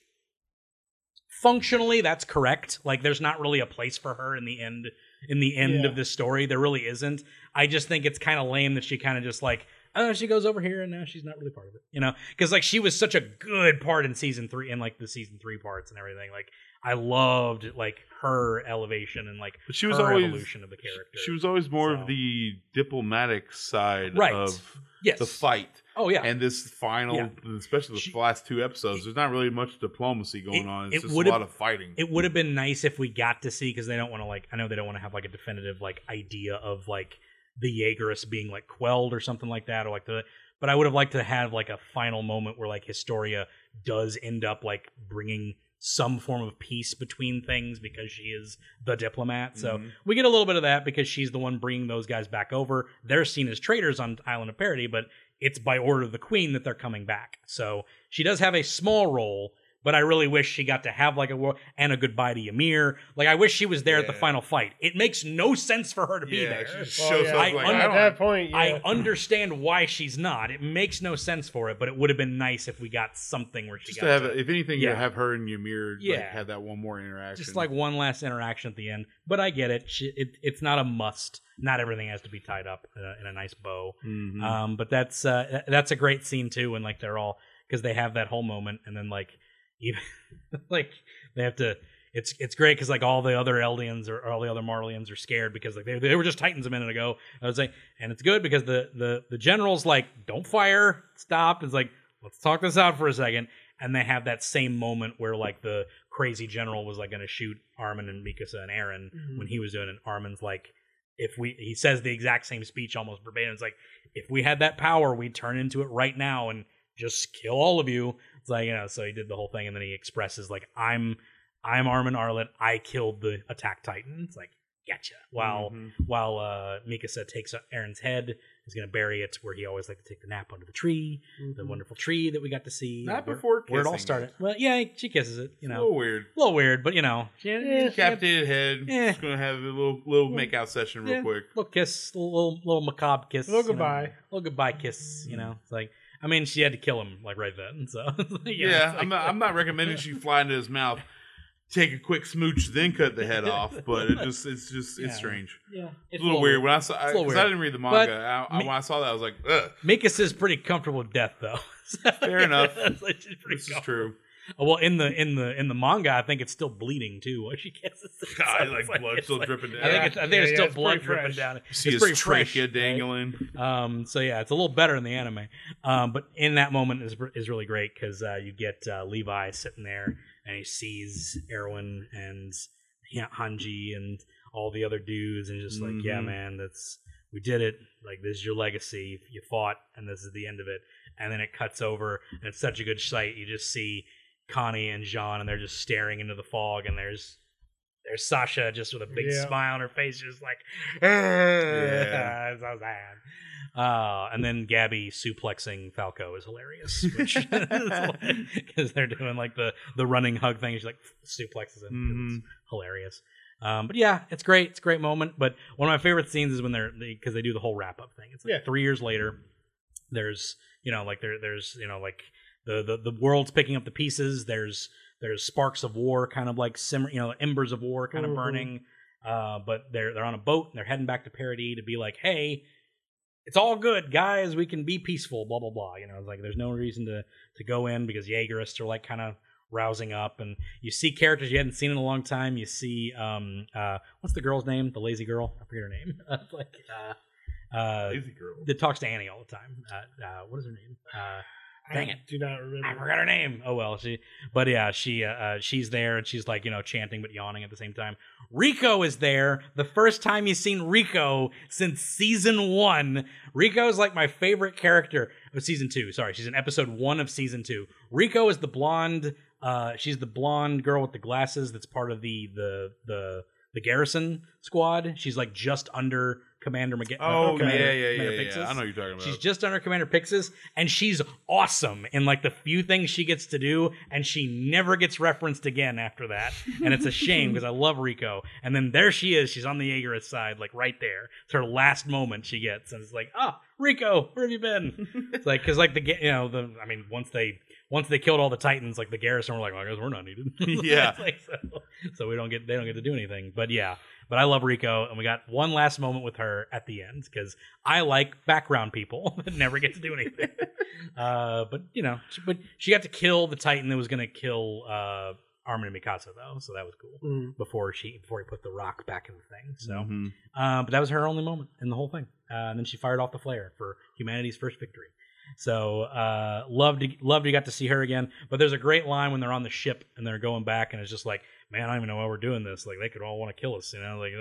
functionally that's correct like there's not really a place for her in the end in the end Yeah. of this story there really isn't i just think it's kind of lame that she kind of just like oh she goes over here and now she's not really part of it you know because like she was such a good part in season three and like the season three parts and everything like i loved like her elevation and like But she was her always evolution of the character She was always more So- of the diplomatic side Right. of yes the fight, oh yeah and this final, especially the She- last two episodes, there's not really much diplomacy going It- on. It's it just a would've- lot of fighting. it would have been nice if we got to see because they don't want to like i know they don't want to have like a definitive like idea of like the jaegerus being like quelled or something like that or like the but i would have liked to have like a final moment where like historia does end up like bringing some form of peace between things because she is the diplomat so Mhm. we get a little bit of that because she's the one bringing those guys back over. They're seen as traitors on Island of Parody, but it's by order of the Queen that they're coming back. So she does have a small role, but I really wish she got to have like a war and a goodbye to Ymir. Like I wish she was there at the Yeah. final fight. It makes no sense for her to be yeah, there. She just Oh, shows yeah. up I like, un- I At don't that point, yeah. I understand why she's not. It makes no sense for it, but it would have been nice if we got something where she just got to have, if anything, Yeah. you have her and Ymir like, Yeah. have that one more interaction. just like one last interaction at the end. But I get it. She, it it's not a must. Not everything has to be tied up in a, in a nice bow. Mhm. Um, but that's uh, th- that's a great scene too when like they're all because they have that whole moment and then like even like they have to. It's it's great because like all the other Eldians or all the other Marlians are scared because like they, they were just Titans a minute ago. I was like, and it's good because the the the general's like, don't fire, stop. It's like let's talk this out for a second. And they have that same moment where like the crazy general was like going to shoot Armin and Mikasa and Aaron when he was doing it. Armin's like, if we he says the exact same speech almost verbatim. It's like if we had that power, we'd turn into it right now and just kill all of you. It's like you know. So he did the whole thing, and then he expresses like I'm I'm Armin Arlet. I killed the attack titan. It's like gotcha. While Mhm. while uh, Mikasa takes Aaron's head, he's gonna bury it where he always liked to take the nap under the tree, the wonderful tree that we got to see. Hmm. Not where- before where it all kissing started. it. Well, yeah, she kisses it. You know, a little weird. a little weird, but you know, she- she had a Captain head. Eh. Just gonna have a little little Yeah. make out session real Yeah. quick. little kiss, a little little macabre kiss, Little you know, goodbye. little goodbye kiss. You know, it's like I mean, she had to kill him like right then. So Yeah, I'm, not, I'm not recommending she fly into his mouth, take a quick smooch, then cut the head off. But it just it's just Yeah. it's strange. yeah, It's a little weird. When I saw, I, It's a little 'cause I weird. didn't read the But manga. I, I, me- Oh when I saw that, I was like, Ugh, Mikas is pretty comfortable with death, though. So, Fair enough. it's like she's pretty this is comfortable. true. Oh, Well, in the in the in the manga, I think it's still bleeding too. What she kisses, it. God, So it's like blood it's still dripping down. I think it's, I think Yeah, it's yeah, still it's blood pretty dripping fresh. down. See it's his pretty trachea fresh, right? dangling. Um, so yeah, it's a little better in the anime. Um, but in that moment is is really great because uh, you get uh, Levi sitting there and he sees Erwin and Han- Hanji and all the other dudes and he's just like, yeah, Mhm. man, that's we did it. Like this is your legacy. You fought, and this is the end of it. And then it cuts over, and it's such a good sight. You just see Connie and Jean, and they're just staring into the fog, and there's there's Sasha just with a big Yeah. smile on her face, just like, yeah. so sad. Uh, and then Gabby suplexing Falco is hilarious because they're doing like the the running hug thing. She's like suplexes him. 'cause It's hilarious. Um, but yeah, it's great. It's a great moment. But one of my favorite scenes is when they're because they, do the whole wrap up thing. It's like Yeah. three years later. There's you know like there there's you know like the, the the world's picking up the pieces. There's there's sparks of war kind of like simmer you know embers of war kind Mhm. of burning. Uh, but they're they're on a boat and they're heading back to Paradis to be like, hey, it's all good, guys. We can be peaceful. Blah blah blah. You know, it's like there's no reason to to go in because Jaegerists are like kind of rousing up, and you see characters you hadn't seen in a long time. You see, um, uh, what's the girl's name? The lazy girl. I forget her name. It's like, uh, uh, Lazy girl. that talks to Annie all the time. Uh, uh, what is her name? Uh, Dang Mm-hmm. I it. do not I remember. forgot her name. Oh well, she. But yeah, she uh, uh, she's there and she's like you know chanting but yawning at the same time. Rico is there. The first time you've seen Rico since season one. Rico is like my favorite character of season two. Sorry, she's in episode one of season two. Rico is the blonde. Uh, she's the blonde girl with the glasses that's part of the the the the garrison squad. She's like just under Commander McGee. Oh Okay. yeah, yeah, yeah, yeah. I know what you're talking about. She's just under Commander Pixis, and she's awesome in like the few things she gets to do, and she never gets referenced again after that. And it's a shame because I love Rico. And then there she is, she's on the Jaegerist side, like right there. It's her last moment she gets, and it's like, ah, Rico, where have you been? it's like because like the ga- you know the I mean once they once they killed all the Titans, like the garrison were like, well, I guess we're not needed. Yeah. It's like, so, so we don't get they don't get to do anything. But yeah. But I love Rico, and we got one last moment with her at the end because I like background people that never get to do anything. uh, but you know, she, but she got to kill the Titan that was going to kill uh, Armin and Mikasa though, so that was cool. Mm. Before she before he put the rock back in the thing, so Mhm. uh, but that was her only moment in the whole thing. Uh, and then she fired off the flare for humanity's first victory. So uh, loved loved you got to see her again. But there's a great line when they're on the ship and they're going back, and it's just like, man, I don't even know why we're doing this. Like they could all want to kill us, you know? Like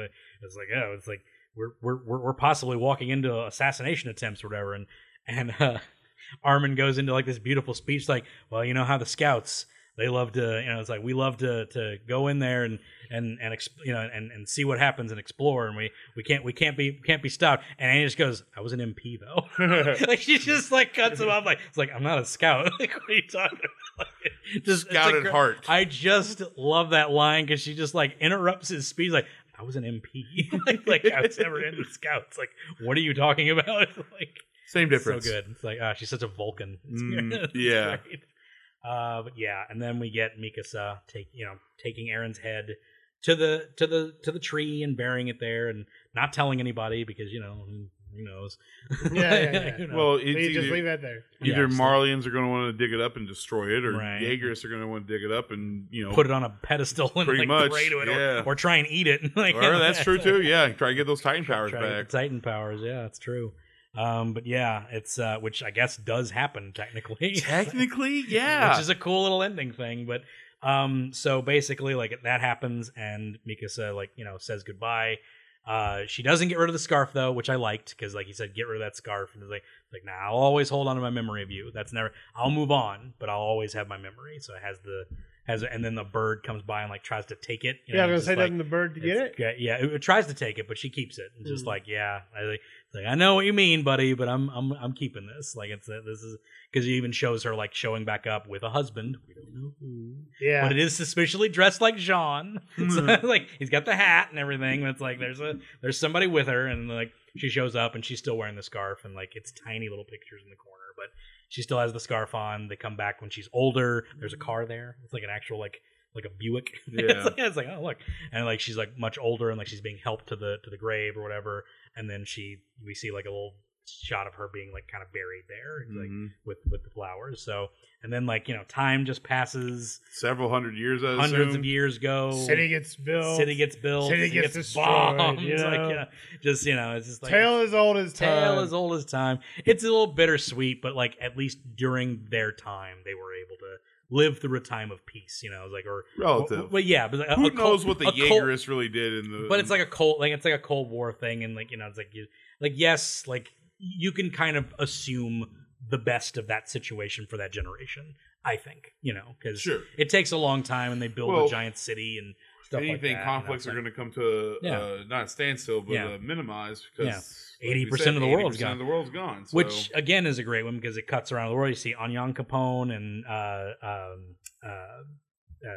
it's like, oh, it's like we're we're we're, we're possibly walking into assassination attempts or whatever. And and uh, Armin goes into like this beautiful speech, like, well, you know how the scouts. They love to, you know, it's like we love to to go in there and and and exp- you know and and see what happens and explore, and we we can't we can't be can't be stopped. And Annie just goes, I was an MP though. like she just like cuts him off. Like it's like I'm not a scout. like what are you talking about? Like, just it's Scout a at gr- heart. I just love that line because she just like interrupts his speech. Like I was an MP. like, like I was never in the scouts. Like what are you talking about? like Same it's difference. So good. It's like ah, she's such a Vulcan. It's Mm, great. It's yeah. great. Uh, but yeah, and then we get Mikasa take you know taking Aaron's head to the to the to the tree and burying it there and not telling anybody because you know who who knows. Yeah, yeah, yeah. Who knows? Well, it's Leave- just either- leave that there. Yeah, Either it's like- Marlians are going to want to dig it up and destroy it, or Right. Jaegerists are going to want to dig it up and you know put it on a pedestal and Pretty like much, pray to it, yeah. or, or try and eat it. like, Or that's true too. Yeah, try to get those Titan powers Try to get back. the Titan powers. Yeah, it's true. Um, but yeah, it's uh, which I guess does happen technically. Technically, yeah. which is a cool little ending thing. But um, so basically, like that happens, and Mikasa like you know says goodbye Uh, she doesn't get rid of the scarf though, which I liked because, like he said, get rid of that scarf. And it's like, like, nah, I'll always hold on to my memory of you. That's never. I'll move on, but I'll always have my memory. So it has the has, and then the bird comes by and like tries to take it. you yeah, I know, was just, gonna say like, doesn't the bird to get it's- it? yeah, Yeah, it, it tries to take it, but she keeps it. It's just Mm. like, yeah, I like, it's like I know what you mean, buddy, but I'm I'm I'm keeping this. Like it's this is because he even shows her like showing back up with a husband. We don't know who, Yeah, but it is suspiciously dressed like Jean. so, like he's got the hat and everything. That's like there's a there's somebody with her, and like she shows up and she's still wearing the scarf, and like it's tiny little pictures in the corner, but she still has the scarf on. They come back when she's older. There's a car there. It's like an actual like like a Buick. Yeah. it's, like, it's like oh look, and like she's like much older, and like she's being helped to the to the grave or whatever. And then she we see like a little shot of her being like kind of buried there, like Mhm. with with the flowers. So and then like you know time just passes Several hundred years, I hundreds assume. of years go. city gets built. City gets built. City gets destroyed, bombed. you It's like, know? yeah, just you know, it's just like tale as old as time. tale as old as time. It's a little bittersweet, but like at least during their time, they were able to live through a time of peace. You know, it's like or Relative. Well, yeah, but a, Who a cult- knows what the a cult- Jaegerists really did in the. but it's like a cold like it's like a cold war thing and like you know it's like you like yes like you can kind of assume the best of that situation for that generation i think you know because Sure. it takes a long time and they build Well, a giant city and stuff like that anything you know, conflicts it's like- are going to come to Yeah. uh, not a standstill, but Yeah. uh, minimize because Yeah. like we 80% said, of the world's 80% gone. Of the world's gone. So. Which again is a great one because it cuts around the world. You see Anyan Capone and uh, um, uh, uh,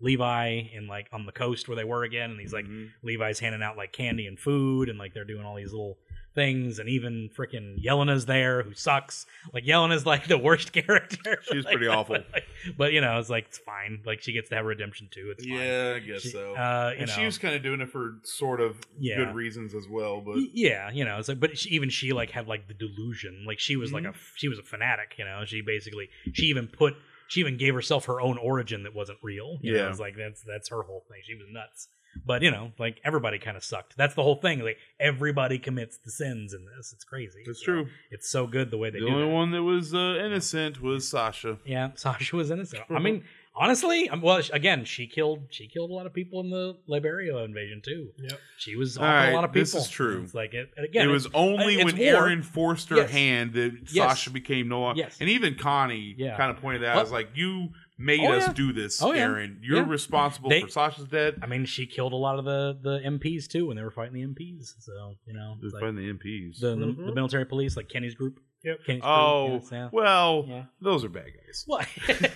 Levi and like on the coast where they were again, and he's like Mhm. Levi's handing out like candy and food, and like they're doing all these little things, and even freaking Yelena's there, who sucks. Like Yelena's like the worst character. She's Like, pretty awful. But, but, you know, it's like it's fine. Like she gets to have redemption too. It's fine. yeah, I guess She- so. Uh, you and know, she was kind of doing it for sort of Yeah. good reasons as well, but Y- yeah, you know, it's like, but she, even she like had like the delusion, like she was Mm-hmm. like a she was a fanatic, you know. She basically she even put she even gave herself her own origin that wasn't real. You know, Yeah. it's like that's that's her whole thing. She was nuts, but you know, like everybody kind of sucked. That's the whole thing. Like everybody commits the sins in this. It's crazy. it's So, true. It's so good the way they The do only that. one that was uh, innocent was Sasha. Yeah, Sasha was innocent. I mean, honestly, um, well, sh- again, she killed she killed a lot of people in the Liberio invasion too. Yep. She was All awful a right, lot of people. this is true. It's like it, and again, it it's- was only it's when war. Aaron forced her Yes. hand that Yes. Sasha became no longer. Yes. And even Connie Yeah. kind of pointed out, Well- I was like, you made Oh, us yeah. do this, Oh, yeah. Aaron. You're Yeah. responsible They- for Sasha's death. I mean, she killed a lot of the the MPs too when they were fighting the MPs. So you know, it's Just like find the MPs. the, the, Mhm. the military police, like Kenny's group. Yep. Kenny's crew, oh, yes, yeah. well, Yeah. those are bad guys. What?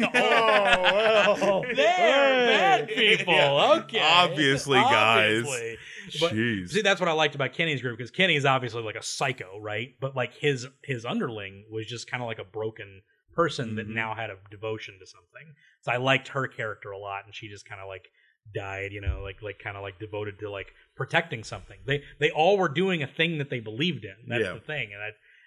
Oh, well. They're Hey. bad people. Yeah. Okay, Obviously, guys. Obviously. But- Jeez. See, that's what I liked about Kenny's group because Kenny is obviously like a psycho, right? But like his his underling was just kind of like a broken person that Mhm. now had a devotion to something. So I liked her character a lot, and she just kind of like died, you know, like like kind of like devoted to like protecting something. They they all were doing a thing that they believed in. That's Yeah. the thing, and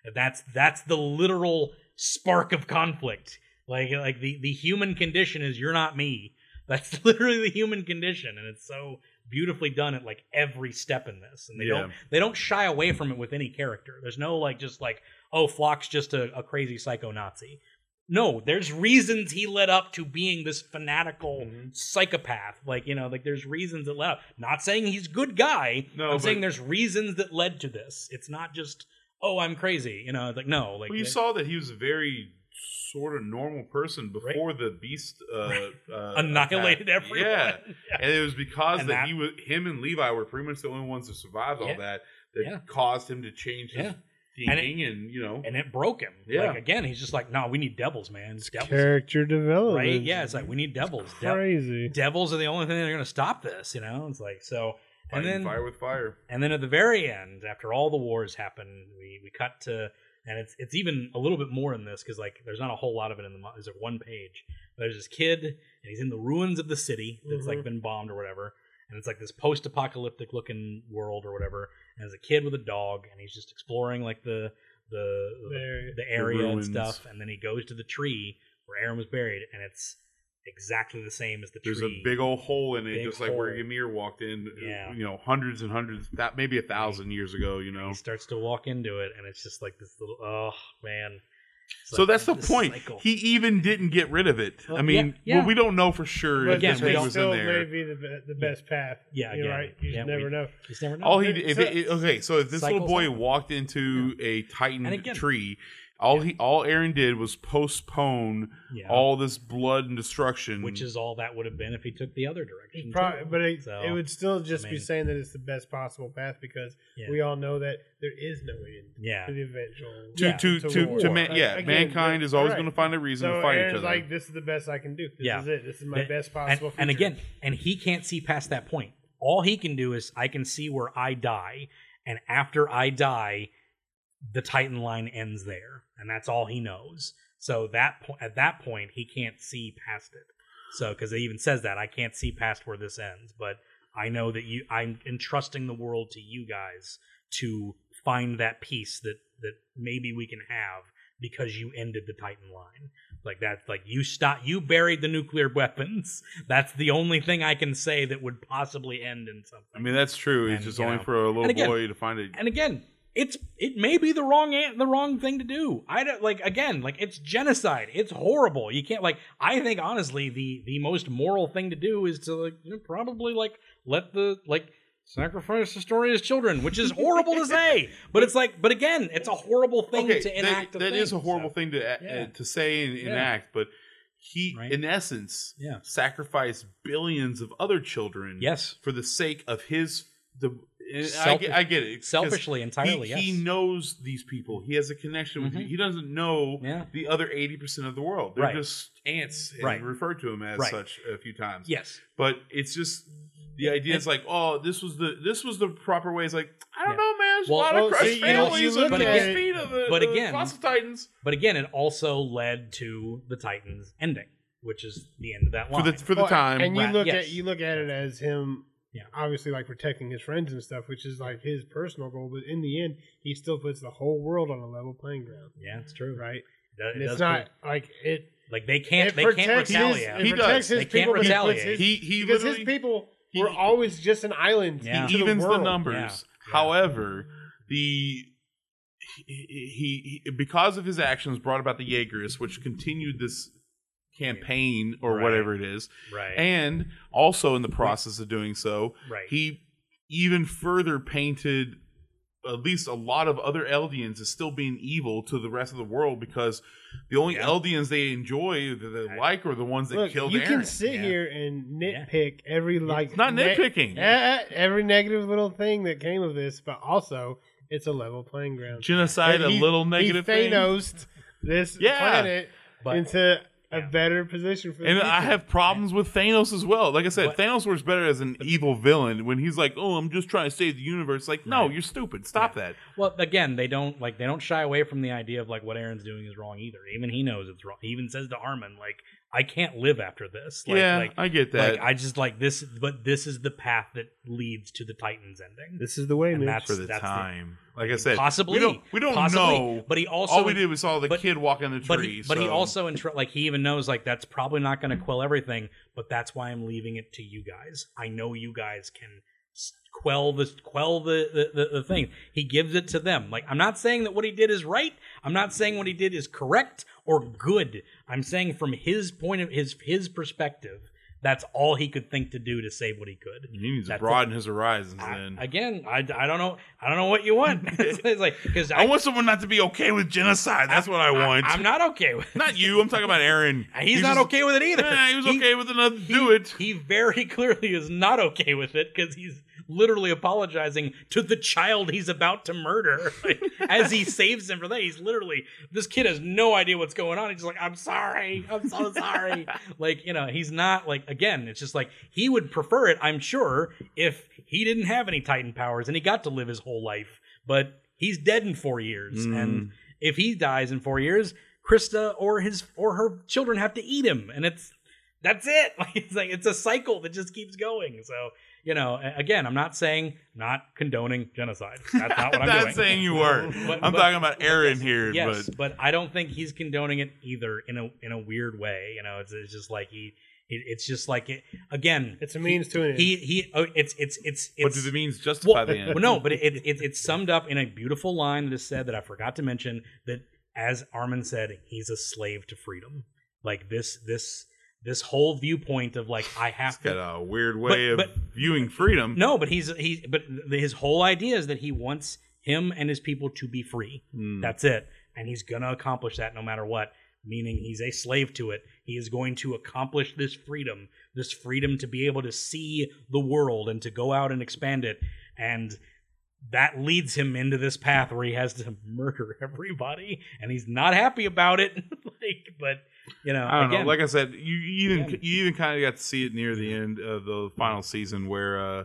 that that's that's the literal spark of conflict. Like like the the human condition is you're not me. That's literally the human condition, and it's so beautifully done at like every step in this. And they Yeah. don't they don't shy away from it with any character. There's no like just like oh Flock's just a, a crazy psycho Nazi. No, there's reasons he led up to being this fanatical Mhm. psychopath. Like you know, like there's reasons that led up. Not saying he's good guy. No, I'm but- saying there's reasons that led to this. It's not just oh I'm crazy. You know, like no, like well, you they- saw that he was a very sort of normal person before the beast uh, uh, annihilated attack. everyone. Yeah, and it was because And that, that- he was him and Levi were pretty much the only ones that survived Yeah. all that that Yeah. caused him to change his Yeah. And it- thinking and, you know and it broke him. Yeah. Like again, he's just like, no, we need devils, man. Devils, Character development. right? Yeah, it's like we need devils. De- Crazy. devils are the only thing that are going to stop this. You know, it's like so. And fighting then fire with fire. and then at the very end, after all the wars happen, we, we cut to, and it's it's even a little bit more in this because like there's not a whole lot of it in the mo- there's like one page. There's this kid, and he's in the ruins of the city that's like Mhm. been bombed or whatever, and it's like this post-apocalyptic looking world or whatever. And there's a kid with a dog, and he's just exploring like the the There. the area and ruins. stuff, and then he goes to the tree where Aaron was buried, and it's exactly the same as the There's tree. a big old hole in it, Big just like where hole. Ymir walked in. Yeah. you know, hundreds and hundreds, that maybe a thousand years ago. You know, He starts to walk into it, and it's just like this little, oh man. It's So like that's the this point. cycle. He even didn't get rid of it. Well, I mean, yeah, yeah. Well, we don't know for sure But again, if we it don't- was still in there. may be the, be- the best path. Yeah, You're again, right. You yeah, just never we- know. He's never known. All he if it, it- okay, so if this little Cycles boy happen. walked into a Titan And again- tree, all he all Aaron did was postpone Yeah. all this blood and destruction. which is all that would have been if he took the other direction. Pro- too. but it, So, it would still just I be mean- saying that it's the best possible path because Yeah. we all know that there is no end yeah, to the eventual. to yeah, to to to, war. to man, Like, yeah, again, mankind is always right. going to find a reason So to fight Aaron's each other. like, this is the best I can do. This Yeah. is it. This is my That- best and, possible. and future. again, and he can't see past that point. All he can do is I can see where I die, and after I die, the Titan line ends there, and that's all he knows. So that po- at that point, he can't see past it. So because it even says that I can't see past where this ends, but I know that you, I'm entrusting the world to you guys to find that peace that that maybe we can have because you ended the Titan line. Like that's like you stop you buried the nuclear weapons. That's the only thing I can say that would possibly end in something. I mean, that's true. And, it's just you only know. for a little And again- boy to find it. and again, it's it may be the wrong an- the wrong thing to do. I don't like again, like it's genocide. It's horrible. You can't like I think honestly the the most moral thing to do is to like you know, probably like let the like sacrifice Historia's children, which is horrible to say. But it's like but again, it's a horrible thing Okay, to that- enact. that is a horrible so. thing to uh, Yeah. uh, to say and Yeah. enact, but he, Right. in essence, Yeah. sacrificed billions of other children. Yes. for the sake of his the. and I, Selfish- get, I get it. 'cause Selfishly he- entirely, He, yes. knows these people. He has a connection with. Mhm. you. He doesn't know Yeah. the other eighty percent of the world. They're Right. just ants, and Right. referred to him as Right. such a few times. Yes. but it's just the idea is like, oh, this was the this was the proper way. It's like I don't Yeah. know, man. There's Well, a lot well, of crushed see, you know, you families look and at crushed it- feet of the, but the again- Frost Titans But again, it also led to the Titans ending, which is the end of that line. for the for the Well, time. And you Right, look yes. at you look at it as him Yeah. obviously like protecting his friends and stuff, which is like his personal goal, but in the end he still puts the whole world on a level playing ground. yeah, it's true. Right? It does- And it it's does not like it put- like they can't it they protects can't retaliate. His, it He does. protects his They can't people but he puts retaliate. his- he he because his literally- people he- were always just an island. Yeah. to he evens the, world. numbers. Yeah. However, the he, he, he because of his actions brought about the Jaegerists, which continued this campaign or Right. whatever it is, right. and also in the process of doing so, right. he even further painted at least a lot of other Eldians as still being evil to the rest of the world because the only Yeah. Eldians they enjoy that they Right. like are the ones that Look, killed you Aaron. can sit Yeah. here and Yeah. nitpick every like It's not ne- nitpicking. eh, eh, every negative little thing that came of this, but also it's a level playing ground. Genocide, And a he- little negative he thing. Thanosed this Yeah. planet But- into a yeah. better position for the And I future. have problems with Thanos as well. Like I said, But- Thanos works better as an evil villain when he's like, "Oh, I'm just trying to save the universe." Like, no, you're stupid. Stop that. well, again, they don't like they don't shy away from the idea of like what Aaron's doing is wrong either. Even he knows it's wrong. He even says to Armin like, "I can't live after this." Like, yeah, like, I get that. like I just like this, but this is the path that leads to the Titans ending. This is the way, And man. that's- for the that's the- time, like I said, possibly we don't, we don't possibly, know. But he also all we did was saw the but- kid walk in the tree. but he, but he so- also intro- like he even knows like that's probably not going to quell everything but that's why i'm leaving it to you guys i know you guys can s- quell this quell the, the, the, the thing he gives it to them like i'm not saying that what he did is right i'm not saying what he did is correct or good i'm saying from his point of his his perspective that's all he could think to do to save what he could he needs to That's broaden his horizons. I- then I, again I, I don't know i don't know what you want it's like because I, want someone not to be okay with genocide. That's what I want. i'm not okay with not you. I'm talking about Aaron. he's, not just- okay with it either Eh, he was He- okay with another do it. He very clearly is not okay with it because he's literally apologizing to the child he's about to murder like, as he saves him for that. He's literally this kid has no idea what's going on. He's just like, I'm sorry, I'm so sorry. like you know, he's not like again. It's just like he would prefer it, I'm sure, if he didn't have any Titan powers and he got to live his whole life. But he's dead in four years, Mm. and if he dies in four years. Krista or his or her children have to eat him, and it's that's it. Like it's like it's a cycle that just keeps going. So you know, a- again, I'm not saying not condoning genocide. That's not what I'm not doing. saying you were. But- I'm but- talking about Aaron here. yes, but but. I don't think he's condoning it either in a in a weird way. You know, it's, it's just like he. It, it's just like it again. It's a means to an end. He he. Oh, it's it's it's it's. what do the means justify the end? Well, no, but it, it, it's summed up in a beautiful line that is said that I forgot to mention that as Armin said, he's a slave to freedom. Like this, this, this whole viewpoint of like I It's have to. got a weird way But- of viewing freedom. No, but he's he. But his whole idea is that he wants him and his people to be free. Hmm. That's it. And he's going to accomplish that no matter what, meaning he's a slave to it. He is going to accomplish this freedom, this freedom to be able to see the world and to go out and expand it. And that leads him into this path where he has to murder everybody and he's not happy about it. like, but, you know, I don't again, know. Like I said, you you even Again. you even kind of got to see it near the end of the final season where uh,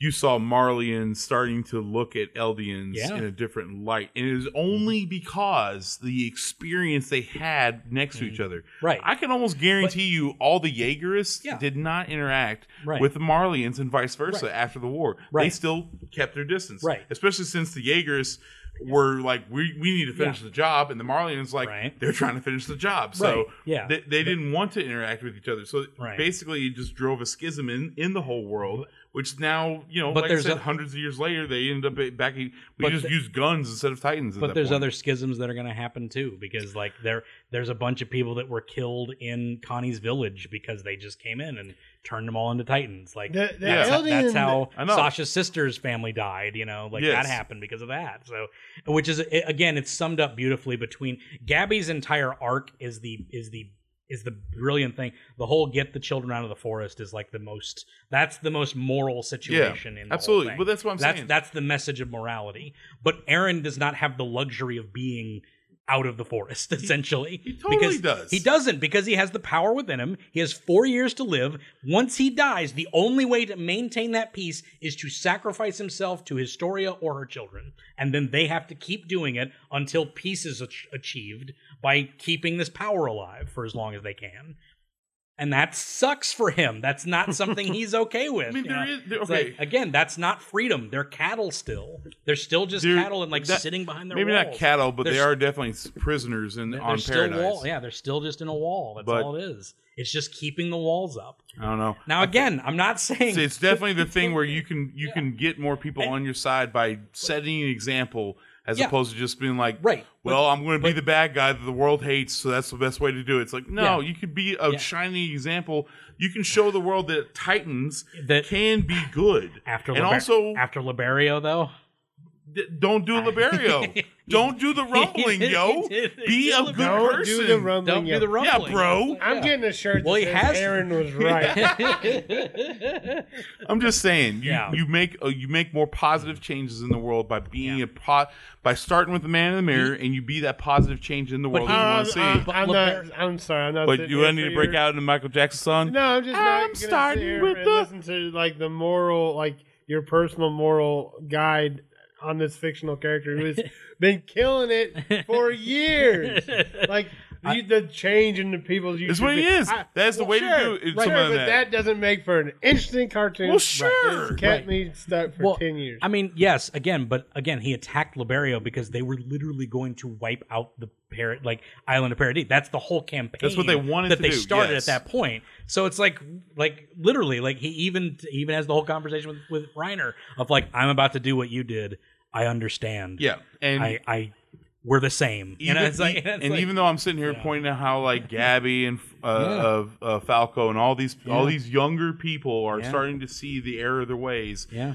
you saw Marlian starting to look at Eldians Yeah. in a different light, and it is only because the experience they had next to each Mm. other. right, I can almost guarantee you, all the Jaegerists Yeah. did not interact right. with the Marlians and vice versa Right. after the war. They Right. still kept their distance. Right. Especially since the Jaegers were like, we, we need to finish the job. And the Marlians, like, Right. they're trying to finish the job. So Right. Yeah. they, they didn't want to interact with each other. So Right. basically, it just drove a schism in, in the whole world, which now, you know, But like there's I said, a- hundreds of years later, they ended up back. in- We But just the- used guns instead of Titans. at but that there's point. other schisms that are going to happen too because like there there's a bunch of people that were killed in Connie's village because they just came in and turned them all into titans like The, the Yeah. that's, how- Eldian, that's how I know. Sasha's sister's family died you know like Yes. that happened because of that so which is i- again it's summed up beautifully between Gabby's entire arc is the is the is the brilliant thing the whole get the children out of the forest is like the most that's the most moral situation in the whole Absolutely. thing But that's what I'm that's saying. that's the message of morality. But Aaron does not have the luxury of being out of the forest, essentially. he totally because does. He doesn't because he has the power within him. He has four years to live. Once he dies, the only way to maintain that peace is to sacrifice himself to Historia or her children, and then they have to keep doing it until peace is ach- achieved by keeping this power alive for as long as they can. And that sucks for him. That's not something he's okay with. I mean, you there know? is there, It's okay. like, again, that's not freedom. They're cattle still. They're still just They're- cattle and like that- sitting behind their Maybe walls. not cattle, but they There's- are definitely s- prisoners in They're, on still paradise. wall. Yeah, they're still just in a wall. That's But- all it is. It's just keeping the walls up. I don't know. Now, again, I'm not saying So it's definitely the thing where you can you can get more people on your side by setting an example as Yeah. opposed to just being like, right. well, I'm going to be the bad guy that the world hates, so that's the best way to do it. It's like, no, Yeah. you could be a Yeah. shining example. You can show the world that Titans That- can be good. After and Liber- also, after Liberio though, d- don't do Liberio. don't do the rumbling, He yo. did- he Be did a Liberio. good don't person. do the rumbling. don't do yet. the yeah, rumbling. bro. I'm getting a shirt. Well, that he says has- Aaron was right. I'm just saying, you Yeah. you make uh, you make more positive changes in the world by being a po- by starting with the man in the mirror, and you be that positive change in the world Um, that you want to see. um, I'm But- not. I'm sorry. I'm not. but sitting you here need for to break your- out into Michael Jackson song. No, I'm just. I'm not gonna sit starting here with and the- listen to like the moral, like your personal moral guide on this fictional character who has been killing it for years. Like you, the change in the people. You It's should what be- it is. I- That's the way to do it. It's Right, some of but that. that. doesn't make for an interesting cartoon. Well, sure. It's Right. kept me stuck for Well, ten years. I mean, yes, again, but again, he attacked Liberio because they were literally going to wipe out the parrot, like Island of Paradis. That's the whole campaign. That's what they wanted that to they do, started yes. at that point. So it's like, like literally, like he even he even has the whole conversation with with Reiner of like, I'm about to do what you did. I understand. Yeah, and I, I we're the same. even, e, and it's like, and, it's like- even though I'm sitting here pointing out how like Gabby and uh, of uh, Falco and all these all these younger people are Yeah. starting to see the error of their ways. yeah,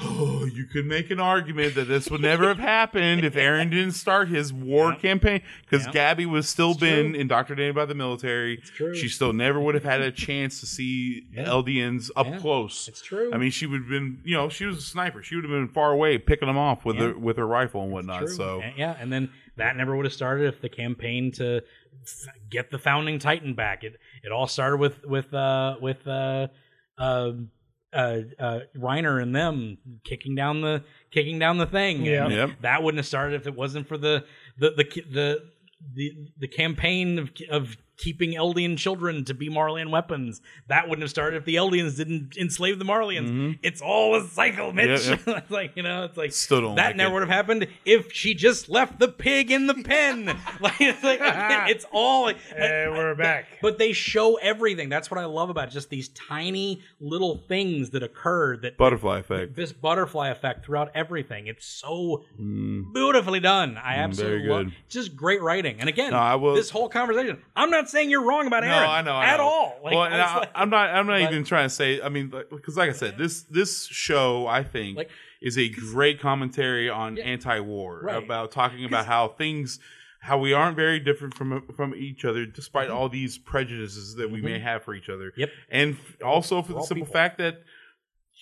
Oh, you could make an argument that this would never have happened if Aaron didn't start his war campaign because Yeah. Gabby was still It's been true. indoctrinated by the military. true. She still never would have had a chance to see LDNs up Yeah. close. it's true. I mean, she would have been, you know, she was a sniper. She would have been far away picking them off with her with her rifle and whatnot. True. So A- yeah, and then that never would have started if the campaign to f- get the founding Titan back. It it all started with with uh with uh uh uh, uh Reiner and them kicking down the kicking down the thing. Yeah. And Yep. That wouldn't have started if it wasn't for the the the ki- the the, the campaign of of keeping Eldian children to be Marlian weapons. That wouldn't have started if the Eldians didn't enslave the Marlians. It's all a cycle, Mitch. Mm-hmm. Yeah, it's like you know, it's like Still don't that like never it. would have happened if she just left the pig in the pen. like it's like again, it's all like, And we're back. but they show everything. That's what I love about it, just these tiny little things that occur that Butterfly effect. this butterfly effect throughout everything. It's so beautifully done. I absolutely Mm. very love good. just great writing. And again, No, I will- this whole conversation. I'm not saying you're wrong about No, Aaron I know. I at know. all. Like, well, I and was I, like- I'm not. I'm not but- even trying to say. I mean, because like I said, this this show I think Like- is a great commentary on anti-war Right. about talking about how things, how we aren't very different from from each other, despite all these prejudices that we may have for each other. Mm-hmm. Yep. and f- also for all the simple people. fact that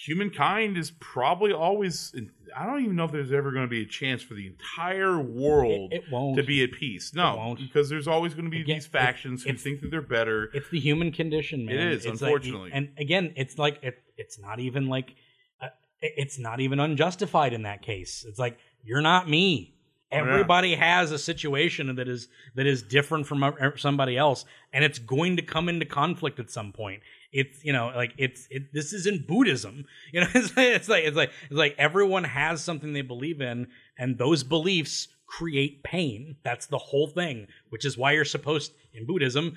humankind is probably always i don't even know if there's ever going to be a chance for the entire world It- it won't. to be at peace no won't. because there's always going to be Again, these it- factions who it's- think that they're better It's the human condition, man. It is, It's unfortunately. Like, and again, it's like it, it's not even like uh, it- it's not even unjustified in that case. It's like you're not me. Everybody has a situation that is that is different from uh, somebody else, and it's going to come into conflict at some point. It's you know like it's it, this is in Buddhism. You know it's like, it's like it's like it's like everyone has something they believe in, and those beliefs create pain. That's the whole thing, which is why you're supposed in Buddhism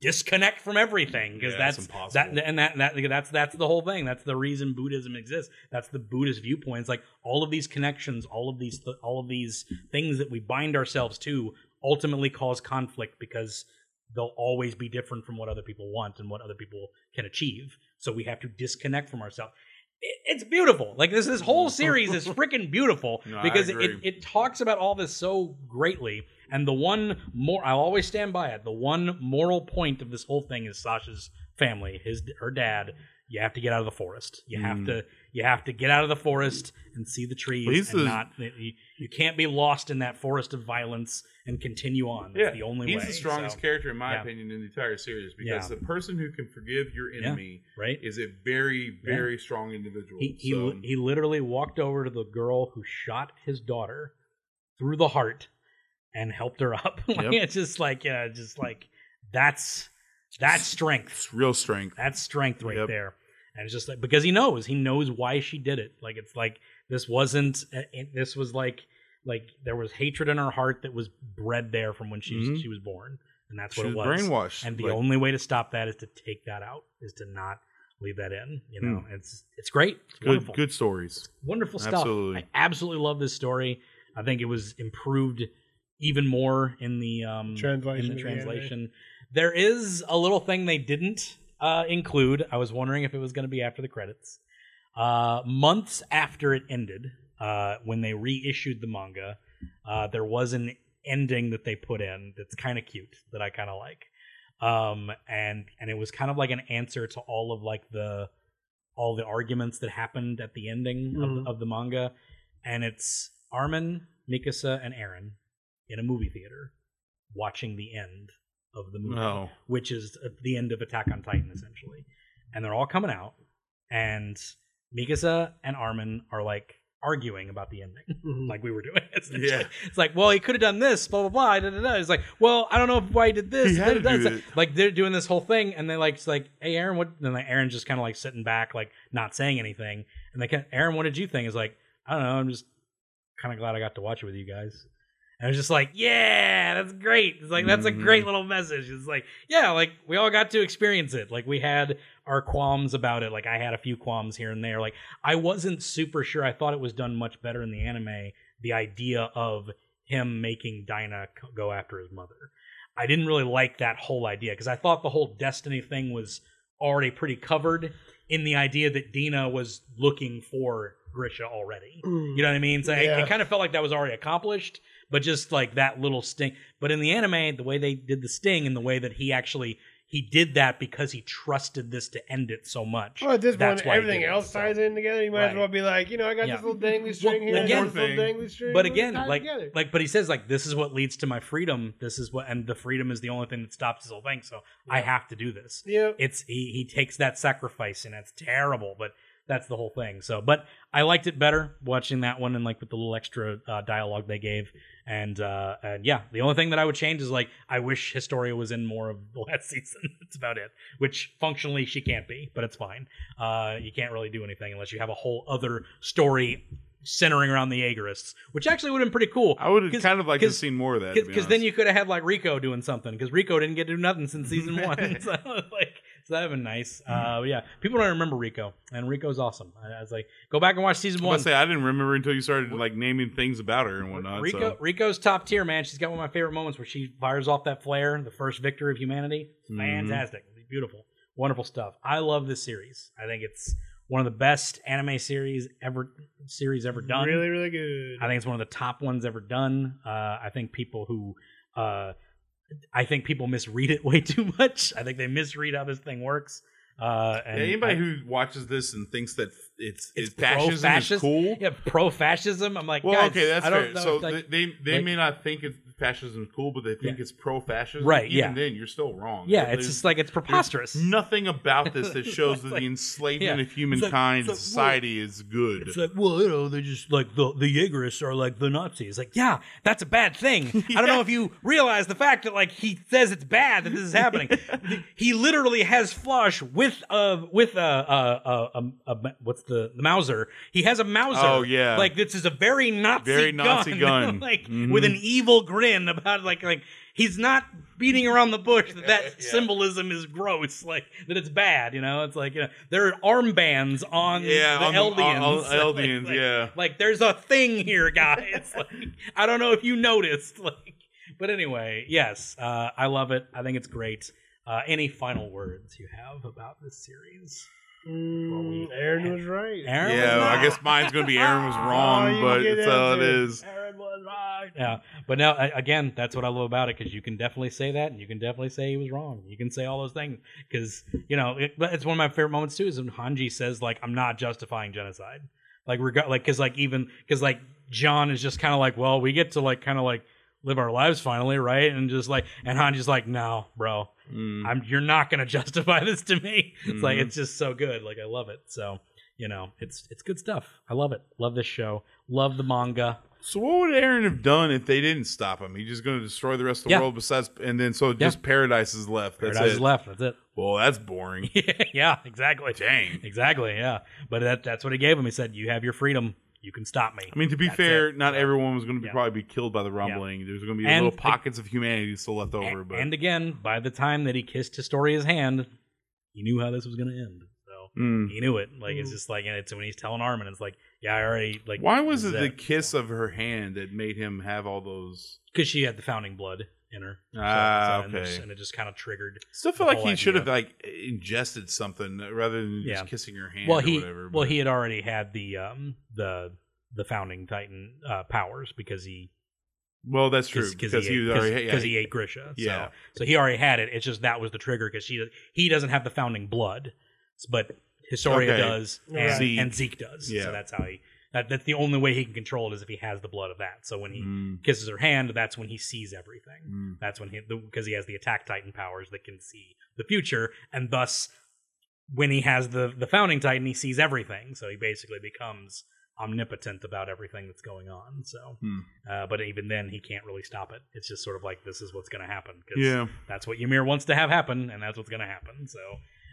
disconnect from everything because Yeah, that's that's that impossible. and that, that that's that's the whole thing that's the reason buddhism exists that's the buddhist viewpoint it's like all of these connections all of these all of these things that we bind ourselves to ultimately cause conflict because they'll always be different from what other people want and what other people can achieve so we have to disconnect from ourselves It- it's beautiful like this this whole series is freaking beautiful No, I because it, agree. it talks about all this so greatly and the one more i'll always stand by it the one moral point of this whole thing is sasha's family his her dad you have to get out of the forest you Mm. have to you have to get out of the forest and see the trees Well, he's and the- not you, you can't be lost in that forest of violence and continue on that's the only he's way the strongest so, character in my yeah. opinion in the entire series because Yeah. the person who can forgive your enemy right is a very Yeah. very strong individual he, he, so, li- he literally walked over to the girl who shot his daughter through the heart and helped her up like, Yep. it's just like yeah it's just like that's that's strength it's real strength that's strength right Yep. there and it's just like because he knows he knows why she did it like it's like this wasn't uh, it- this was like like there was hatred in her heart that was bred there from when she was, Mhm. she was born and that's she what was it was brainwashed and the like, only way to stop that is to take that out is to not leave that in you know it's it's great it's Hmm. good wonderful good stories wonderful stuff. Absolutely. I absolutely love this story. I think it was improved even more in the um, Translation In the of the anime. translation, there is a little thing they didn't uh, include. I was wondering if it was going to be after the credits. Uh, months after it ended, uh, when they reissued the manga, uh, there was an ending that they put in that's kind of cute that I kind of like. Um, and and it was kind of like an answer to all of like the all the arguments that happened at the ending of, Mhm. of the manga, and it's Armin, Mikasa, and Aaron in a movie theater watching the end of the movie, no which is at the end of Attack on Titan essentially, and they're all coming out, and Mikasa and Armin are like arguing about the ending Mhm. like we were doing. essentially. Mm-hmm. Yeah. It's like, well, he could have done this, blah blah blah. Da, da, da. It's like, well, I don't know why he did this. He had da, to da, da. do It's like- it. Like they're doing this whole thing, and they like, it's like, hey, Aaron, what? And like, Aaron's just kind of like sitting back, like not saying anything. And they, can, Aaron, what did you think? Is like, I don't know. I'm just kind of glad I got to watch it with you guys. And I was just like, yeah, that's great. It's like that's a Mhm. great little message. It's like, yeah, like we all got to experience it. Like we had our qualms about it. Like I had a few qualms here and there. Like I wasn't super sure. I thought it was done much better in the anime. The idea of him making Dinah c- go after his mother. I didn't really like that whole idea because I thought the whole destiny thing was already pretty covered in the idea that Dina was looking for Grisha already. You know what I mean? So it- it, Yeah. kind of felt like that was already accomplished, but just like that little sting. But in the anime, the way they did the sting and the way that he actually he did that because he trusted this to end it so much. Well, at this That's point, why he everything did it, else so. ties in together. You might as Right. well be like, you know, I got Yeah. this little dangly string Well, again- here, again, this little dangly string. But and again, tie it like, together. like, but he says like, this is what leads to my freedom. This is what, and the freedom is the only thing that stops this whole thing. So I have to do this. yeah, It's he he takes that sacrifice, and that's terrible. But that's the whole thing. So, but I liked it better watching that one and like with the little extra uh, dialogue they gave. And uh, and yeah, the only thing that I would change is like I wish Historia was in more of the last season. that's about it. Which functionally she can't be, but it's fine. Uh, you can't really do anything unless you have a whole other story centering around the Aegorists, which actually would have been pretty cool. I would have kind of liked to have see seen more of that. to be because then honest. you could have had like Rico doing something because Rico didn't get to do nothing since season one. so like, so that'd been nice. Mm-hmm. Uh, yeah, people don't remember Rico, and Rico's awesome. I, I was like, go back and watch season I was one. gonna say I didn't remember until you started like naming things about her and whatnot. Rico, so. Rico's top tier, man. She's got one of my favorite moments where she fires off that flare, the first victor of humanity. Mhm. Fantastic, beautiful, wonderful stuff. I love this series. I think it's one of the best anime series ever series ever done. Really, really good. I think it's one of the top ones ever done. Uh, I think people who, uh, I think people misread it way too much. I think they misread how this thing works. Uh, Yeah, and anybody I- who watches this and thinks that it's It's it's fascism pro-fascist? is cool. yeah, pro fascism. I'm like, Well, guys, okay, that's I don't fair. know, So like- th- they they like- may not think it's fascism is cool, but they think Yeah. it's pro fascism. Right, Even yeah. then, you're still wrong. yeah, There- it's there's just like it's preposterous. nothing about this that shows that like- the enslavement yeah. of humankind it's like, and society is good. It's like, well, you know, they're just like the the Jaegerists are like the Nazis. Like, yeah, that's a bad thing. I don't know if you realize the fact that like he says it's bad that this is happening. He literally has flush with uh with a uh, uh, uh, uh, what's the the Mauser. He has a Mauser. Oh, yeah. like this is a very Nazi Very Nazi gun. like Mhm. with an evil grin about like like he's not beating around the bush that that symbolism is gross like that it's bad you know it's like you know there are armbands on yeah, the on Eldians on- on Like- Eldians, like- yeah. like there's a thing here, guys. like, I don't know if you noticed. Like, but anyway, yes, uh, I love it. I think it's great. Uh, any final words you have about this series? Mm, Aaron was right. Aaron was Yeah, not- I guess mine's gonna be Aaron was Oh, wrong, you but get it's that how it too. is. Aaron was right. Yeah, but now I- again, that's what I love about it because you can definitely say that, and you can definitely say he was wrong. You can say all those things because you know it, but it's one of my favorite moments too. Is when Hanji says like, "I'm not justifying genocide," like regard like because like even because like John is just kind of like, "Well, we get to like kind of like live our lives finally, right?" And just like, and Hanji's like, "No, bro, Mm. I'm you're not gonna justify this to me. It's like Mhm. it's just so good. Like I love it. So you know, it's it's good stuff. I love it. Love this show. Love the manga. So what would Aaron have done if they didn't stop him? He's just going to destroy the rest of the Yeah. world. Besides, and then so just paradise is left. That's Paradise it. is left. That's it. Well, that's boring. yeah, exactly. Dang. Exactly. Yeah. But that that's what he gave him. He said, "You have your freedom. You can stop me." I mean, to be That's fair, it. not everyone was going to be Yeah. probably be killed by the rumbling. There's going to be And little the- pockets of humanity still left over. A- But and again, by the time that he kissed Historia's hand, he knew how this was going to end. So Mm. he knew it. Like it's Mm. just like and it's when he's telling Armin, it's like, "Yeah, I already like." why was it this is the kiss of her hand that made him have all those? because she had the founding blood in her. So- Ah, so- and okay. just- And it just kind of triggered. Still feel The like whole he should have idea. like ingested something rather than Yeah. just kissing her hand. Well, or he whatever, well but- he had already had the um the the founding titan uh, powers because he well that's true cause, cause because he, he was ate- cause, already yeah, 'cause he ate Grisha. yeah. So, so he already had it. It's just that was the trigger because she he doesn't have the founding blood, but Historia Okay. does and Right. Zeke, Zeke. and Zeke does. Yeah. So that's how he that, that's the only way he can control it is if he has the blood of that. So when he Mm, kisses her hand, that's when he sees everything. mm. That's when he because he has the attack titan powers that can see the future, and thus when he has the the founding titan, he sees everything. So he basically becomes omnipotent about everything that's going on. So, Hmm. uh, but even then, he can't really stop it. It's just sort of like this is what's going to happen. 'cause Yeah. that's what Ymir wants to have happen, and that's what's going to happen. So,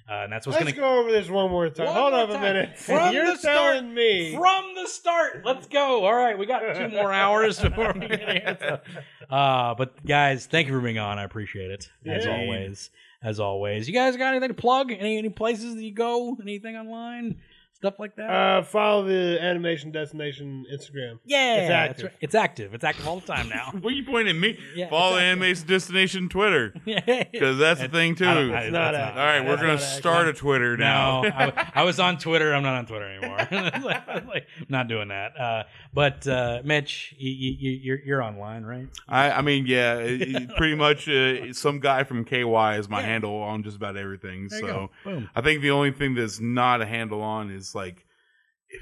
uh, and that's what's Let's going to go over this one more time. One Hold more up a time. minute. From You're the telling start, me from the start. Let's go. All right, we got two more hours before we get here. Uh, but guys, thank you for being on. I appreciate it as Yeah. always. As always, you guys got anything to plug? Any any places that you go? Anything online? Stuff like that? Uh, follow the Animation Destination Instagram. yeah, it's that's active. right. it's active. It's active all the time now. What are you pointing at me? Yeah, Follow exactly. Animation Destination Twitter because that's the thing too. I don't- I- All not that's active. right, we're that's gonna not accurate. start a Twitter now. No, I, w- I was on Twitter. I'm not on Twitter anymore. like, I'm not doing that. Uh, but uh, Mitch, you, you, you- you're you're online, right? I, I mean, yeah, it- it- pretty much. Uh, some guy from KY is my handle on just about everything. There you so go. Boom. I think the only thing that's not a handle on is like. if-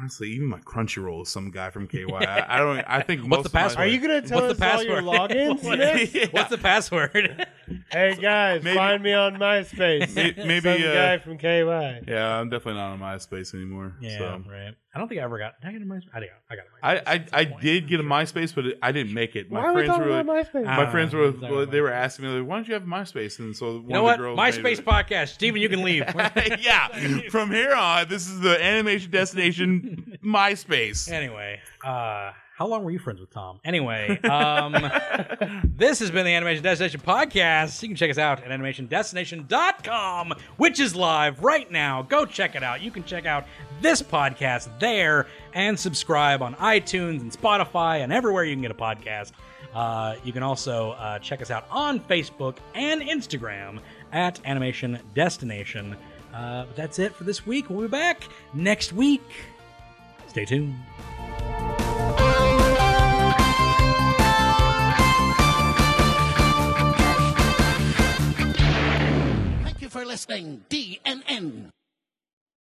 Honestly, even my Crunchyroll is some guy from KY. I, I don't. I think What's most the of my- password? Are you gonna tell What's us all your the password? logins? What's- Nick? Yeah. What's the password? Hey guys, Maybe- find me on MySpace. May- maybe, Some uh, guy from KY. Yeah, I'm definitely not on MySpace anymore. Yeah, so. right. I don't think I ever got. Did I get a MySpace? I got. I got a I, MySpace I, at some I point. did I'm get a sure. MySpace, but it, I didn't make it. Why My are we friends talking were like, about MySpace? Ah. my friends were Sorry about they were that. asking me like, why don't you have MySpace? And so one You know of what? the girls MySpace made podcast. Steven, you can leave. it. yeah. From here on, this is the animation destination MySpace. Anyway, uh, how long were you friends with Tom? Anyway, um, this has been the Animation Destination Podcast. You can check us out at animationdestination.com, which is live right now. Go check it out. You can check out this podcast there and subscribe on iTunes and Spotify and everywhere you can get a podcast. Uh, you can also uh, check us out on Facebook and Instagram at Animation Destination. Uh, but that's it for this week. We'll be back next week. Stay tuned. Thank you for listening, DNN.